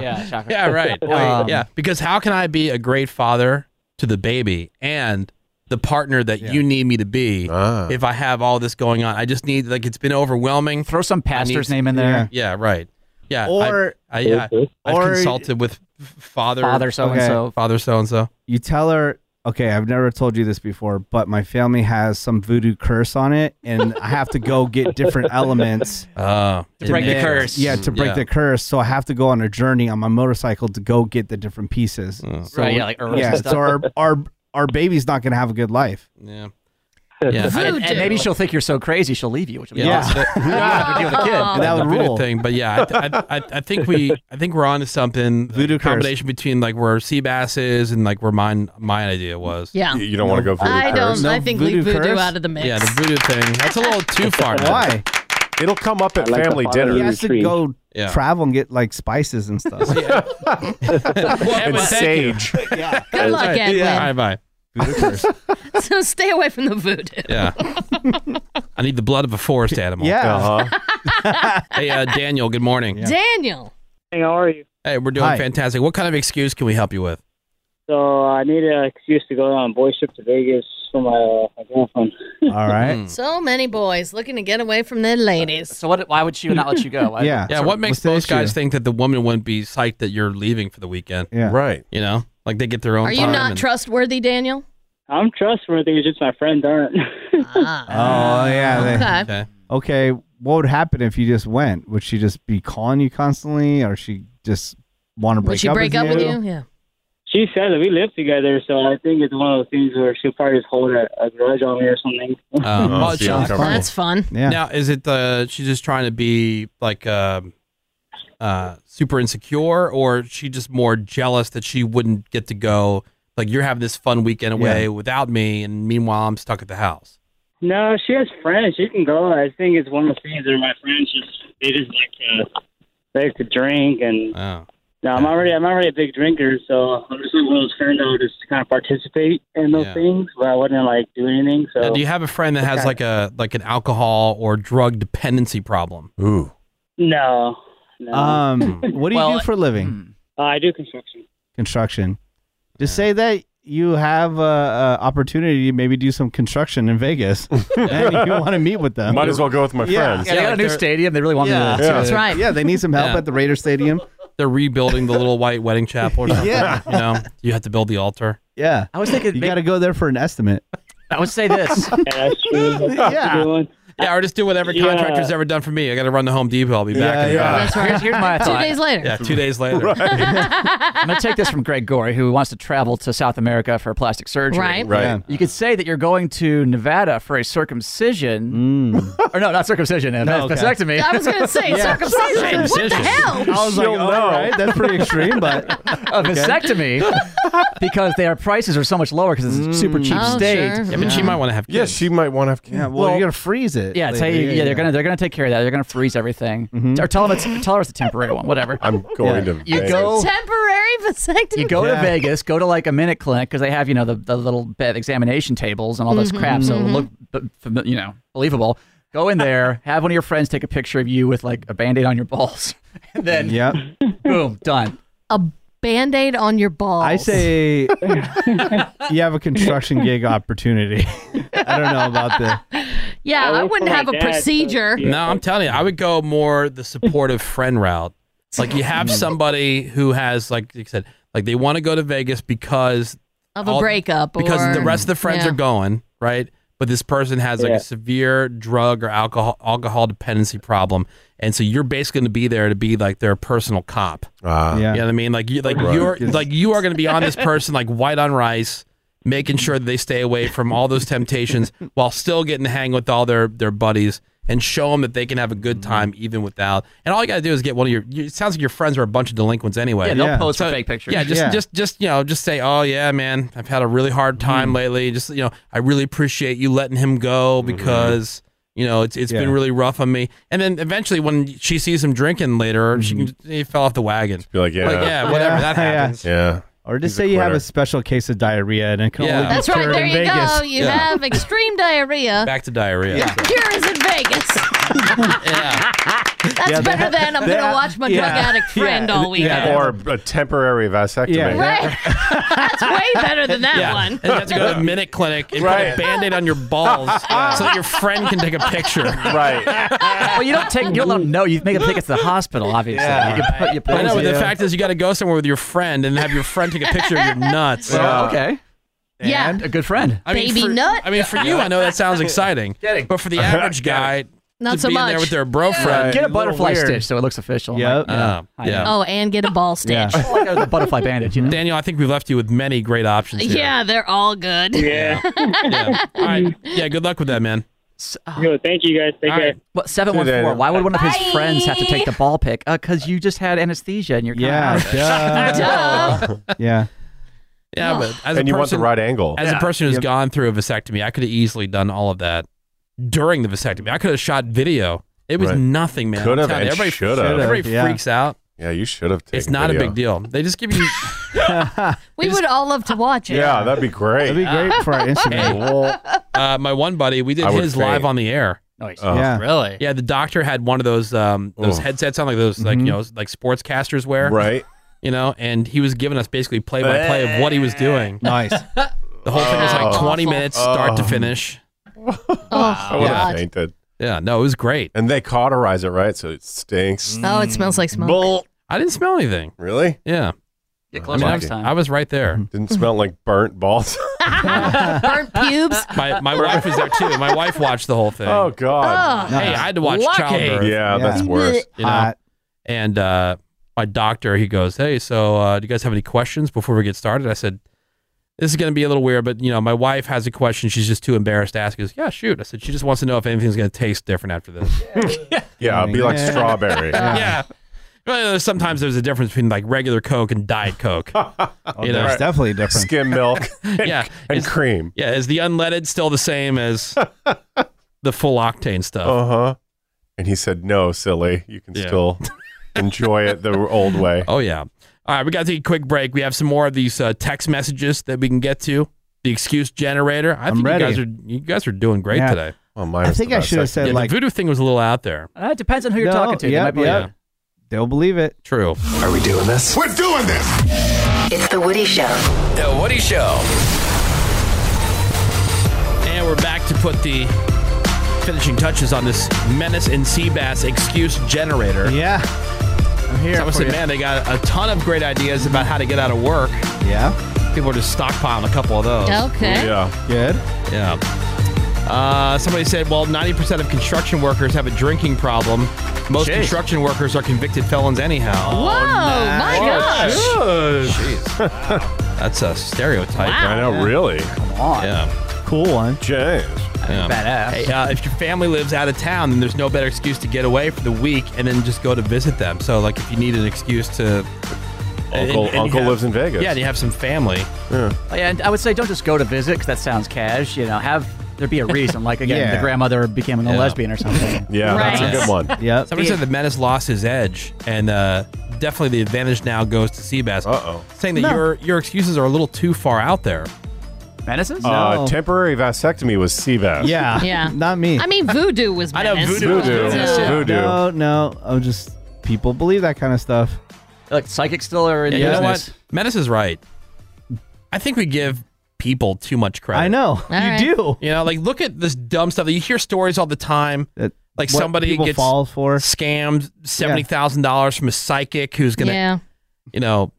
Speaker 9: Yeah, yeah, chakra.
Speaker 4: Yeah, right.
Speaker 9: Um,
Speaker 4: yeah, because how can I be a great father to the baby and the partner that you need me to be
Speaker 5: Ah.
Speaker 4: if I have all this going on? I just need like it's been overwhelming.
Speaker 9: Throw some pastor's name in there.
Speaker 4: Yeah, right. Yeah,
Speaker 5: Or-
Speaker 4: I, I, yeah, I've
Speaker 5: Or-
Speaker 4: consulted with father,
Speaker 5: Father so-and-so. Okay.
Speaker 4: father so and so.
Speaker 5: You tell her, okay, I've never told you this before, but my family has some voodoo curse on it, and I have to go get different elements.
Speaker 4: Uh,
Speaker 5: to make- Yeah, to break the curse. So I have to go on a journey on my motorcycle to go get the different pieces. So,
Speaker 9: Right, yeah, like herbs
Speaker 5: yeah,
Speaker 9: and
Speaker 5: so our,
Speaker 9: stuff.
Speaker 5: our our baby's not gonna have a good life.
Speaker 4: Yeah.
Speaker 9: And- and, maybe she'll think you're so crazy she'll leave you, which would be
Speaker 5: Yeah.
Speaker 9: awesome. You don't have to deal with a kid.
Speaker 5: That would
Speaker 4: the voodoo
Speaker 5: rule.
Speaker 4: thing, but yeah, I, I, I, I think we, I think we're on to something. Voodoo combination between like where Seabass is and like where mine, my idea was.
Speaker 7: Yeah. You- you don't wanna go voodoo I don't- curse? I think leave voodoo out of the mix.
Speaker 4: Yeah, the voodoo thing. That's a little too far. man.
Speaker 5: Why?
Speaker 6: It'll come up at family dinner.
Speaker 5: He has to go
Speaker 4: Yeah.
Speaker 5: travel and get like spices and stuff.
Speaker 4: Edwin, thank you.
Speaker 5: yeah.
Speaker 7: Good luck, Edwin.
Speaker 4: Bye bye. Voodoo curse.
Speaker 7: so stay away from the voodoo.
Speaker 4: Yeah. I need the blood of a forest animal.
Speaker 7: Yeah.
Speaker 4: Uh-huh. hey, uh, Daniel. Good morning.
Speaker 7: Daniel.
Speaker 2: Hey, how are you?
Speaker 4: Hey, we're doing
Speaker 2: Hi.
Speaker 4: fantastic. What kind of excuse can we help you with?
Speaker 2: So uh, I need an excuse to go on a boys trip to Vegas for my, uh, my girlfriend.
Speaker 5: All
Speaker 4: Hmm.
Speaker 5: right.
Speaker 7: So many boys looking to get away from their ladies. So
Speaker 9: what? Why would she not let you go? Why-
Speaker 4: yeah. What makes those guys think that the woman wouldn't be psyched that you're leaving for the weekend?
Speaker 5: Yeah.
Speaker 4: Right. You know, like they get their own.
Speaker 7: Are you
Speaker 4: time
Speaker 7: not
Speaker 4: and-
Speaker 7: trustworthy, Daniel?
Speaker 2: I'm trustworthy, it's just my friends aren't.
Speaker 5: Oh yeah. they-
Speaker 7: Okay.
Speaker 4: Okay.
Speaker 5: What would happen if you just went? Would she just be calling you constantly, or she just want to break
Speaker 2: she
Speaker 5: up?
Speaker 2: break
Speaker 5: with
Speaker 2: up with
Speaker 5: you?
Speaker 2: you?
Speaker 7: Yeah.
Speaker 2: She said that we live together, so I think it's one of those things where she'll probably just hold a, a grudge on me or something.
Speaker 4: Um,
Speaker 9: Mm-hmm.
Speaker 4: well, it's not-
Speaker 7: That's fun.
Speaker 4: Now, is it the she's just trying to be like um uh, super insecure, or she just more jealous that she wouldn't get to go? Like you're having this fun weekend away
Speaker 2: Yeah.
Speaker 4: without me, and meanwhile I'm stuck at the house.
Speaker 2: No, she has friends. She can go. I think it's one of those things where my friends just they just like to they like to drink and. No, I'm already I'm already a big drinker, so I'm just like one of those friends that would just kind of participate in those
Speaker 4: Yeah.
Speaker 2: things, but I wouldn't like do anything. So
Speaker 4: Now, do you have a friend that has like a like an alcohol or drug dependency problem? Ooh.
Speaker 2: No. no.
Speaker 5: Um, what do you do for a living?
Speaker 2: Uh, I do construction.
Speaker 5: Construction. Just say that you have a, a opportunity to maybe do some construction in Vegas, and you want to meet with them.
Speaker 6: Might as well go with my
Speaker 5: Yeah.
Speaker 6: friends.
Speaker 5: Yeah, they got a new
Speaker 9: stadium. They really want
Speaker 5: Yeah.
Speaker 6: to.
Speaker 5: That's right. Yeah, they need some help at the Raider Stadium.
Speaker 4: They're rebuilding the little white wedding chapel or something.
Speaker 5: Yeah.
Speaker 4: You know, you have to build the altar.
Speaker 5: Yeah.
Speaker 9: I was thinking
Speaker 5: you got to go there for an estimate.
Speaker 9: I would say this.
Speaker 5: yeah.
Speaker 4: Yeah, or just do whatever
Speaker 5: Yeah.
Speaker 4: contractor's ever done for me. I got to run to Home Depot. I'll be back.
Speaker 9: Yeah,
Speaker 4: in
Speaker 9: yeah.
Speaker 4: an hour.
Speaker 9: That's right. Here's- here's my Two thought. days later.
Speaker 4: Yeah, two days later.
Speaker 9: I'm going to take this from Greg Gorey, who wants to travel to South America for plastic surgery.
Speaker 7: Right. Right. Yeah.
Speaker 9: You could say that you're going to Nevada for a circumcision. or no, not circumcision, a
Speaker 5: No, okay.
Speaker 9: vasectomy.
Speaker 7: I was going to say
Speaker 9: Yeah.
Speaker 7: circumcision. What the hell?
Speaker 5: I was
Speaker 9: She'll
Speaker 5: like, all
Speaker 9: know.
Speaker 5: right, that's pretty extreme, but
Speaker 9: a vasectomy because their prices are so much lower because it's a super cheap
Speaker 5: Oh,
Speaker 9: state.
Speaker 5: sure. Yeah, but she might wanna have
Speaker 6: Yeah, she might want to have kids.
Speaker 5: Yeah, well, you're gonna freeze it.
Speaker 9: Yeah, tell
Speaker 5: later. Mm-hmm.
Speaker 9: you, yeah, they're gonna they're gonna take care of that. They're gonna freeze everything, or tell them it's tell her it's a temporary one, whatever. I'm
Speaker 6: going to
Speaker 9: you
Speaker 6: Vegas.
Speaker 9: go
Speaker 7: Temporary vasectomy.
Speaker 9: you go
Speaker 7: Yeah.
Speaker 9: to Vegas, go to like a minute clinic because they have you know the, the little bed examination tables and all this
Speaker 7: Mhm,
Speaker 9: crap, so it'll
Speaker 7: mhm.
Speaker 9: look b- fami- you know believable. Go in there, have one of your friends take a picture of you with like a band-aid on your balls. And then
Speaker 5: yep.
Speaker 9: boom, done.
Speaker 7: A band aid on your balls.
Speaker 5: I say you have a construction gig opportunity. I don't know about the.
Speaker 7: yeah,
Speaker 2: Oh
Speaker 7: I, wouldn't have a procedure.
Speaker 4: No, I'm telling you, I would go more the supportive friend route. It's like you have somebody who has, like you said, like they want to go to Vegas because
Speaker 7: Of a breakup
Speaker 4: because
Speaker 7: or-
Speaker 4: the rest of the friends
Speaker 7: yeah.
Speaker 4: are going right, but this person has like
Speaker 7: Yeah.
Speaker 4: a severe drug or alcohol alcohol dependency problem, and so you're basically going to be there to be like their personal cop.
Speaker 6: Yeah.
Speaker 4: You know what I mean? Like you, like
Speaker 6: Right.
Speaker 4: you're,
Speaker 6: Yes.
Speaker 4: like you are going to be on this person like white on rice, making sure that they stay away from all those temptations while still getting to hang with all their their buddies and show them that they can have a good time even without. And all you got to do is get one of your. you- It sounds like your friends are a bunch of delinquents anyway.
Speaker 9: Yeah, they'll Yeah. post fake pictures.
Speaker 4: Yeah, just
Speaker 9: Yeah.
Speaker 4: just just you know, just say, oh yeah, man, I've had a really hard time lately. Just you know, I really appreciate you letting him go because. You know, it's it's been
Speaker 6: Yeah.
Speaker 4: really rough on me. And then eventually, when she sees him drinking later, she can he fell off the wagon.
Speaker 6: be like, yeah,
Speaker 4: yeah, whatever. That happens.
Speaker 6: Yeah.
Speaker 5: Or just say you have a special case of diarrhea and it can only be
Speaker 7: That's right.
Speaker 5: cured
Speaker 7: There
Speaker 5: in
Speaker 7: you
Speaker 5: Vegas.
Speaker 7: go. You have extreme diarrhea.
Speaker 4: Back to diarrhea.
Speaker 7: Cure is in Vegas. That's
Speaker 6: Yeah,
Speaker 7: better
Speaker 6: that-
Speaker 7: than I'm going
Speaker 6: that-
Speaker 7: to watch my drug
Speaker 6: yeah.
Speaker 7: addict friend all weekend.
Speaker 6: or a temporary vasectomy.
Speaker 7: Right. That's way better than that
Speaker 4: Yeah.
Speaker 7: one.
Speaker 4: And you have to go to Minute Clinic and
Speaker 6: Right.
Speaker 4: put a band-aid on your balls so that your friend can take a picture.
Speaker 6: Right.
Speaker 9: well, you don't take. You don't let them know. You make them think it's the hospital. Obviously,
Speaker 4: Yeah.
Speaker 9: you can put, you put
Speaker 4: I know, but the
Speaker 9: Yeah.
Speaker 4: fact is, you got to go somewhere with your friend and have your friend take a picture of your nuts.
Speaker 9: Well, okay.
Speaker 7: Yeah.
Speaker 9: a good friend.
Speaker 4: I mean,
Speaker 7: Baby
Speaker 4: for,
Speaker 7: nut?
Speaker 4: I mean, for you, I know that sounds exciting, but for the average guy,
Speaker 7: Not
Speaker 4: to
Speaker 7: so
Speaker 4: be in there
Speaker 7: much.
Speaker 4: with their bro friend,
Speaker 9: Get a
Speaker 4: little
Speaker 9: butterfly
Speaker 4: weird.
Speaker 9: stitch so it looks official.
Speaker 4: Yep. Uh, yeah.
Speaker 7: Oh, and get a ball stitch. Yeah,
Speaker 9: Like a butterfly bandage. You know?
Speaker 4: Daniel, I think we've left you with many great options. Here.
Speaker 7: they're all good.
Speaker 4: Yeah. yeah. All right. Yeah. Good luck with that, man.
Speaker 2: thank you guys. Take care.
Speaker 9: What seven one four? Why would one of his friends have to take the ball pick? Because you just had anesthesia and you're kinda
Speaker 5: Yeah,
Speaker 9: out of it.
Speaker 5: duh. Yeah.
Speaker 4: Yeah, but as
Speaker 6: And
Speaker 4: a
Speaker 6: you want the
Speaker 4: person-
Speaker 6: right angle.
Speaker 4: As
Speaker 6: Yeah.
Speaker 4: a person who's
Speaker 6: Yep.
Speaker 4: gone through a vasectomy, I could have easily done all of that during the vasectomy. I could have shot video. It was
Speaker 6: Right.
Speaker 4: nothing, man. I'm
Speaker 6: Could have
Speaker 4: telling
Speaker 6: and
Speaker 4: you, Everybody
Speaker 6: should have.
Speaker 4: Everybody
Speaker 6: Yeah.
Speaker 4: freaks out.
Speaker 6: Yeah, you should have taken
Speaker 4: It's not a
Speaker 6: video.
Speaker 4: big deal. They just give you.
Speaker 7: We would all love to watch it.
Speaker 6: Yeah, that'd be great. That'd
Speaker 5: be great for our
Speaker 4: uh, my one buddy, we did
Speaker 6: I would
Speaker 4: his live
Speaker 6: faint.
Speaker 4: on the air.
Speaker 9: Nice.
Speaker 6: Oh. Yeah.
Speaker 4: Really? Yeah. The doctor had one of those um, those
Speaker 6: Oof.
Speaker 4: headsets on, like those like
Speaker 5: Mm-hmm.
Speaker 4: you
Speaker 6: Mhm.
Speaker 4: know like sportscasters wear.
Speaker 6: Right.
Speaker 4: You know, and he was giving us basically play by play of what he was doing.
Speaker 5: Nice.
Speaker 4: The whole thing was like
Speaker 6: Oh.
Speaker 4: 20 minutes, start to
Speaker 6: Oh.
Speaker 4: finish.
Speaker 6: I
Speaker 7: Oh,
Speaker 6: would have
Speaker 4: God.
Speaker 6: fainted.
Speaker 4: Yeah, no, it was great.
Speaker 6: And they cauterize it, right? So it stinks.
Speaker 7: Oh, it smells like smoke.
Speaker 4: I didn't smell anything.
Speaker 6: Really?
Speaker 4: Yeah.
Speaker 9: Get
Speaker 6: closer
Speaker 4: I,
Speaker 6: next
Speaker 4: was-
Speaker 6: time. Mm-hmm.
Speaker 4: I was right there.
Speaker 6: Didn't smell like burnt balls.
Speaker 7: Burnt pubes.
Speaker 4: My my wife was there too. My wife watched the whole thing.
Speaker 6: Oh, God.
Speaker 4: Hey, I had to watch
Speaker 6: Lucky.
Speaker 4: childbirth.
Speaker 6: Yeah, that's worse.
Speaker 4: You know? And uh, my doctor, he goes, "Hey, so uh, do you guys have any questions before we get started?" I said, "This is going to be a little weird, but you know, my wife has a question. She's just too embarrassed to ask." He goes, "Yeah, shoot." I said, "She just wants to know if anything's going to taste different after this."
Speaker 6: Yeah, it'd be like
Speaker 4: Yeah.
Speaker 6: strawberry.
Speaker 4: yeah. Well, there's- sometimes there's a difference between like regular Coke and Diet Coke. you know?
Speaker 5: Oh, there's definitely a difference.
Speaker 6: Skim milk and,
Speaker 4: yeah,
Speaker 6: and
Speaker 4: is-
Speaker 6: cream.
Speaker 4: Yeah, is the unleaded still the same as the full octane stuff?
Speaker 6: Uh huh. And he said, no, silly. You can
Speaker 4: Yeah.
Speaker 6: still enjoy it the old way.
Speaker 4: Oh, yeah. All right, we got to take a quick break. We have some more of these uh, text messages that we can get to. The excuse generator. I
Speaker 5: I'm
Speaker 4: think
Speaker 5: ready.
Speaker 4: you guys are you guys are doing great
Speaker 5: Yeah.
Speaker 4: today.
Speaker 6: Well,
Speaker 5: I was think the I best should have section. said,
Speaker 4: yeah,
Speaker 5: like-
Speaker 4: the voodoo thing was a little out there.
Speaker 9: Uh, it depends on who you're
Speaker 5: No,
Speaker 9: talking to. They
Speaker 5: yep,
Speaker 9: might be
Speaker 5: yep.
Speaker 9: like,
Speaker 5: They'll believe it.
Speaker 4: True.
Speaker 20: Are we doing this?
Speaker 1: We're doing this.
Speaker 20: It's The Woody Show. The Woody Show.
Speaker 4: And we're back to put the finishing touches on this menace and sea bass excuse generator.
Speaker 5: Yeah. I'm here.
Speaker 4: Someone
Speaker 5: for
Speaker 4: said,
Speaker 5: you.
Speaker 4: man, they got a ton of great ideas about how to get out of work.
Speaker 5: Yeah.
Speaker 4: People are just stockpiling a couple of those.
Speaker 7: Okay.
Speaker 6: Yeah.
Speaker 5: Good.
Speaker 4: Yeah. Uh, somebody said, well, 90% of construction workers have a drinking problem. Most
Speaker 9: Jeez.
Speaker 4: construction workers are convicted felons, anyhow.
Speaker 7: Whoa, Oh, my gosh.
Speaker 4: Jeez. That's a stereotype.
Speaker 6: Wow. I know, really.
Speaker 4: Come
Speaker 9: on.
Speaker 4: Yeah.
Speaker 5: Cool one.
Speaker 6: James.
Speaker 4: Yeah.
Speaker 9: Badass.
Speaker 4: Hey, uh, if your family lives out of town, then there's no better excuse to get away for the week and then just go to visit them. So, like, if you need an excuse to. and-
Speaker 6: Uncle-
Speaker 4: and you
Speaker 6: Uncle
Speaker 4: have-
Speaker 6: lives in Vegas.
Speaker 4: Yeah, and you have some family.
Speaker 9: Oh, yeah, and I would say don't just go to visit because that sounds cash. You know, have there be a reason. Like again,
Speaker 4: Yeah.
Speaker 9: the grandmother became a
Speaker 4: Yeah.
Speaker 9: lesbian or something.
Speaker 6: Yeah, that's a good one.
Speaker 5: Yeah.
Speaker 4: Somebody said the menace lost his edge, and uh, definitely the advantage now goes to Seabass. Uh oh. Saying that
Speaker 9: No.
Speaker 4: your your excuses are a little too far out there.
Speaker 9: Menaces?
Speaker 6: Uh, temporary vasectomy was CVAS.
Speaker 5: Yeah.
Speaker 7: Yeah.
Speaker 5: Not me.
Speaker 7: I mean, voodoo was
Speaker 5: I know,
Speaker 7: menace.
Speaker 5: voodoo was
Speaker 6: Voodoo. menace, yeah. Voodoo.
Speaker 5: No, no. I'm just people believe that kind of stuff.
Speaker 9: Look, psychics still are in
Speaker 5: Yeah,
Speaker 9: the
Speaker 5: you know
Speaker 9: business.
Speaker 5: what?
Speaker 4: Menace is right. I think we give people too much credit. I
Speaker 5: know.
Speaker 4: you
Speaker 5: right. do.
Speaker 4: You know, like look at this dumb stuff. You hear stories all the time. like
Speaker 5: what
Speaker 4: somebody
Speaker 5: people
Speaker 4: gets
Speaker 5: fall for
Speaker 4: scammed seventy thousand dollars from a psychic who's gonna,
Speaker 9: Yeah.
Speaker 4: you know,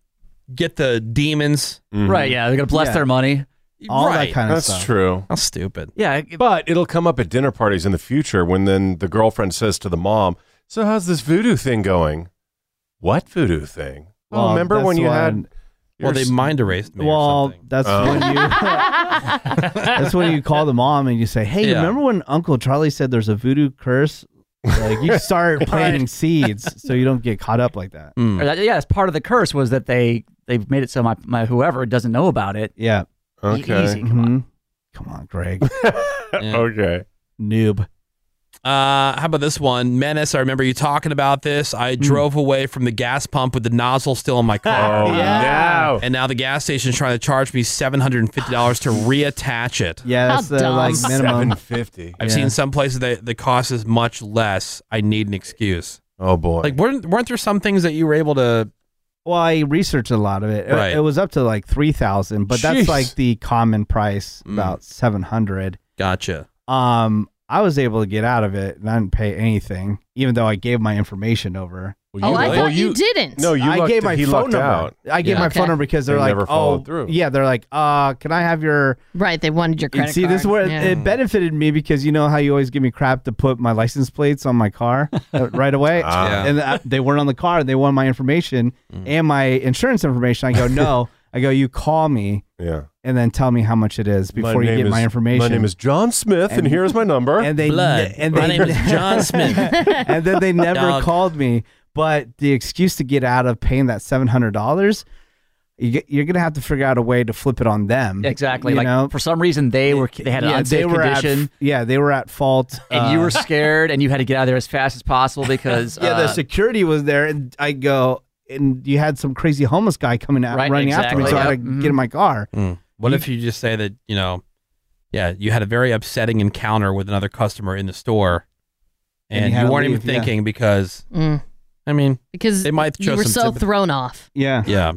Speaker 4: get the demons.
Speaker 9: Right, yeah, they're gonna bless their money.
Speaker 5: Mm-hmm. All that
Speaker 4: Right.
Speaker 5: kind of
Speaker 6: That's
Speaker 5: stuff.
Speaker 6: true.
Speaker 4: How stupid.
Speaker 9: Yeah,
Speaker 6: but it'll come up at dinner parties in the future when then the girlfriend says to the mom, "So how's this voodoo thing going?" What voodoo thing? Well,
Speaker 5: Well,
Speaker 6: remember when
Speaker 5: that's
Speaker 6: you had?
Speaker 5: when- Well, they mind
Speaker 4: erased
Speaker 6: me.
Speaker 5: Well, that's
Speaker 6: Oh.
Speaker 5: when you that's when you call the mom and you say, "Hey,
Speaker 6: Yeah.
Speaker 5: remember when Uncle Charlie said there's a voodoo curse?" Like you start planting seeds so you don't get caught up like that.
Speaker 4: Mm.
Speaker 9: Or that- yeah, it's part of the curse was that they they've made it so my, my whoever doesn't know about it.
Speaker 5: Yeah.
Speaker 9: Okay. easy, come
Speaker 5: on. Come on, Greg.
Speaker 6: Mm-hmm. Okay.
Speaker 5: Noob.
Speaker 4: Uh, how about this one? Menace, I remember you talking about this. I drove away from the gas pump with the nozzle still in my car.
Speaker 5: Hmm. Oh, Yeah. no.
Speaker 4: And now the gas station's trying to charge me $750 to reattach it.
Speaker 5: Yeah, that's How the, dumb. like, minimum.
Speaker 6: $750.
Speaker 4: I've
Speaker 5: Yeah.
Speaker 4: seen some places that the cost is much less. I need an excuse.
Speaker 6: Oh, boy.
Speaker 4: Like, weren't, weren't there some things that you were able to.
Speaker 5: Well, I researched a lot of it. It-
Speaker 4: Right.
Speaker 5: It, was up to like 3000, but that's
Speaker 4: Jeez. Mm.
Speaker 5: like the common price, about 700.
Speaker 4: Gotcha.
Speaker 5: Um I was able to get out of it and I didn't pay anything even though I gave my information over.
Speaker 7: oh, I thought you, didn't.
Speaker 5: I gave my phone number. I gave
Speaker 7: Yeah.
Speaker 5: my
Speaker 7: Okay.
Speaker 5: phone number because they're
Speaker 6: They
Speaker 5: like,
Speaker 6: never
Speaker 5: oh,
Speaker 6: followed through.
Speaker 5: yeah, they're like, uh, can I have your?
Speaker 7: Right, they wanted your
Speaker 5: And
Speaker 7: credit
Speaker 5: see,
Speaker 7: card.
Speaker 5: this is where
Speaker 7: Yeah.
Speaker 5: it benefited me because you know how you always give me crap to put my license plates on my car uh, right away,
Speaker 6: Ah. Mm.
Speaker 5: and I, they weren't on the car. They wanted my information and my insurance information. I go, no, I go, you call me,
Speaker 6: Yeah.
Speaker 5: and then tell me how much it is before you
Speaker 6: name
Speaker 5: get my
Speaker 6: is-
Speaker 5: information.
Speaker 6: My name is John Smith, and,
Speaker 5: And-
Speaker 6: here's my number.
Speaker 5: and they and they, and then they never
Speaker 6: Dog.
Speaker 5: called me. But the excuse to get out of paying that seven hundred dollars, you get, you're gonna have to figure out a way to flip it on them.
Speaker 9: Exactly.
Speaker 5: You
Speaker 9: like
Speaker 5: know?
Speaker 9: for some reason they were they had an
Speaker 5: yeah,
Speaker 9: unsafe
Speaker 5: they were at,
Speaker 9: condition.
Speaker 5: f- yeah, they were at fault,
Speaker 9: and you
Speaker 5: uh,
Speaker 9: were scared, and you had to get out of there as fast as possible because
Speaker 5: yeah,
Speaker 9: uh,
Speaker 5: the security was there, and I go, and you had some crazy homeless guy coming out,
Speaker 9: Right,
Speaker 5: running after me, so
Speaker 9: exactly.
Speaker 5: I
Speaker 9: Yep.
Speaker 5: had to
Speaker 9: Mhm.
Speaker 5: get in my car.
Speaker 4: What if you just say that, you know, yeah, you had a very upsetting encounter with another customer in the store
Speaker 5: And you
Speaker 4: and,
Speaker 5: had
Speaker 4: you,
Speaker 5: to
Speaker 4: weren't even
Speaker 5: leave, yeah.
Speaker 4: thinking because,
Speaker 7: Mm.
Speaker 4: I mean,
Speaker 7: because
Speaker 4: they might have
Speaker 7: you
Speaker 4: chose
Speaker 7: were
Speaker 4: some
Speaker 7: so
Speaker 4: sympathy-
Speaker 7: thrown off.
Speaker 5: Yeah,
Speaker 4: Yeah.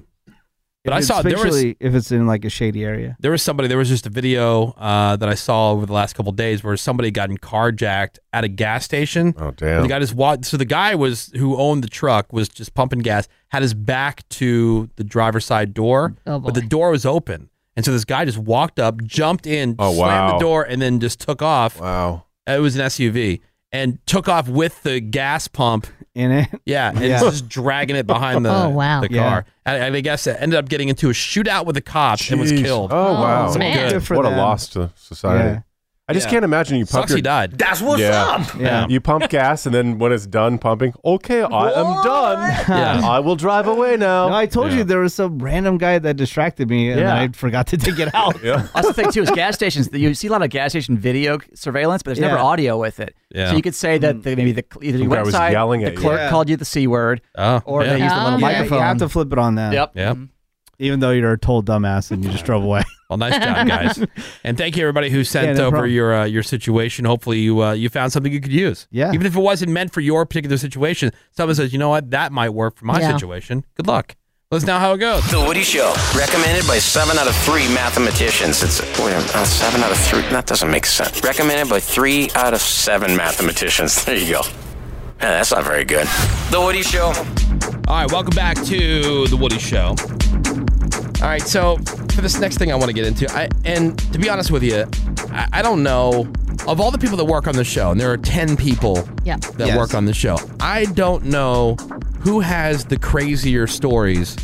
Speaker 4: But I saw there was
Speaker 5: especially if it's in like a shady area.
Speaker 4: there was somebody there was just a video uh, that I saw over the last couple days where somebody got in carjacked at a gas station.
Speaker 6: Oh damn!
Speaker 4: The guy just walked. So the guy was who owned the truck was just pumping gas, had his back to the driver's side door,
Speaker 7: Oh,
Speaker 4: but the door was open, and so this guy just walked up, jumped in,
Speaker 6: Oh,
Speaker 4: slammed
Speaker 6: wow.
Speaker 4: the door, and then just took off.
Speaker 6: Wow!
Speaker 4: It was an SUV and took off with the gas pump
Speaker 5: in it.
Speaker 4: Yeah, and
Speaker 5: Yeah.
Speaker 4: just dragging it behind the,
Speaker 7: Oh, wow.
Speaker 4: the
Speaker 7: Yeah.
Speaker 4: car. And, and I guess it ended up getting into a shootout with the cops and was
Speaker 6: Jeez.
Speaker 4: killed.
Speaker 6: Oh, wow!
Speaker 4: So good.
Speaker 6: what a loss to society.
Speaker 4: Yeah.
Speaker 6: I just
Speaker 4: Yeah.
Speaker 6: can't imagine you pump.
Speaker 4: Sucks he
Speaker 6: Your,
Speaker 4: died. That's what's up. Yeah.
Speaker 6: You pump gas, and then when it's done pumping, okay, I am done.
Speaker 5: Yeah.
Speaker 6: I will drive away now.
Speaker 5: No, I told you there was some random guy that distracted me, and
Speaker 9: Yeah.
Speaker 5: I forgot to take it out.
Speaker 6: yeah.
Speaker 9: That's the thing too is gas stations. You see a lot of gas station video surveillance, but there's never
Speaker 5: Yeah. Mm.
Speaker 9: audio with it.
Speaker 5: Yeah.
Speaker 9: So you could say that the, maybe the either
Speaker 5: Some
Speaker 9: you
Speaker 5: guy
Speaker 9: went
Speaker 5: was
Speaker 9: inside,
Speaker 5: yelling
Speaker 9: the
Speaker 5: at you.
Speaker 9: clerk
Speaker 5: Yeah.
Speaker 9: called you the c word,
Speaker 4: oh,
Speaker 9: or they
Speaker 5: Yeah.
Speaker 9: used a little
Speaker 5: Yeah,
Speaker 9: microphone.
Speaker 5: You have to flip it on them.
Speaker 9: Yep.
Speaker 4: Yep.
Speaker 5: Even though you're a total dumbass and you just drove away.
Speaker 4: Well, nice job, guys. and thank you everybody who sent
Speaker 5: Yeah, no
Speaker 4: over
Speaker 5: problem.
Speaker 4: your uh, your situation. Hopefully, you uh, you found something you could use.
Speaker 5: Yeah.
Speaker 4: Even if it wasn't meant for your particular situation, someone says, you know what, that might work for my
Speaker 20: Yeah.
Speaker 4: situation. Good luck. Let's know how it goes.
Speaker 20: The Woody Show, recommended by seven out of three mathematicians. It's wait a minute, uh, seven out of three. That doesn't make sense. Recommended by three out of seven mathematicians. There you go. Yeah, that's not very good. The Woody Show.
Speaker 4: All right, welcome back to the Woody Show. All right, so for this next thing I want to get into, I and to be honest with you, I, I don't know of all the people that work on the show, and there are ten people
Speaker 7: Yeah.
Speaker 4: that
Speaker 7: Yes.
Speaker 4: work on the show. I don't know who has the crazier stories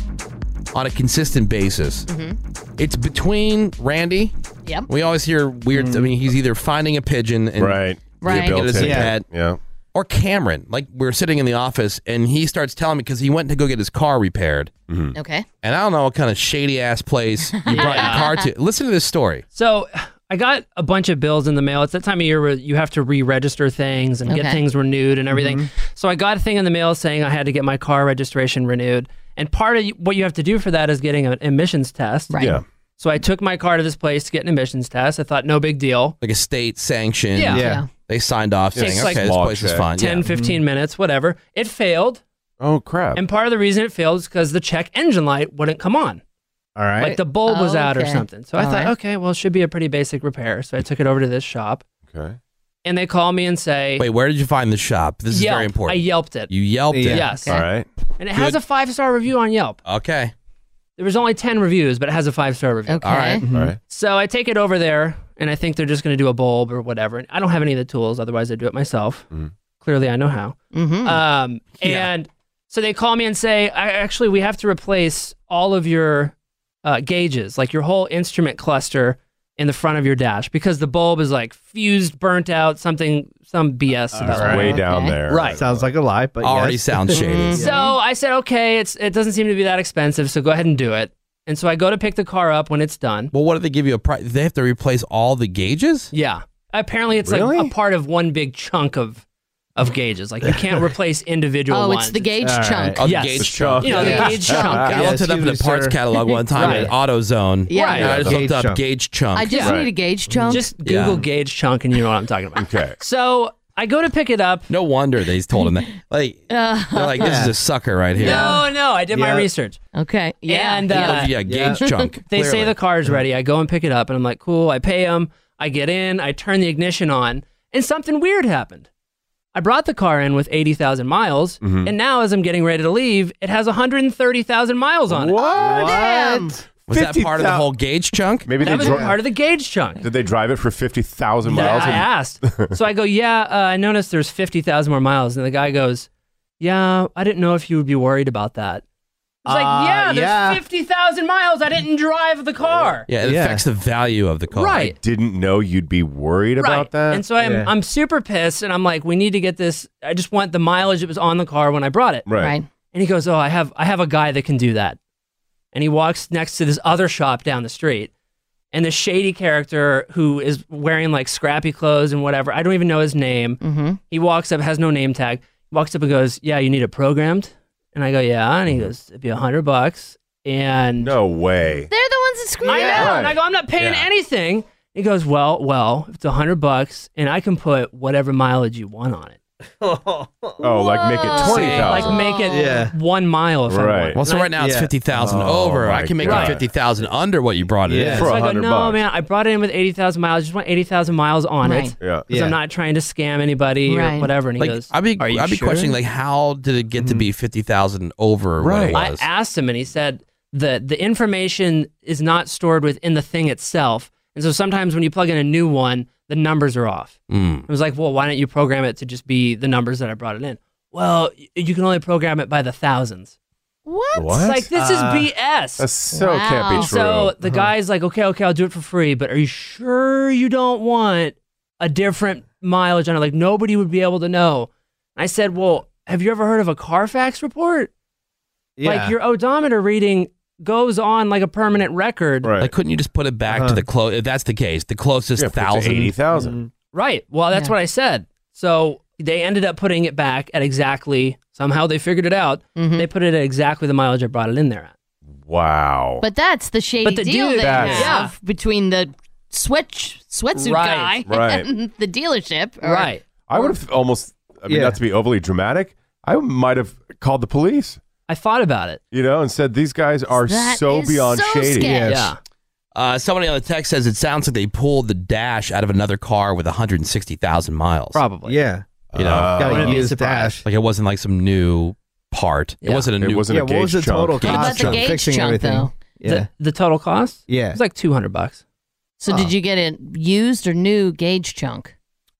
Speaker 4: on a consistent basis. It's between Randy.
Speaker 7: Mm-hmm. Yep.
Speaker 4: We always hear weird. I mean, he's either finding a pigeon and
Speaker 6: Right.
Speaker 7: Right.
Speaker 4: It as a
Speaker 6: Yeah.
Speaker 4: pet.
Speaker 6: Yeah.
Speaker 4: Or Cameron, like we are sitting in the office, and he starts telling me because he went to go get his car repaired.
Speaker 6: Mm-hmm.
Speaker 7: Okay.
Speaker 4: And I don't know what kind of shady ass place you brought your car to. Listen to this story.
Speaker 3: So I got a bunch of bills in the mail. It's that time of year where you have to re-register things and Okay. get things renewed and everything. Mhm. So I got a thing in the mail saying I had to get my car registration renewed. And part of what you have to do for that is getting an emissions test. Right. Yeah. So I took my car to this place to get an emissions test. I thought, no big deal.
Speaker 4: Like a state sanction.
Speaker 3: Yeah. Yeah.
Speaker 4: They signed off saying,
Speaker 3: Takes
Speaker 4: okay,
Speaker 3: like
Speaker 4: this place is fine.
Speaker 3: 10,
Speaker 4: yeah.
Speaker 3: 15 minutes, whatever. It failed.
Speaker 6: Oh, crap.
Speaker 3: And part of the reason it failed is because the check engine light wouldn't come on.
Speaker 5: All right.
Speaker 3: Like the bulb was
Speaker 21: Oh,
Speaker 3: out or
Speaker 21: okay.
Speaker 3: something. So I
Speaker 21: All
Speaker 3: thought,
Speaker 21: right.
Speaker 3: okay, well, it should be a pretty basic repair. So I took it over to this shop
Speaker 6: Mm-hmm. Okay.
Speaker 3: and they call me and say,
Speaker 4: Wait, where did you find the shop? This is
Speaker 3: Yelp.
Speaker 4: very important.
Speaker 3: I Yelped it.
Speaker 4: You Yelped it.
Speaker 3: Yes.
Speaker 4: All right.
Speaker 3: and it has a five star review on Yelp.
Speaker 4: Okay.
Speaker 3: There was only 10 reviews, but it has a five star review.
Speaker 4: All right. All right.
Speaker 3: So I take it over there, and I think they're just going to do a bulb or whatever. And I don't have any of the tools, otherwise I do it myself.
Speaker 4: Mm-hmm.
Speaker 3: Clearly, I know how.
Speaker 7: Mm-hmm.
Speaker 3: Um, and so they call me and say, I, "Actually, we have to replace all of your uh, gauges, like your whole instrument cluster in the front of your dash, because the bulb is like fused, burnt out, something, some BS
Speaker 4: Uh,
Speaker 6: All
Speaker 3: about
Speaker 6: right.
Speaker 3: it."
Speaker 6: Way down Okay. there.
Speaker 3: Right.
Speaker 5: Sounds like a lie, but
Speaker 4: Already
Speaker 5: yes.
Speaker 4: sounds shady.
Speaker 3: Mm-hmm.
Speaker 9: Mm-hmm.
Speaker 3: So I said, okay, it's it doesn't seem to be that expensive, so go ahead and do it. And so I go to pick the car up when it's done.
Speaker 4: Well, what do they give you a price? They have to replace all the gauges?
Speaker 3: Yeah. Apparently, it's
Speaker 4: Really?
Speaker 3: like a part of one big chunk of of gauges. Like you can't replace individual.
Speaker 7: Oh, it's
Speaker 3: ones.
Speaker 7: the gauge All right. chunk.
Speaker 4: Oh, the
Speaker 3: yes.
Speaker 4: gauge chunk.
Speaker 3: You know,
Speaker 4: Yeah.
Speaker 3: the gauge chunk.
Speaker 4: I looked it up in the parts catalog one time
Speaker 3: Right.
Speaker 4: at AutoZone.
Speaker 3: Yeah. Right.
Speaker 4: And I just
Speaker 3: Gauge
Speaker 4: looked up
Speaker 3: chunk.
Speaker 4: gauge chunk.
Speaker 7: I just need a gauge chunk.
Speaker 3: Just Google gauge chunk, and you know what I'm talking about.
Speaker 4: Okay.
Speaker 3: So I go to pick it up.
Speaker 4: No wonder they told him that. Like
Speaker 7: Uh,
Speaker 4: they're like, this is a sucker right here.
Speaker 3: No, no, I did my
Speaker 4: Yeah.
Speaker 3: research.
Speaker 7: Okay. Yeah.
Speaker 3: And
Speaker 4: Yeah.
Speaker 3: uh,
Speaker 4: Yeah, gauge Yeah. chunk,
Speaker 3: They say
Speaker 4: clearly.
Speaker 3: the car's ready. I go and pick it up, and I'm like, cool. I pay them. I get in. I turn the ignition on, and something weird happened. I brought the car in with eighty thousand miles,
Speaker 4: Mm-hmm.
Speaker 1: Mhm.
Speaker 3: and now as I'm getting ready to leave, it has one hundred and thirty thousand miles on it. Oh,
Speaker 4: What? Was that part of the whole gauge chunk?
Speaker 6: Maybe
Speaker 3: That
Speaker 6: they
Speaker 3: was
Speaker 6: dri-
Speaker 3: part of the gauge chunk.
Speaker 6: Did they drive it for fifty thousand
Speaker 3: Yeah,
Speaker 6: miles?
Speaker 3: I asked. so I go, yeah. Uh, I noticed there's fifty thousand more miles, and the guy goes, yeah. I didn't know if you would be worried about that. It's like,
Speaker 1: Uh,
Speaker 3: yeah, there's
Speaker 1: yeah.
Speaker 3: 50,000 miles. I didn't drive the car.
Speaker 4: Yeah, it affects the value of the car.
Speaker 3: Right.
Speaker 6: I didn't know you'd be worried about that.
Speaker 3: And so I'm, I'm super pissed and I'm like, we need to get this. I just want the mileage that was on the car when I brought it.
Speaker 6: Right. Right.
Speaker 3: And he goes, oh, I have, I have a guy that can do that. And he walks next to this other shop down the street. And the shady character who is wearing like scrappy clothes and whatever, I don't even know his name.
Speaker 6: Mm-hmm.
Speaker 3: He walks up, has no name tag, walks up and goes, yeah, you need it programmed? And I go, yeah. And he goes, it'd be a hundred bucks. And
Speaker 6: Mm-hmm. no way.
Speaker 7: They're the ones that screw
Speaker 3: I
Speaker 7: you.
Speaker 3: know. And I go, I'm not paying
Speaker 7: Yeah.
Speaker 3: anything. He goes, well, well, it's a hundred bucks, and I can put whatever mileage you want on it.
Speaker 6: Oh, like make it twenty
Speaker 3: Like
Speaker 6: thousand.
Speaker 3: make it
Speaker 6: Yeah.
Speaker 3: one mile if I
Speaker 6: Right.
Speaker 3: want.
Speaker 4: Well, so
Speaker 3: And I-
Speaker 4: right now it's fifty thousand
Speaker 6: Oh,
Speaker 4: over. I
Speaker 6: my
Speaker 4: can make
Speaker 6: God.
Speaker 4: it fifty thousand under what you brought it in
Speaker 3: so I go, no, man, I brought it in with eighty thousand miles. I just want eighty thousand miles on
Speaker 4: Right.
Speaker 3: it.
Speaker 4: Yeah.
Speaker 3: Because
Speaker 4: Yeah.
Speaker 3: I'm not trying to scam anybody or whatever. And he
Speaker 4: like,
Speaker 3: goes,
Speaker 4: I'd be,
Speaker 3: Are you
Speaker 4: I'd be
Speaker 3: sure?
Speaker 4: questioning like, how did it get to
Speaker 6: Mm-hmm.
Speaker 4: be fifty thousand over? What it
Speaker 3: I
Speaker 4: was?
Speaker 3: asked him, and he said the the information is not stored within the thing itself, and so sometimes when you plug in a new one, the numbers are off.
Speaker 4: Mm.
Speaker 3: It was like, well, why don't you program it to just be the numbers that I brought it in? Well, y- you can only program it by the thousands.
Speaker 7: What?
Speaker 3: It's like this is
Speaker 5: Uh,
Speaker 3: BS.
Speaker 6: That's Uh, so can't be true. Uh-huh.
Speaker 3: So the guy's like, okay, okay, I'll do it for free, but are you sure you don't want a different mileage on it? Like nobody would be able to know. I said, well, have you ever heard of a Carfax report?
Speaker 4: Yeah.
Speaker 3: Like your odometer reading goes on like a permanent record.
Speaker 4: Like, couldn't you just put it back to the close? If that's the case, the closest thousand,
Speaker 6: eighty thousand.
Speaker 5: Mm-hmm.
Speaker 3: Right. Well, that's what I said. So they ended up putting it back at exactly. Somehow they figured it out. They put it at exactly the mileage I brought it in there at.
Speaker 6: Wow.
Speaker 7: But that's the shady
Speaker 3: But the
Speaker 7: deal
Speaker 3: dude-
Speaker 7: that you
Speaker 3: That's-
Speaker 7: have between the sweat sweatsuit
Speaker 3: Right.
Speaker 7: guy
Speaker 6: Right.
Speaker 7: and the dealership. or-
Speaker 6: I would have almost. I mean,
Speaker 7: Yeah.
Speaker 6: not to be overly dramatic, I might have called the police.
Speaker 3: I thought about it.
Speaker 6: You know, and said these guys are
Speaker 4: That
Speaker 6: so
Speaker 4: is
Speaker 6: beyond
Speaker 4: so
Speaker 6: shady.
Speaker 4: sketch. Yes. Yeah. Uh, somebody on the text says it sounds like they pulled the dash out of another car with 160,000 miles.
Speaker 3: Probably.
Speaker 5: Yeah.
Speaker 4: You know,
Speaker 5: Uh, Gotta Wouldn't be use surprised.
Speaker 4: Like it wasn't like some new part. It
Speaker 5: Yeah.
Speaker 4: wasn't a
Speaker 5: It
Speaker 4: new.
Speaker 5: wasn't a Yeah, what gauge was the chunk. total
Speaker 4: Gauge
Speaker 5: cost
Speaker 4: chunk.
Speaker 5: of That's a fixing gauge chunk, everything. though.
Speaker 3: The-
Speaker 5: Yeah.
Speaker 3: The, total cost?
Speaker 5: Yeah.
Speaker 3: It was like 200 bucks.
Speaker 7: So did you get a used or new gauge chunk?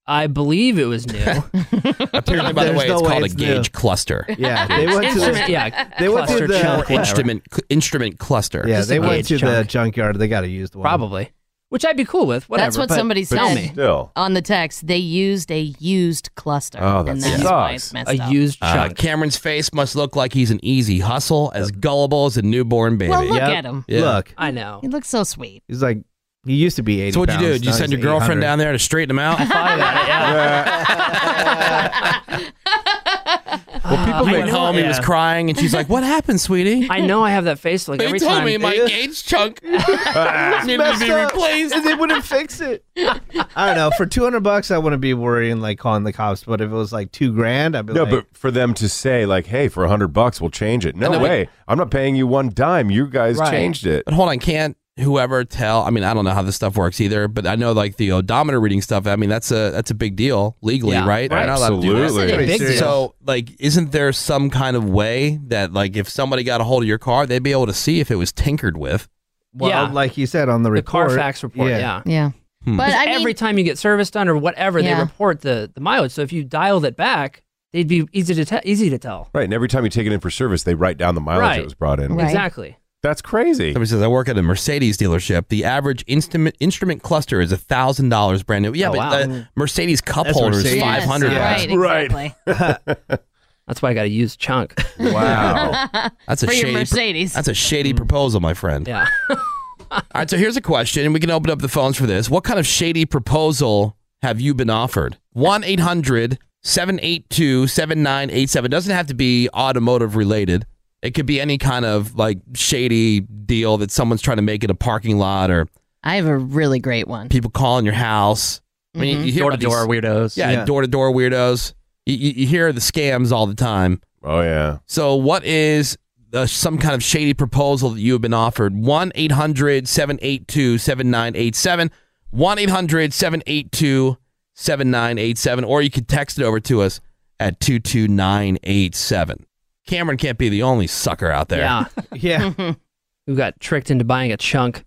Speaker 3: I believe it was new.
Speaker 4: Apparently, by the
Speaker 3: There's
Speaker 4: way,
Speaker 3: no
Speaker 4: it's
Speaker 3: way
Speaker 4: called
Speaker 3: it's
Speaker 4: a
Speaker 3: new.
Speaker 4: gauge cluster.
Speaker 5: Yeah, they went to the,
Speaker 3: Instrument- yeah,
Speaker 5: they went to
Speaker 3: cluster
Speaker 5: the
Speaker 3: chunk, whatever.
Speaker 4: instrument cl- instrument cluster.
Speaker 5: Yeah,
Speaker 4: Just
Speaker 5: they
Speaker 4: a
Speaker 5: went
Speaker 4: gauge
Speaker 5: to the
Speaker 4: chunk.
Speaker 5: junkyard. They got a used one.
Speaker 3: Probably. Which I'd be cool with. Whatever.
Speaker 7: that's what
Speaker 3: but-
Speaker 7: somebody
Speaker 3: but
Speaker 7: said on the text. They used a used cluster. and that's why it's messed up.
Speaker 4: Oh, Uh, Cameron's face must look like he's an easy hustle, as gullible as a newborn baby.
Speaker 7: Well, look at him.
Speaker 4: Yeah.
Speaker 3: I know.
Speaker 7: He looks so sweet.
Speaker 5: He's like, he used to be 80
Speaker 4: So what'd you do?
Speaker 5: pounds,
Speaker 4: Did you
Speaker 5: now
Speaker 4: send your
Speaker 5: he's
Speaker 4: girlfriend
Speaker 5: 800.
Speaker 4: down there to straighten him out?
Speaker 3: I thought about it, yeah.
Speaker 4: Well, people
Speaker 3: I
Speaker 4: went
Speaker 3: know-
Speaker 4: home. He was
Speaker 3: yeah.
Speaker 4: crying, and she's like, "What happened, sweetie?"
Speaker 3: I know I have that face like
Speaker 4: They
Speaker 3: every
Speaker 4: told
Speaker 3: time.
Speaker 4: me my gauge chunk needed to
Speaker 5: messed
Speaker 4: be
Speaker 5: up,
Speaker 4: replaced,
Speaker 5: and they wouldn't fix it. I don't know. For two hundred bucks, I wouldn't be worrying like calling the cops. But if it was like two grand, I'd be
Speaker 6: No,
Speaker 5: like,
Speaker 6: but for them to say like, "Hey, for a hundred bucks, we'll change it."
Speaker 4: And
Speaker 6: No
Speaker 4: then we-
Speaker 6: way. I'm not paying you one dime. You guys changed it.
Speaker 4: But hold on, can't whoever tell? I mean, I don't know how this stuff works either, but I know like the odometer reading stuff. I mean, that's a that's a big deal legally,
Speaker 6: Yeah.
Speaker 4: right? They're not allowed to do that.
Speaker 6: Absolutely. That's a big Pretty deal.
Speaker 4: So, like, isn't there some kind of way that like if somebody got a hold of your car, they'd be able to see if it was tinkered with?
Speaker 5: well, like you said on the report,
Speaker 3: Carfax report, yeah.
Speaker 4: Hmm.
Speaker 3: But
Speaker 7: But, I mean-
Speaker 3: every time you get service done or whatever,
Speaker 7: Yeah.
Speaker 3: they report the, the mileage. So if you dialed it back, they'd be easy to te- easy to tell.
Speaker 6: Right, and every time you take it in for service, they write down the mileage
Speaker 3: Right.
Speaker 6: it was brought in.
Speaker 3: Exactly.
Speaker 6: That's crazy.
Speaker 4: Somebody says I work at a Mercedes dealership. The average instrument instrument cluster is thousand dollars brand new. Yeah,
Speaker 3: Oh,
Speaker 4: but
Speaker 3: wow.
Speaker 4: uh, Mercedes cup
Speaker 3: That's
Speaker 4: holder is
Speaker 3: Mercedes.
Speaker 4: five hundred.
Speaker 3: Yes, right, Right. That's why I got to use chunk.
Speaker 4: Wow. That's a
Speaker 3: For your
Speaker 4: shady pro-
Speaker 3: Mercedes.
Speaker 4: that's a shady proposal, my friend.
Speaker 3: Yeah.
Speaker 4: Hmm. All right, so here's a question, and we can open up the phones for this. What kind of shady proposal have you been offered? 1 800 782 7987. Doesn't have to be automotive related. It could be any kind of like shady deal that someone's trying to make in a parking lot or
Speaker 7: I have a really great one.
Speaker 4: people calling your house. I mean,
Speaker 3: Mm-hmm.
Speaker 7: Mhm.
Speaker 4: you hear about
Speaker 7: Door-to-door
Speaker 4: these-
Speaker 7: weirdos.
Speaker 4: Yeah,
Speaker 7: Yeah.
Speaker 4: door to door weirdos. You, you, you hear the scams all the time.
Speaker 6: Oh yeah.
Speaker 4: So what is uh, some kind of shady proposal that you have been offered? 1-800-782-7987. 1-800-782-7987 or you could text it over to us at 22987. Cameron can't be the only sucker out there.
Speaker 3: Yeah.
Speaker 5: yeah.
Speaker 3: Who got tricked into buying a chunk?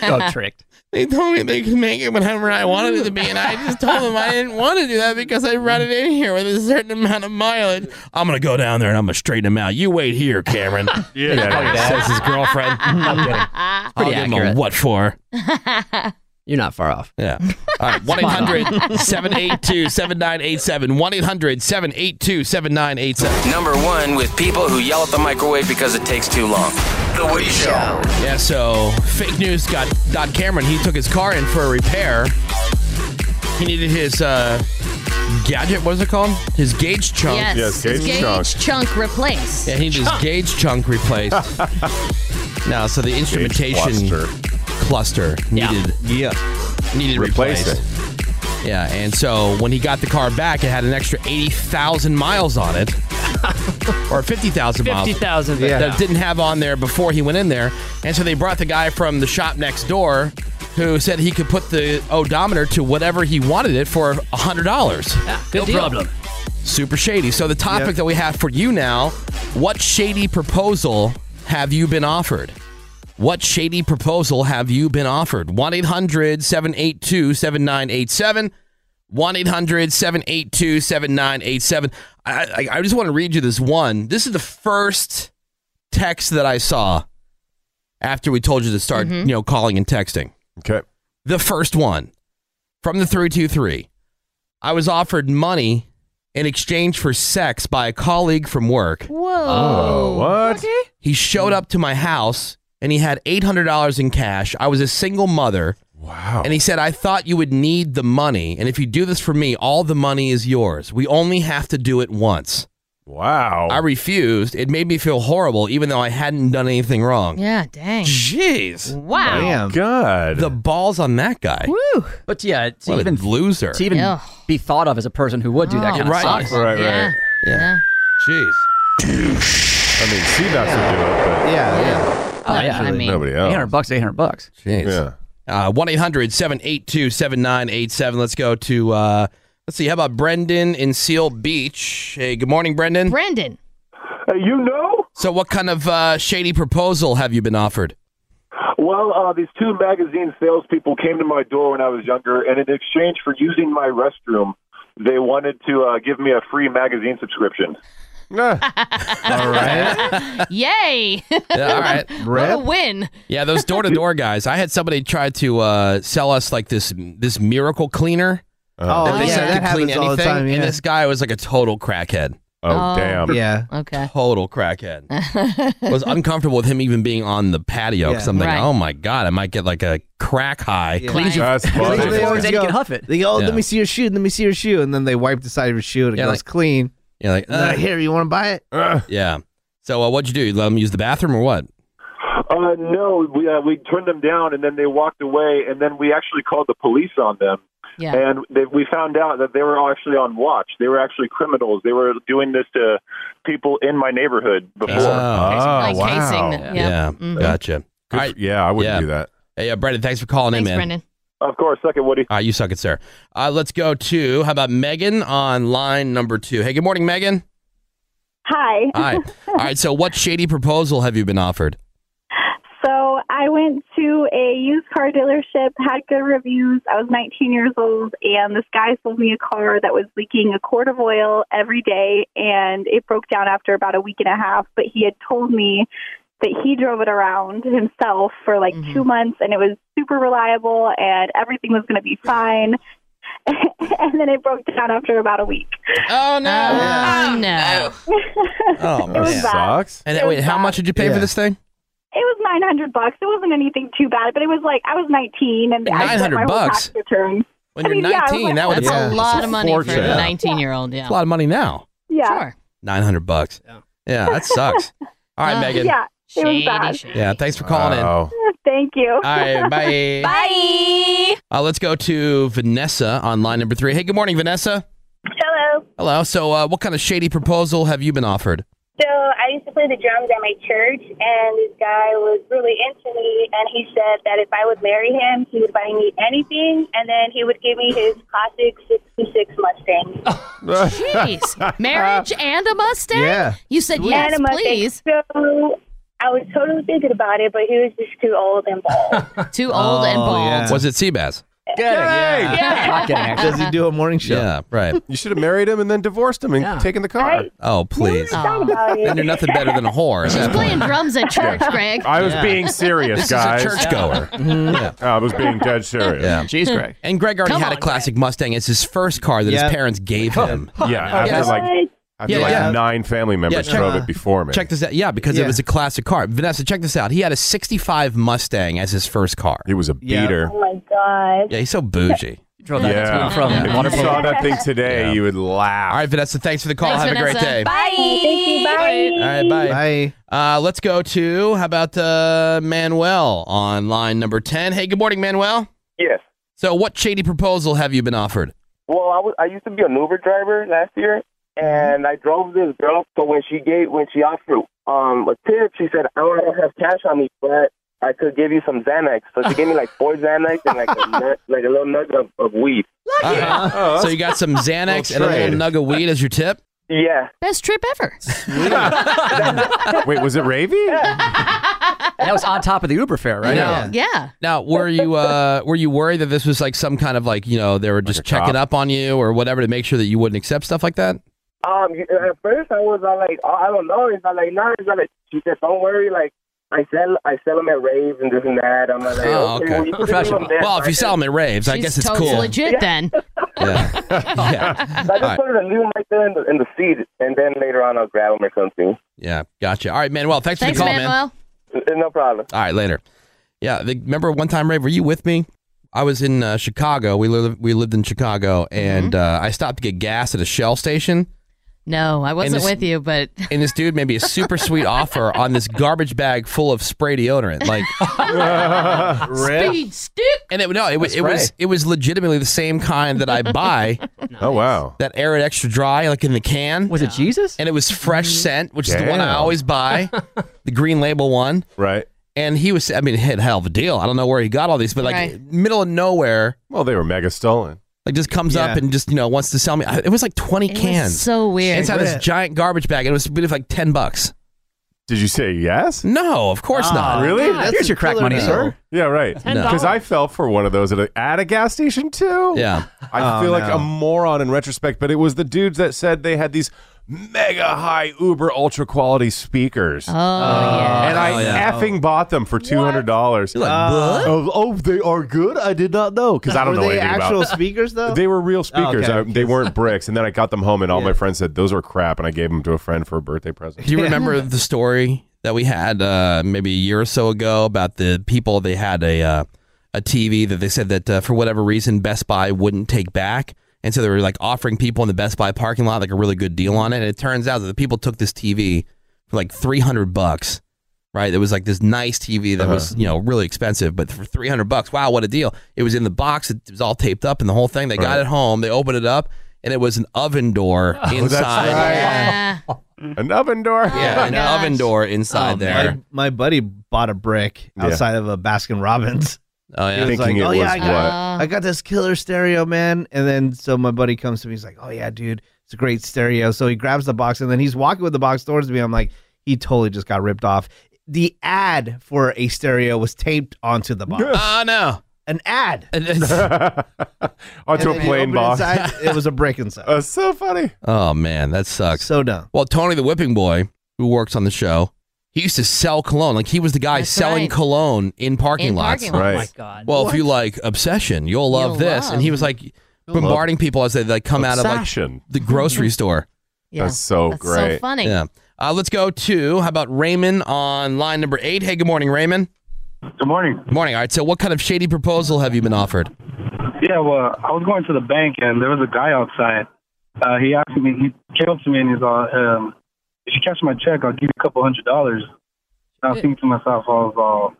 Speaker 3: Got tricked.
Speaker 4: They told me they could make it whenever Oh, I wanted it to be, and I just told them I didn't want to do that because I brought it in here with a certain amount of mileage. I'm gonna go down there and I'm gonna straighten him out. You wait here, Cameron.
Speaker 1: Yeah.
Speaker 4: says his girlfriend. I'm kidding.
Speaker 3: Ah. pretty
Speaker 4: I'll give him a
Speaker 3: accurate.
Speaker 4: what for?
Speaker 3: You're not far off.
Speaker 4: Yeah. All right. 1 800 782 7987. 1 800 782 7987.
Speaker 20: Number one with people who yell at the microwave because it takes too long. The Woody Show.
Speaker 4: Yeah, so fake news got Don Cameron. He took his car in for a repair. He needed his uh, gadget, what is it called? His gauge chunk.
Speaker 7: Yes. gauge chunk replace.
Speaker 4: Yeah, he needed his gauge chunk replaced. now, so the instrumentation
Speaker 6: cluster.
Speaker 4: cluster needed yeah. needed
Speaker 6: Replace
Speaker 4: replaced. Yeah, and so when he got the car back, it had an extra 80,000 miles on it. or 50,000 miles.
Speaker 3: 50,000, but
Speaker 4: That
Speaker 3: yeah.
Speaker 4: it didn't have on there before he went in there. And so they brought the guy from the shop next door who said he could put the odometer to whatever he wanted it for $100.
Speaker 3: good No deal. problem.
Speaker 4: Super shady. So the topic that we have for you now, what shady proposal have you been offered? What shady proposal have you been offered? 1-800-782-7987. 1-800-782-7987. I, I, I just want to read you this one. This is the first text that I saw after we told you to start,
Speaker 7: Mm-hmm.
Speaker 4: you know, calling and texting.
Speaker 6: Okay.
Speaker 4: The first one from the 323. I was offered money in exchange for sex by a colleague from work.
Speaker 7: Whoa.
Speaker 6: Oh, what?
Speaker 4: He showed up to my house and he had $800 in cash. I was a single mother.
Speaker 6: Wow.
Speaker 4: And he said, I thought you would need the money. And if you do this for me, all the money is yours. We only have to do it once.
Speaker 6: Wow.
Speaker 4: I refused. It made me feel horrible, even though I hadn't done anything wrong.
Speaker 7: Yeah, dang.
Speaker 4: Jeez.
Speaker 7: Wow.
Speaker 6: Oh, God.
Speaker 4: The balls on that guy.
Speaker 7: Woo.
Speaker 9: But yeah, Uh, to
Speaker 4: What a
Speaker 9: even
Speaker 4: loser.
Speaker 9: to even
Speaker 7: Ugh.
Speaker 9: be thought of as a person who would do that
Speaker 4: Oh.
Speaker 9: kind of
Speaker 4: Right.
Speaker 9: sucks.
Speaker 4: Right, right.
Speaker 7: Yeah. Yeah.
Speaker 4: Jeez.
Speaker 6: I mean, Seabass would do it, but
Speaker 5: yeah,
Speaker 9: yeah. Oh, yeah.
Speaker 7: I mean,
Speaker 6: nobody else.
Speaker 9: 800 bucks, 800 bucks.
Speaker 4: Jeez. Uh, Yeah. 1 800 782 7987. Let's go to, uh, let's see, how about Brendan in Seal Beach? Hey, good morning, Brendan.
Speaker 7: Brendan.
Speaker 8: you know?
Speaker 4: So, what kind of uh, shady proposal have you been offered?
Speaker 8: Well, uh, these two magazine salespeople came to my door when I was younger, and in exchange for using my restroom, they wanted to uh, give me a free magazine subscription.
Speaker 4: All right.
Speaker 7: Yay.
Speaker 4: Yeah, all right.
Speaker 7: what a win.
Speaker 4: Yeah, those door to door guys. I had somebody try to uh, sell us like this this miracle cleaner.
Speaker 5: Oh,
Speaker 4: that they
Speaker 5: yeah,
Speaker 4: said
Speaker 5: that
Speaker 4: could clean
Speaker 5: happens all the
Speaker 4: anything.
Speaker 5: time, yeah.
Speaker 4: And this guy was like a total crackhead.
Speaker 7: Oh, Oh, damn.
Speaker 5: yeah.
Speaker 7: Okay.
Speaker 4: Total crackhead. was uncomfortable with him even being on the patio because
Speaker 5: Yeah.
Speaker 4: I'm thinking,
Speaker 5: Right.
Speaker 4: oh my god, I might get like a crack high. Cleans you-
Speaker 6: That's funny.
Speaker 4: Cleans you-
Speaker 5: They always
Speaker 4: Then you can huff
Speaker 9: it.
Speaker 5: They go, "Oh,
Speaker 4: Yeah.
Speaker 5: let me see your shoe, let me see your shoe, and then they wipe the side of your shoe and it
Speaker 4: Yeah,
Speaker 5: goes
Speaker 4: like-
Speaker 5: clean.
Speaker 4: You're like,
Speaker 27: Uh,
Speaker 4: uh,
Speaker 27: here, you want to buy it?
Speaker 4: yeah. So uh, what'd you do? You let them use the bathroom or what?
Speaker 8: Uh, no, we uh, we turned them down, and then they walked away, and then we actually called the police on them.
Speaker 1: Yeah.
Speaker 8: And they, we found out that they were all actually on watch. They were actually criminals. They were doing this to people in my neighborhood before.
Speaker 4: Oh,
Speaker 8: Like casing it, yeah.
Speaker 4: Yeah,
Speaker 8: Mhm.
Speaker 4: gotcha. All right.
Speaker 6: Yeah, I wouldn't do that.
Speaker 4: Hey, uh, Brendan, thanks for calling in, man.
Speaker 8: Of course, suck it, Woody.
Speaker 4: All right, you suck it, sir. Uh, let's go to, how about Megan on line number two? Hey, good morning, Megan.
Speaker 28: Hi.
Speaker 4: Hi. All right, so what shady proposal have you been offered?
Speaker 28: So I went to a used car dealership, had good reviews. I was 19 years old, and this guy sold me a car that was leaking a quart of oil every day, and it broke down after about a week and a half. But he had told me that he drove it around himself for like
Speaker 9: Mm-hmm.
Speaker 28: two months, and it was super reliable, and everything was going to be fine. and then it broke down after about a week.
Speaker 4: Oh no!
Speaker 7: Uh,
Speaker 28: Oh,
Speaker 7: no!
Speaker 4: Oh,
Speaker 28: It was bad.
Speaker 4: And uh,
Speaker 28: It
Speaker 4: wait,
Speaker 28: was
Speaker 4: how
Speaker 28: bad.
Speaker 4: much did you pay for this thing?
Speaker 28: It was nine hundred bucks. It wasn't anything too bad, but it was like I was nineteen and I spent
Speaker 4: 900
Speaker 28: my whole
Speaker 4: bucks?
Speaker 28: tax return.
Speaker 4: When
Speaker 28: I
Speaker 4: you're
Speaker 28: mean, yeah, I was
Speaker 4: 19,
Speaker 28: like-
Speaker 4: that would
Speaker 7: That's a lot of money for
Speaker 4: Fortune.
Speaker 7: a 19 year old. Yeah.
Speaker 4: It's a lot of money now.
Speaker 28: Yeah.
Speaker 4: Nine hundred bucks. Yeah. that sucks. All right,
Speaker 28: Uh,
Speaker 4: Megan.
Speaker 28: Yeah, it was bad.
Speaker 4: Yeah, thanks for calling in.
Speaker 28: Thank you. All
Speaker 4: right, bye.
Speaker 28: bye.
Speaker 4: Uh, let's go to Vanessa on line number three. Hey, good morning, Vanessa.
Speaker 29: Hello.
Speaker 4: Hello. So, uh, what kind of shady proposal have you been offered?
Speaker 29: So I used to play the drums at my church, and this guy was really into me, and he said that if I would marry him, he would buy me anything, and then he would give me his classic '66 Mustang.
Speaker 7: Jeez.
Speaker 28: Uh,
Speaker 7: Marriage and a Mustang?
Speaker 29: Yeah.
Speaker 7: You said yes,
Speaker 29: and a Mustang.
Speaker 7: please.
Speaker 29: So I was totally thinking about it, but he was just too old and bald.
Speaker 7: Too old and bald.
Speaker 4: Was it Seabass?
Speaker 29: Does he
Speaker 6: do a morning show?
Speaker 4: Yeah, right.
Speaker 6: You should have married him and then divorced him and taken the car.
Speaker 4: Oh, please. Then you're nothing better than a whore. at that
Speaker 7: Playing drums at church, Greg.
Speaker 6: I was being
Speaker 4: This
Speaker 6: serious,
Speaker 4: is a
Speaker 6: guys.
Speaker 4: churchgoer. Yeah.
Speaker 6: I was being dead serious.
Speaker 4: Mm-hmm. Yeah.
Speaker 6: Jeez, Greg.
Speaker 4: And Greg already had a classic Mustang. It's his first car that
Speaker 6: Yeah.
Speaker 4: his parents gave him.
Speaker 6: Yeah, after like after
Speaker 4: Yeah,
Speaker 6: like
Speaker 4: yeah.
Speaker 6: nine family members
Speaker 4: check-
Speaker 6: drove it before me.
Speaker 4: Check this out. Yeah, because it
Speaker 6: Yeah.
Speaker 4: was a classic car. Vanessa, check this out. He had a 65 Mustang as his first car. It
Speaker 6: was a beater.
Speaker 29: oh my god.
Speaker 4: Yeah, he's so bougie.
Speaker 29: Drove that to and from
Speaker 6: If you
Speaker 29: Waterford.
Speaker 6: saw that thing today, you would laugh. All
Speaker 4: right, Vanessa, thanks for the call. Have a great day.
Speaker 29: Bye. Thank you.
Speaker 4: All right, bye. Bye. Uh, let's go to, how about uh, Manuel on line number 10. Hey, good morning, Manuel.
Speaker 30: Yes.
Speaker 4: So what shady proposal have you been offered?
Speaker 30: Well, I was I used to be an Uber driver last year,
Speaker 4: Mm-hmm.
Speaker 30: and I drove this girl. So when she gave when she offered um a tip, she said, "I don't have cash on me, but I could give you some Xanax." So she gave me like four Xanax and like a nut, like a little nugget of, of weed.
Speaker 4: Uh-huh.
Speaker 30: Oh.
Speaker 4: so you got some Xanax and a
Speaker 6: trade.
Speaker 4: little nug of weed as your tip?
Speaker 30: Yeah.
Speaker 7: Best trip ever.
Speaker 6: Wait, was it Ravy?
Speaker 9: that was on top of the Uber fare, right?
Speaker 4: Yeah.
Speaker 7: Yeah.
Speaker 4: Now, were you uh, were you worried that this was like some kind of like you know they were just checking up on you or whatever to make sure that you wouldn't accept stuff like that?
Speaker 30: Um, you- at first I was all like, oh, I don't know. It's not like, no, it's not like. She said, don't worry. Like, I sell, I sell them at raves and this and that. I'm like,
Speaker 4: Oh, okay.
Speaker 30: uh, well, you can leave 'em there.
Speaker 4: Well, if you sell them at raves, I
Speaker 30: She's
Speaker 4: guess it's
Speaker 30: totally
Speaker 4: cool.
Speaker 30: legit.
Speaker 7: Legit then.
Speaker 30: I just
Speaker 4: Alright.
Speaker 30: put it in right there in the, in the seat, and then later on I'll grab them or something.
Speaker 4: Yeah, gotcha. All right, Manuel, thanks,
Speaker 30: Thanks,
Speaker 4: for the call,
Speaker 30: Manuel.
Speaker 4: man.
Speaker 30: No problem.
Speaker 4: All right, later. Yeah, the, remember one time, Rave, were you with me? I was in uh, Chicago. We lived we lived in Chicago, and uh, I stopped to get gas at a Shell station.
Speaker 7: No, I wasn't
Speaker 4: this-
Speaker 7: with you, but
Speaker 4: and this dude made me a super sweet offer on this garbage bag full of spray deodorant. Like,
Speaker 7: speed stick.
Speaker 4: And it, no, it was it was it was legitimately the same kind that I buy.
Speaker 6: Oh wow!
Speaker 4: That Arid Extra Dry, like in the can. Was
Speaker 9: it Jesus?
Speaker 4: And it was fresh scent, which is the one I
Speaker 6: Damn.
Speaker 4: always buy, the green label one.
Speaker 6: Right.
Speaker 4: And he was, I mean, he had a hell of a deal. I don't know where he got all these, but like
Speaker 6: Right.
Speaker 4: middle of nowhere.
Speaker 6: Well, they were mega stolen.
Speaker 4: Like just comes
Speaker 6: Yeah.
Speaker 4: up and just you know wants to sell me. I- It was like twenty
Speaker 7: It was
Speaker 4: cans.
Speaker 7: so weird.
Speaker 4: Inside this giant garbage bag. It was it was like ten bucks.
Speaker 6: Did you say yes?
Speaker 4: No, of course not.
Speaker 6: Really?
Speaker 4: Here's your crack money, sir.
Speaker 6: Yeah, right.
Speaker 4: No.
Speaker 6: Because I fell for one of those at a, at a gas station too.
Speaker 4: Yeah.
Speaker 6: I
Speaker 4: Oh,
Speaker 6: feel like
Speaker 4: no.
Speaker 6: a moron in retrospect, but it was the dudes that said they had these mega high Uber ultra quality speakers. Oh,
Speaker 1: yeah.
Speaker 6: And I
Speaker 1: Oh, yeah.
Speaker 6: effing bought them for two hundred dollars.
Speaker 1: You're like, Uh, what?
Speaker 6: oh, oh, they are good. I did not know because I don't
Speaker 5: Were
Speaker 6: know
Speaker 5: they
Speaker 6: anything
Speaker 5: actual
Speaker 6: about.
Speaker 5: speakers though?
Speaker 6: They were real
Speaker 5: Oh, okay.
Speaker 6: speakers. I- they weren't bricks. And then I got them home, and all my friends said those were crap. And I gave them to a friend for a birthday present.
Speaker 4: Do you remember the story that we had uh, maybe a year or so ago about the people they had a uh, a TV that they said that uh, for whatever reason Best Buy wouldn't take back, And so they were like offering people in the Best Buy parking lot like a really good deal on it. And it turns out that the people took this TV for like 300 bucks, right? It was like this nice TV that was,
Speaker 27: Uh-huh.
Speaker 4: you know, really expensive, but for 300 bucks, wow, what a deal. It was in the box, it was all taped up and the whole thing. They got
Speaker 6: Right.
Speaker 4: it home, they opened it up, and it was an oven door
Speaker 6: Oh, that's
Speaker 4: inside.
Speaker 6: right. Yeah. An oven door.
Speaker 4: Yeah, an oven door inside
Speaker 5: Oh,
Speaker 4: there.
Speaker 5: My, my buddy bought a brick
Speaker 4: Yeah.
Speaker 5: outside of a Baskin Robbins.
Speaker 4: Oh, yeah.
Speaker 5: He was like,
Speaker 4: Thinking it
Speaker 5: oh, yeah,
Speaker 4: was
Speaker 5: I got,
Speaker 4: what?
Speaker 5: I got this killer stereo, man. And then so my buddy comes to me, he's like, oh yeah, dude, it's a great stereo. So he grabs the box and then he's walking with the box towards me. I'm like, he totally just got ripped off. The ad for a stereo was taped onto the box.
Speaker 4: Oh no.
Speaker 5: An ad.
Speaker 6: Onto a
Speaker 5: And then you
Speaker 6: plain
Speaker 5: open
Speaker 6: box.
Speaker 5: inside, it was a brick inside.
Speaker 6: Oh, so funny.
Speaker 4: Oh man, that sucks.
Speaker 5: So dumb.
Speaker 4: Well, Tony the Whipping Boy, who works on the show, he used to sell cologne. Like he was the guy selling
Speaker 21: right.
Speaker 4: cologne in parking
Speaker 21: In
Speaker 4: lots.
Speaker 21: parking lots. Oh, Right. my God.
Speaker 4: Well,
Speaker 21: What?
Speaker 4: if you like obsession, you'll love
Speaker 21: You'll
Speaker 4: this.
Speaker 21: love.
Speaker 4: And he was like bombarding people as they like come out of
Speaker 6: Obsession.
Speaker 4: like the grocery store.
Speaker 6: Yeah. That's so That's so great. funny.
Speaker 4: Yeah. Uh, let's go to how about Raymond on line number eight. Hey, good morning, Raymond.
Speaker 31: Good morning.
Speaker 4: Morning. All right. So, what kind of shady proposal have you been offered?
Speaker 31: Yeah, well, I was going to the bank and there was a guy outside. Uh, he asked me, he came up to me and he's all, um, if you cash my check, I'll give you a couple hundred dollars. And I was thinking to myself, I was all,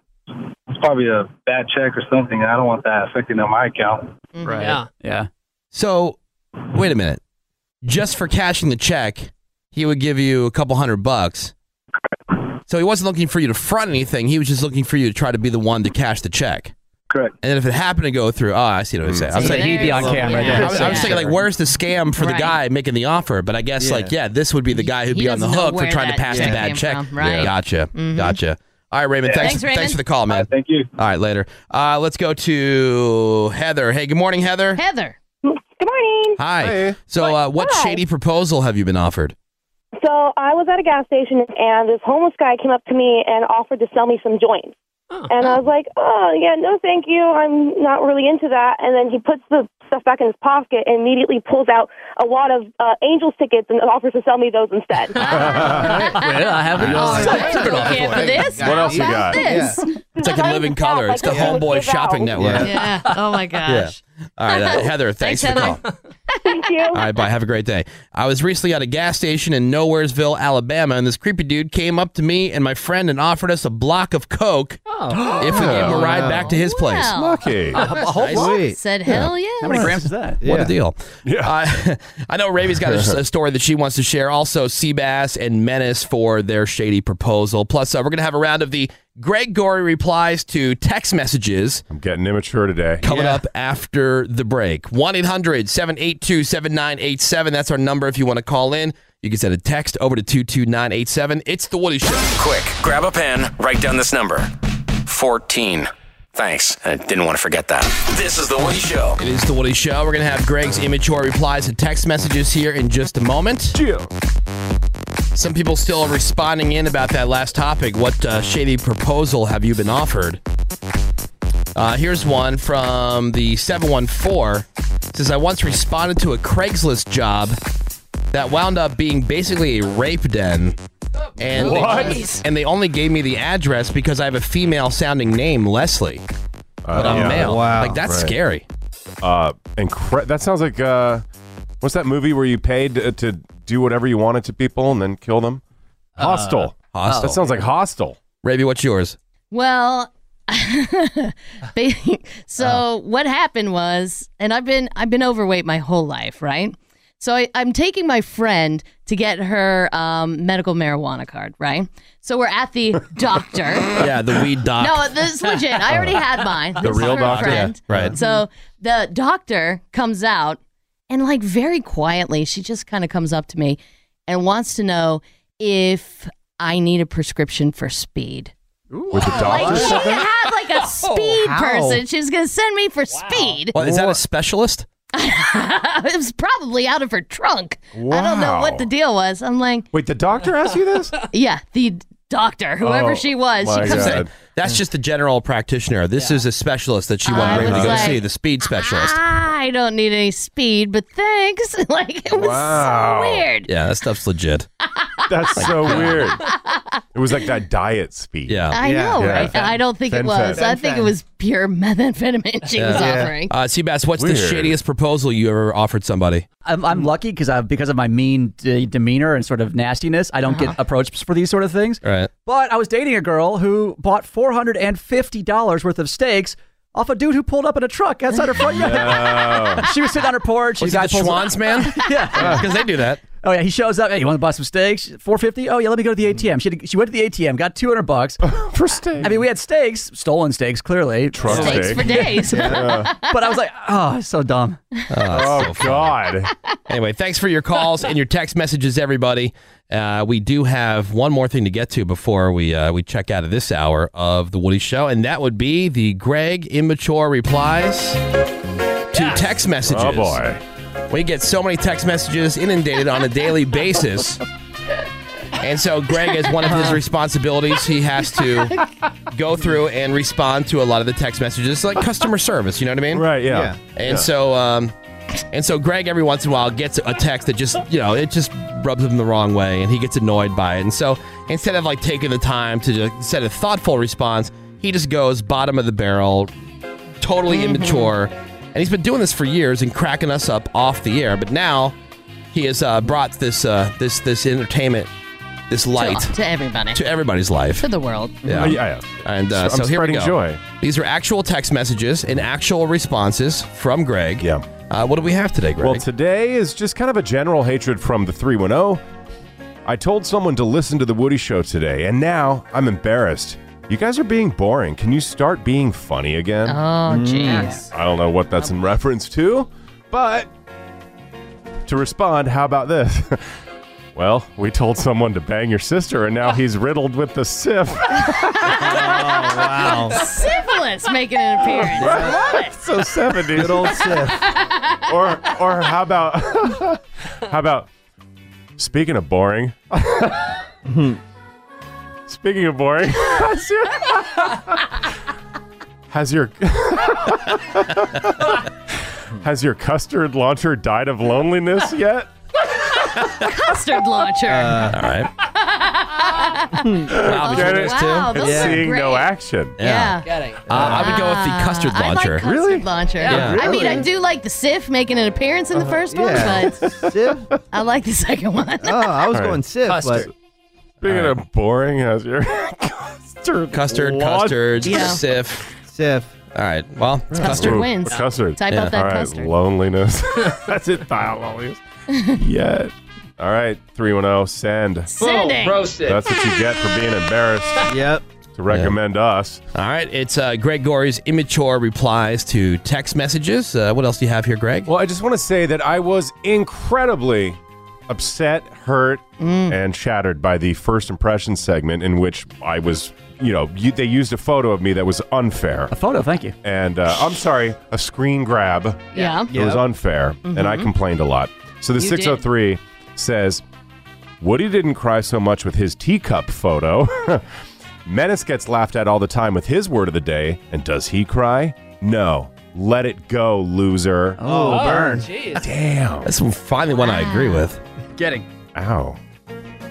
Speaker 31: it's probably a bad check or something. and I don't want that affecting on my account.
Speaker 3: Mm-hmm.
Speaker 4: Right.
Speaker 31: Yeah.
Speaker 4: Yeah. So, wait a minute. Just for cashing the check, he would give you a couple hundred bucks. So he wasn't looking for you to front anything. He was just looking for you to try to be the one to cash the check.
Speaker 31: Correct.
Speaker 4: And then if it happened to go through, oh, I see what I'm saying. I'm
Speaker 31: Hmm. So he'd
Speaker 4: saying
Speaker 31: be on camera
Speaker 4: Yeah.
Speaker 31: then.
Speaker 4: I was, I was thinking like, where's the scam for the
Speaker 31: Right.
Speaker 4: guy making the offer? But I guess like, yeah, this would be the guy who'd
Speaker 31: He
Speaker 4: be on the
Speaker 31: doesn't know
Speaker 4: hook for
Speaker 31: where
Speaker 4: trying to
Speaker 31: that
Speaker 4: pass the
Speaker 31: check
Speaker 4: bad
Speaker 31: came
Speaker 4: check.
Speaker 31: from, right.
Speaker 4: Gotcha.
Speaker 31: Mhm.
Speaker 4: Gotcha. All right, Raymond.
Speaker 31: Yeah.
Speaker 4: Thanks.
Speaker 31: Thanks, Raymond.
Speaker 4: for the call, man.
Speaker 31: thank you.
Speaker 4: All right, later. Uh, let's go to Heather. Hey, good morning, Heather.
Speaker 7: Heather.
Speaker 17: Good morning.
Speaker 4: Hi. So, uh, what
Speaker 17: Hi.
Speaker 4: shady proposal have you been offered?
Speaker 17: So I was at a gas station and this homeless guy came up to me and offered to sell me some joints. and I was like, oh, yeah, no, thank you. I'm not really into that. And then he puts the stuff back in his pocket and immediately pulls out a lot of uh, Angels tickets and offers to sell me those instead.
Speaker 4: well, I have
Speaker 17: camp for this?
Speaker 4: What else you
Speaker 17: How's
Speaker 4: got?
Speaker 17: this?
Speaker 4: Yeah. It's like a living color. It's the homeboy shopping network.
Speaker 7: Yeah. Oh my gosh.
Speaker 4: Yeah. All right, uh, Heather. Thanks, for the call.
Speaker 17: Thank you.
Speaker 4: All right, bye. Have a great day. I was recently at a gas station in Nowheresville, Alabama, and this creepy dude came up to me and my friend and offered us a block of coke if we gave him a ride back to his place.
Speaker 7: Well. Oh. Lucky. A whole block? Said, hell yeah. How many grams is that?
Speaker 4: What
Speaker 7: Yeah.
Speaker 4: a deal. Yeah. I know Ravi's got a, a story that she wants to share. Also, Seabass and Menace for their shady proposal. Plus, uh, we're going to have a round of the Greg Gory replies to text messages.
Speaker 6: I'm getting immature today.
Speaker 4: Coming up after the break. 1 800 782 7987. That's our number if you want to call in. You can send a text over to 22987. It's The Woody Show.
Speaker 20: Quick, grab a pen, write down this number 14. Thanks. I didn't want to forget that. This is The Woody Show.
Speaker 4: It is the Woody Show. We're gonna have Greg's immature replies to text messages here in just a moment. Some people still are responding in about that last topic. What uh, shady proposal have you been offered? Uh, here's one from the 714. It says I once responded to a Craigslist job that wound up being basically a rape den. And they-
Speaker 1: What?
Speaker 4: and they only gave me the address because I have a female sounding name, Leslie. But I'm
Speaker 6: Uh, Yeah.
Speaker 4: male. Like that's
Speaker 6: Right.
Speaker 4: scary.
Speaker 6: Uh, incre- that sounds like uh, what's that movie where you paid to, to do whatever you wanted to people and then kill them? Hostile.
Speaker 4: Uh, Hostel.
Speaker 6: That sounds like hostile.
Speaker 4: Raby, what's yours?
Speaker 7: Well, they, so
Speaker 4: Oh.
Speaker 7: what happened was, and I've been I've been overweight my whole life, right? So I, I'm taking my friend to get her um, medical marijuana card, right? So we're at the doctor.
Speaker 4: Yeah, the weed doc.
Speaker 7: No, uh, this is legit. I already had mine.
Speaker 4: The
Speaker 7: This is
Speaker 4: real
Speaker 7: her
Speaker 4: doctor?
Speaker 7: friend.
Speaker 4: Yeah, right.
Speaker 7: So the doctor comes out and, like, very quietly, she just kind of comes up to me and wants to know if I need a prescription for speed.
Speaker 6: With the doctor.
Speaker 7: She had like a speed
Speaker 4: Oh, How?
Speaker 7: person. She was gonna send me for speed.
Speaker 4: Well, is that a specialist?
Speaker 7: it was probably out of her trunk. I don't know what
Speaker 6: Wow.
Speaker 7: the deal was. I'm like,
Speaker 6: Wait, the doctor asked you this?
Speaker 7: yeah, the doctor, whoever
Speaker 4: Oh,
Speaker 7: she was,
Speaker 4: my
Speaker 7: she comes
Speaker 4: God.
Speaker 7: in.
Speaker 4: That's just the general practitioner. This is a specialist that she wanted Raymond to
Speaker 7: was
Speaker 4: go
Speaker 7: like, ah,
Speaker 4: see, the speed specialist.
Speaker 7: I don't need any speed, but thanks.
Speaker 6: Oh.
Speaker 7: like it was so weird.
Speaker 4: Yeah, that stuff's legit.
Speaker 6: uh, That's so weird. It was like that diet speed. Yeah.
Speaker 7: I know, right? I don't think it was. I think it was pure methamphetamine she was
Speaker 4: Yeah.
Speaker 7: offering.
Speaker 4: Uh, Seabass, what's the
Speaker 9: Weird.
Speaker 4: shittiest proposal you ever offered somebody?
Speaker 9: I'm, I'm lucky because I because of my mean de- demeanor and sort of nastiness, I don't
Speaker 7: Uh-huh.
Speaker 9: get approached for these sort of things.
Speaker 4: Right.
Speaker 9: But I was dating a girl who bought four hundred and fifty dollars worth of steaks off a dude who pulled up in a truck outside her front yard.
Speaker 1: No.
Speaker 9: she was sitting on her porch.
Speaker 1: Was
Speaker 9: the
Speaker 1: he
Speaker 9: guy
Speaker 1: the
Speaker 9: pulls up-
Speaker 1: Schwanz man?
Speaker 9: yeah,
Speaker 1: Because
Speaker 4: they do that.
Speaker 9: Oh yeah, he shows up. Hey, you want to buy some steaks? Four fifty. Oh yeah, let me go to the ATM. She, had to- she went to the ATM, got two hundred bucks
Speaker 6: for steaks.
Speaker 9: I mean, we had steaks, stolen steaks, clearly.
Speaker 6: Truck Steaks steak. for days. Yeah.
Speaker 9: but I was like, oh, so dumb.
Speaker 4: Oh,
Speaker 6: God.
Speaker 4: anyway, thanks for your calls and your text messages, everybody. Uh, we do have one more thing to get to before we uh, we check out of this hour of the Woody Show, and that would be the Greg immature replies to text messages.
Speaker 6: Oh, boy.
Speaker 4: we get so many text messages inundated on a daily basis. And so Greg is one of his responsibilities. He has to go through and respond to a lot of the text messages, It's like customer service. You know what I mean? Right.
Speaker 6: yeah. Yeah.
Speaker 4: And
Speaker 6: Yeah.
Speaker 4: so, um, and so Greg every once in a while gets a text that just you know it just rubs him the wrong way, and he gets annoyed by it. And so instead of like taking the time to just set a thoughtful response, he just goes bottom of the barrel, totally
Speaker 7: Mm-hmm.
Speaker 4: immature. And he's been doing this for years and cracking us up off the air. But now he has uh, brought this uh, this this entertainment, this light
Speaker 7: To, to everybody.
Speaker 4: to everybody's life.
Speaker 7: To the world.
Speaker 4: Yeah,
Speaker 6: Yeah,
Speaker 4: And uh,
Speaker 6: So
Speaker 4: so
Speaker 6: I'm
Speaker 4: here we
Speaker 6: spreading
Speaker 4: go.
Speaker 6: joy.
Speaker 4: These are actual text messages and actual responses from Greg. Yeah. Uh, what do we have today, Greg?
Speaker 6: Well, today is just kind of a general hatred from the 310. I told someone to listen to The Woody Show today, and now I'm embarrassed. You guys are being boring. Can you start being funny again?
Speaker 7: Oh, jeez.
Speaker 6: I don't know what that's in reference to, but to respond, how about this? well, we told someone to bang your sister, and
Speaker 7: Oh.
Speaker 6: now he's riddled with the sif. wow.
Speaker 7: Syphilis making an appearance.
Speaker 6: so 70s. Good
Speaker 1: old Sif.
Speaker 6: or or how about how about speaking of boring? speaking of boring, has your has your custard launcher died of loneliness yet?
Speaker 7: Custard launcher.
Speaker 6: All right.
Speaker 4: Uh,
Speaker 7: Wow,
Speaker 1: between those two? Wow, those are
Speaker 6: Seeing no
Speaker 7: great.
Speaker 6: action.
Speaker 7: Yeah. Ah,
Speaker 4: Uh, I would go with the custard
Speaker 7: I like
Speaker 4: launcher.
Speaker 7: custard launcher.
Speaker 4: Yeah.
Speaker 7: I mean, I
Speaker 4: Really?
Speaker 7: do like the Sif making an appearance
Speaker 6: Uh-huh.
Speaker 7: in the first
Speaker 4: yeah.
Speaker 7: one, but I like the second one. oh,
Speaker 6: I was All right. going Sif, but- Custard. Speaking of boring, has your custard
Speaker 4: Custard,
Speaker 6: launch-
Speaker 4: custard,
Speaker 6: Yeah.
Speaker 4: sif. Sif. All right. Well,
Speaker 6: Ooh, Custard. All right, Loneliness. That's it. Dial
Speaker 1: Oh,
Speaker 6: loneliness. Yet. All right. 310, send.
Speaker 1: Sending. Boom, roasted.
Speaker 6: That's what you get for being embarrassed.
Speaker 4: Yep.
Speaker 6: To recommend us.
Speaker 4: All right. It's uh, Greg Gorey's immature replies to text messages. Uh, what else do you have here, Greg?
Speaker 6: Well, I just want to say that I was incredibly upset, hurt,
Speaker 9: Mm.
Speaker 6: and shattered by the first impression segment in which I was, you know, you, they used a photo of me that was unfair. A
Speaker 9: photo, thank you.
Speaker 6: And uh, I'm sorry, a screen grab.
Speaker 7: Yeah.
Speaker 6: It was unfair, and I
Speaker 9: Mm-hmm.
Speaker 7: Mhm.
Speaker 6: complained a lot. So the
Speaker 7: You
Speaker 6: 603 says, Woody didn't cry so much with his teacup photo. Menace gets laughed at all the time with his word of the day, and does he cry? No. Let it go, loser.
Speaker 1: Oh, Oh, burn. jeez.
Speaker 6: Damn. That's finally one I agree with.
Speaker 21: Getting.
Speaker 6: Ow.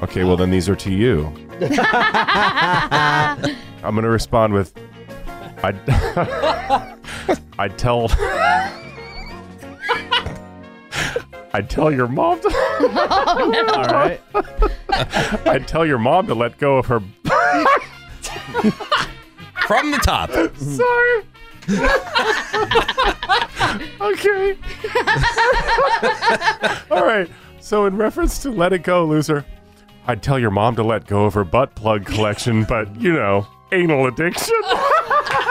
Speaker 6: Okay, well, then these are to you. I'm going to respond with I, I tell. I tell your mom to.
Speaker 1: Oh, no.
Speaker 6: All right. I tell your mom to let go of her.
Speaker 4: From the top.
Speaker 1: Sorry.
Speaker 6: okay. All right. So, in reference to let it go, loser, I'd tell your mom to let go of her butt plug collection, but, you know, anal addiction.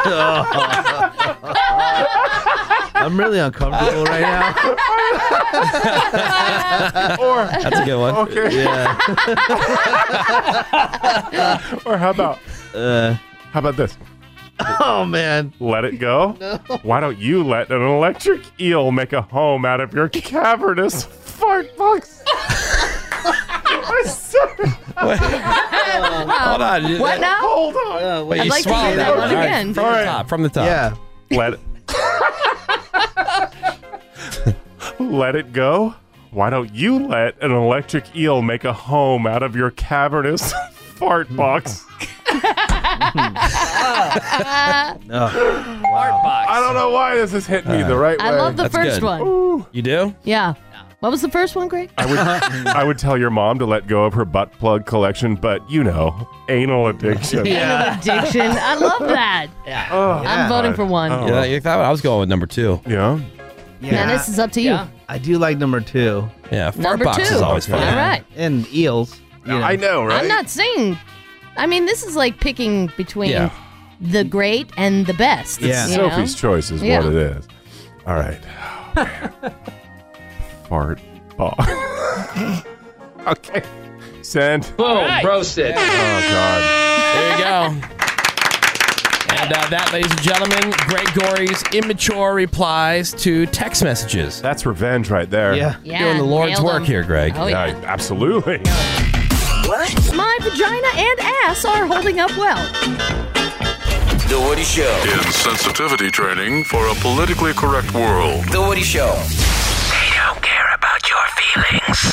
Speaker 5: I'm really uncomfortable right now.
Speaker 6: or
Speaker 5: That's a good one.
Speaker 6: Okay.
Speaker 1: Yeah.
Speaker 6: or how about uh, how about this? Oh man, let it go.
Speaker 1: No.
Speaker 6: Why don't you let an electric eel make a home out of your cavernous fart box? I'm sorry.
Speaker 1: Hold on.
Speaker 6: What now? Hold on.
Speaker 1: Wait, you swallowed that one. All right,
Speaker 4: From the top. From the top. Yeah.
Speaker 6: Let let it go. Why don't you let an electric eel make a home out of your cavernous fart box. I don't know why this is hitting me
Speaker 1: Uh,
Speaker 6: the right
Speaker 7: I
Speaker 6: way.
Speaker 7: love the That's first good. one. Ooh.
Speaker 4: You do?
Speaker 7: Yeah. What was the first one, Greg?
Speaker 6: I would, I would tell your mom to let go of her butt plug collection, but you know, anal addiction.
Speaker 7: Anal addiction. I love that. Yeah.
Speaker 6: Oh,
Speaker 7: I'm voting for one.
Speaker 4: Yeah, you thought I was going with number two.
Speaker 6: Yeah.
Speaker 7: Dennis, it's up to you.
Speaker 5: Yeah. I do like number two.
Speaker 4: Yeah,
Speaker 7: fart Number box is two. always fun. All right.
Speaker 5: And eels.
Speaker 6: I know,
Speaker 7: I'm not saying. I mean, this is like picking between
Speaker 6: Yeah.
Speaker 7: the great and the best.
Speaker 6: It's
Speaker 7: you know?
Speaker 6: Sophie's choice is
Speaker 7: Yeah.
Speaker 6: what it is. All right. Oh, man. Fart box. okay. Send.
Speaker 4: Boom, roasted.
Speaker 6: Oh, God.
Speaker 4: There you go. And uh, that, ladies and gentlemen, Greg Gory's immature replies to text messages.
Speaker 6: That's revenge right there.
Speaker 4: Yeah.
Speaker 7: Yeah,
Speaker 4: Doing the Lord's
Speaker 7: nailed
Speaker 4: work
Speaker 7: 'em.
Speaker 4: here, Greg.
Speaker 7: Oh, yeah. Yeah,
Speaker 6: absolutely.
Speaker 7: What? My vagina and ass are holding up well.
Speaker 20: The Woody Show.
Speaker 14: Insensitivity training for a politically correct world.
Speaker 20: The Woody Show.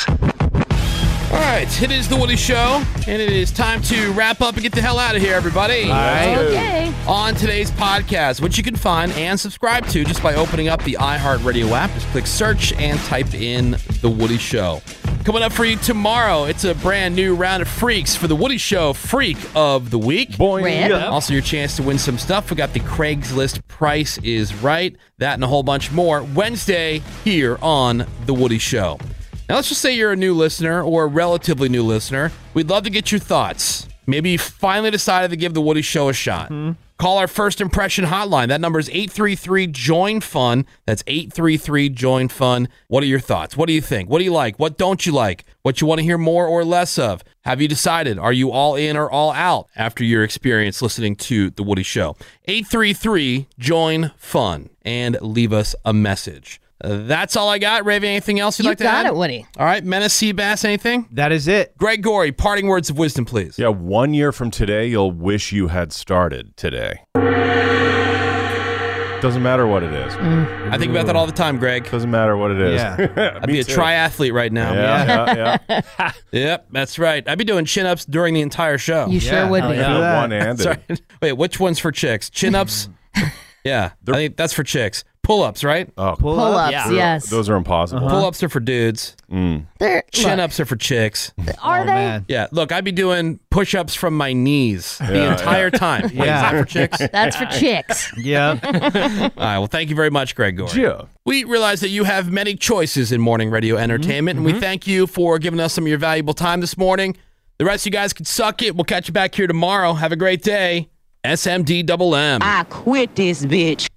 Speaker 4: All right, it is the Woody Show, and it is time to wrap up and get the hell out of here, everybody. All
Speaker 1: right.
Speaker 7: Okay.
Speaker 4: On today's podcast, which you can find and subscribe to just by opening up the iHeartRadio app, just click search and type in The Woody Show. Coming up for you tomorrow, it's a brand new round of freaks for The Woody Show Freak of the Week.
Speaker 1: Rip. yeah.
Speaker 4: Also, your chance to win some stuff. We got the Craigslist Price is Right, that and a whole bunch more Wednesday here on The Woody Show. Now, let's just say you're a new listener or a relatively new listener. We'd love to get your thoughts. Maybe you finally decided to give The Woody Show a shot. Call our first impression hotline. That number is 833 Join Fun. That's 833 Join Fun. What are your thoughts? What do you think? What do you like? What don't you like? What you want to hear more or less of? Have you decided? Are you all in or all out after your experience listening to The Woody Show? 833 Join Fun and leave us a message. Uh, That's all I got. Raven, anything else you'd
Speaker 7: You
Speaker 4: like to add?
Speaker 7: got it, Woody.
Speaker 4: All right, Menace Bass, anything?
Speaker 5: That is it.
Speaker 4: Greg Gory, parting words of wisdom, please.
Speaker 6: Yeah, one year from today, you'll wish you had started today. Doesn't matter what it is.
Speaker 4: I think about that all the time, Greg.
Speaker 6: Doesn't matter what it is.
Speaker 4: Yeah. I'd be
Speaker 6: Me
Speaker 4: a
Speaker 6: too.
Speaker 4: triathlete right now.
Speaker 6: Yeah, yeah,
Speaker 4: yep, that's right. I'd be doing chin ups during the entire show.
Speaker 6: You sure Yeah, would be. yeah. One handed.
Speaker 4: Sorry. Wait, which one's for chicks? Chin ups? yeah, I think that's for chicks. Pull ups, right?
Speaker 6: Oh,
Speaker 7: Pull-ups, Yeah. yes.
Speaker 6: Those are impossible. Mm.
Speaker 4: Pull ups are for dudes.
Speaker 7: They're-
Speaker 4: Chin
Speaker 7: look.
Speaker 4: ups are for chicks.
Speaker 7: Are they?
Speaker 4: Yeah, look, I'd be doing push ups from my knees the
Speaker 6: Yeah,
Speaker 4: entire
Speaker 6: yeah.
Speaker 4: time. Wait, is
Speaker 6: Yeah.
Speaker 4: that for chicks?
Speaker 7: That's for chicks.
Speaker 4: All right. Well, thank you very much, Greg Gore.
Speaker 6: Yeah. Mm-hmm.
Speaker 4: We realize that you have many choices in morning radio entertainment, and we thank you for giving us some of your valuable time this morning. The rest of you guys can suck it. We'll catch you back here tomorrow. Have a great day. SMD double M.
Speaker 27: I quit this bitch.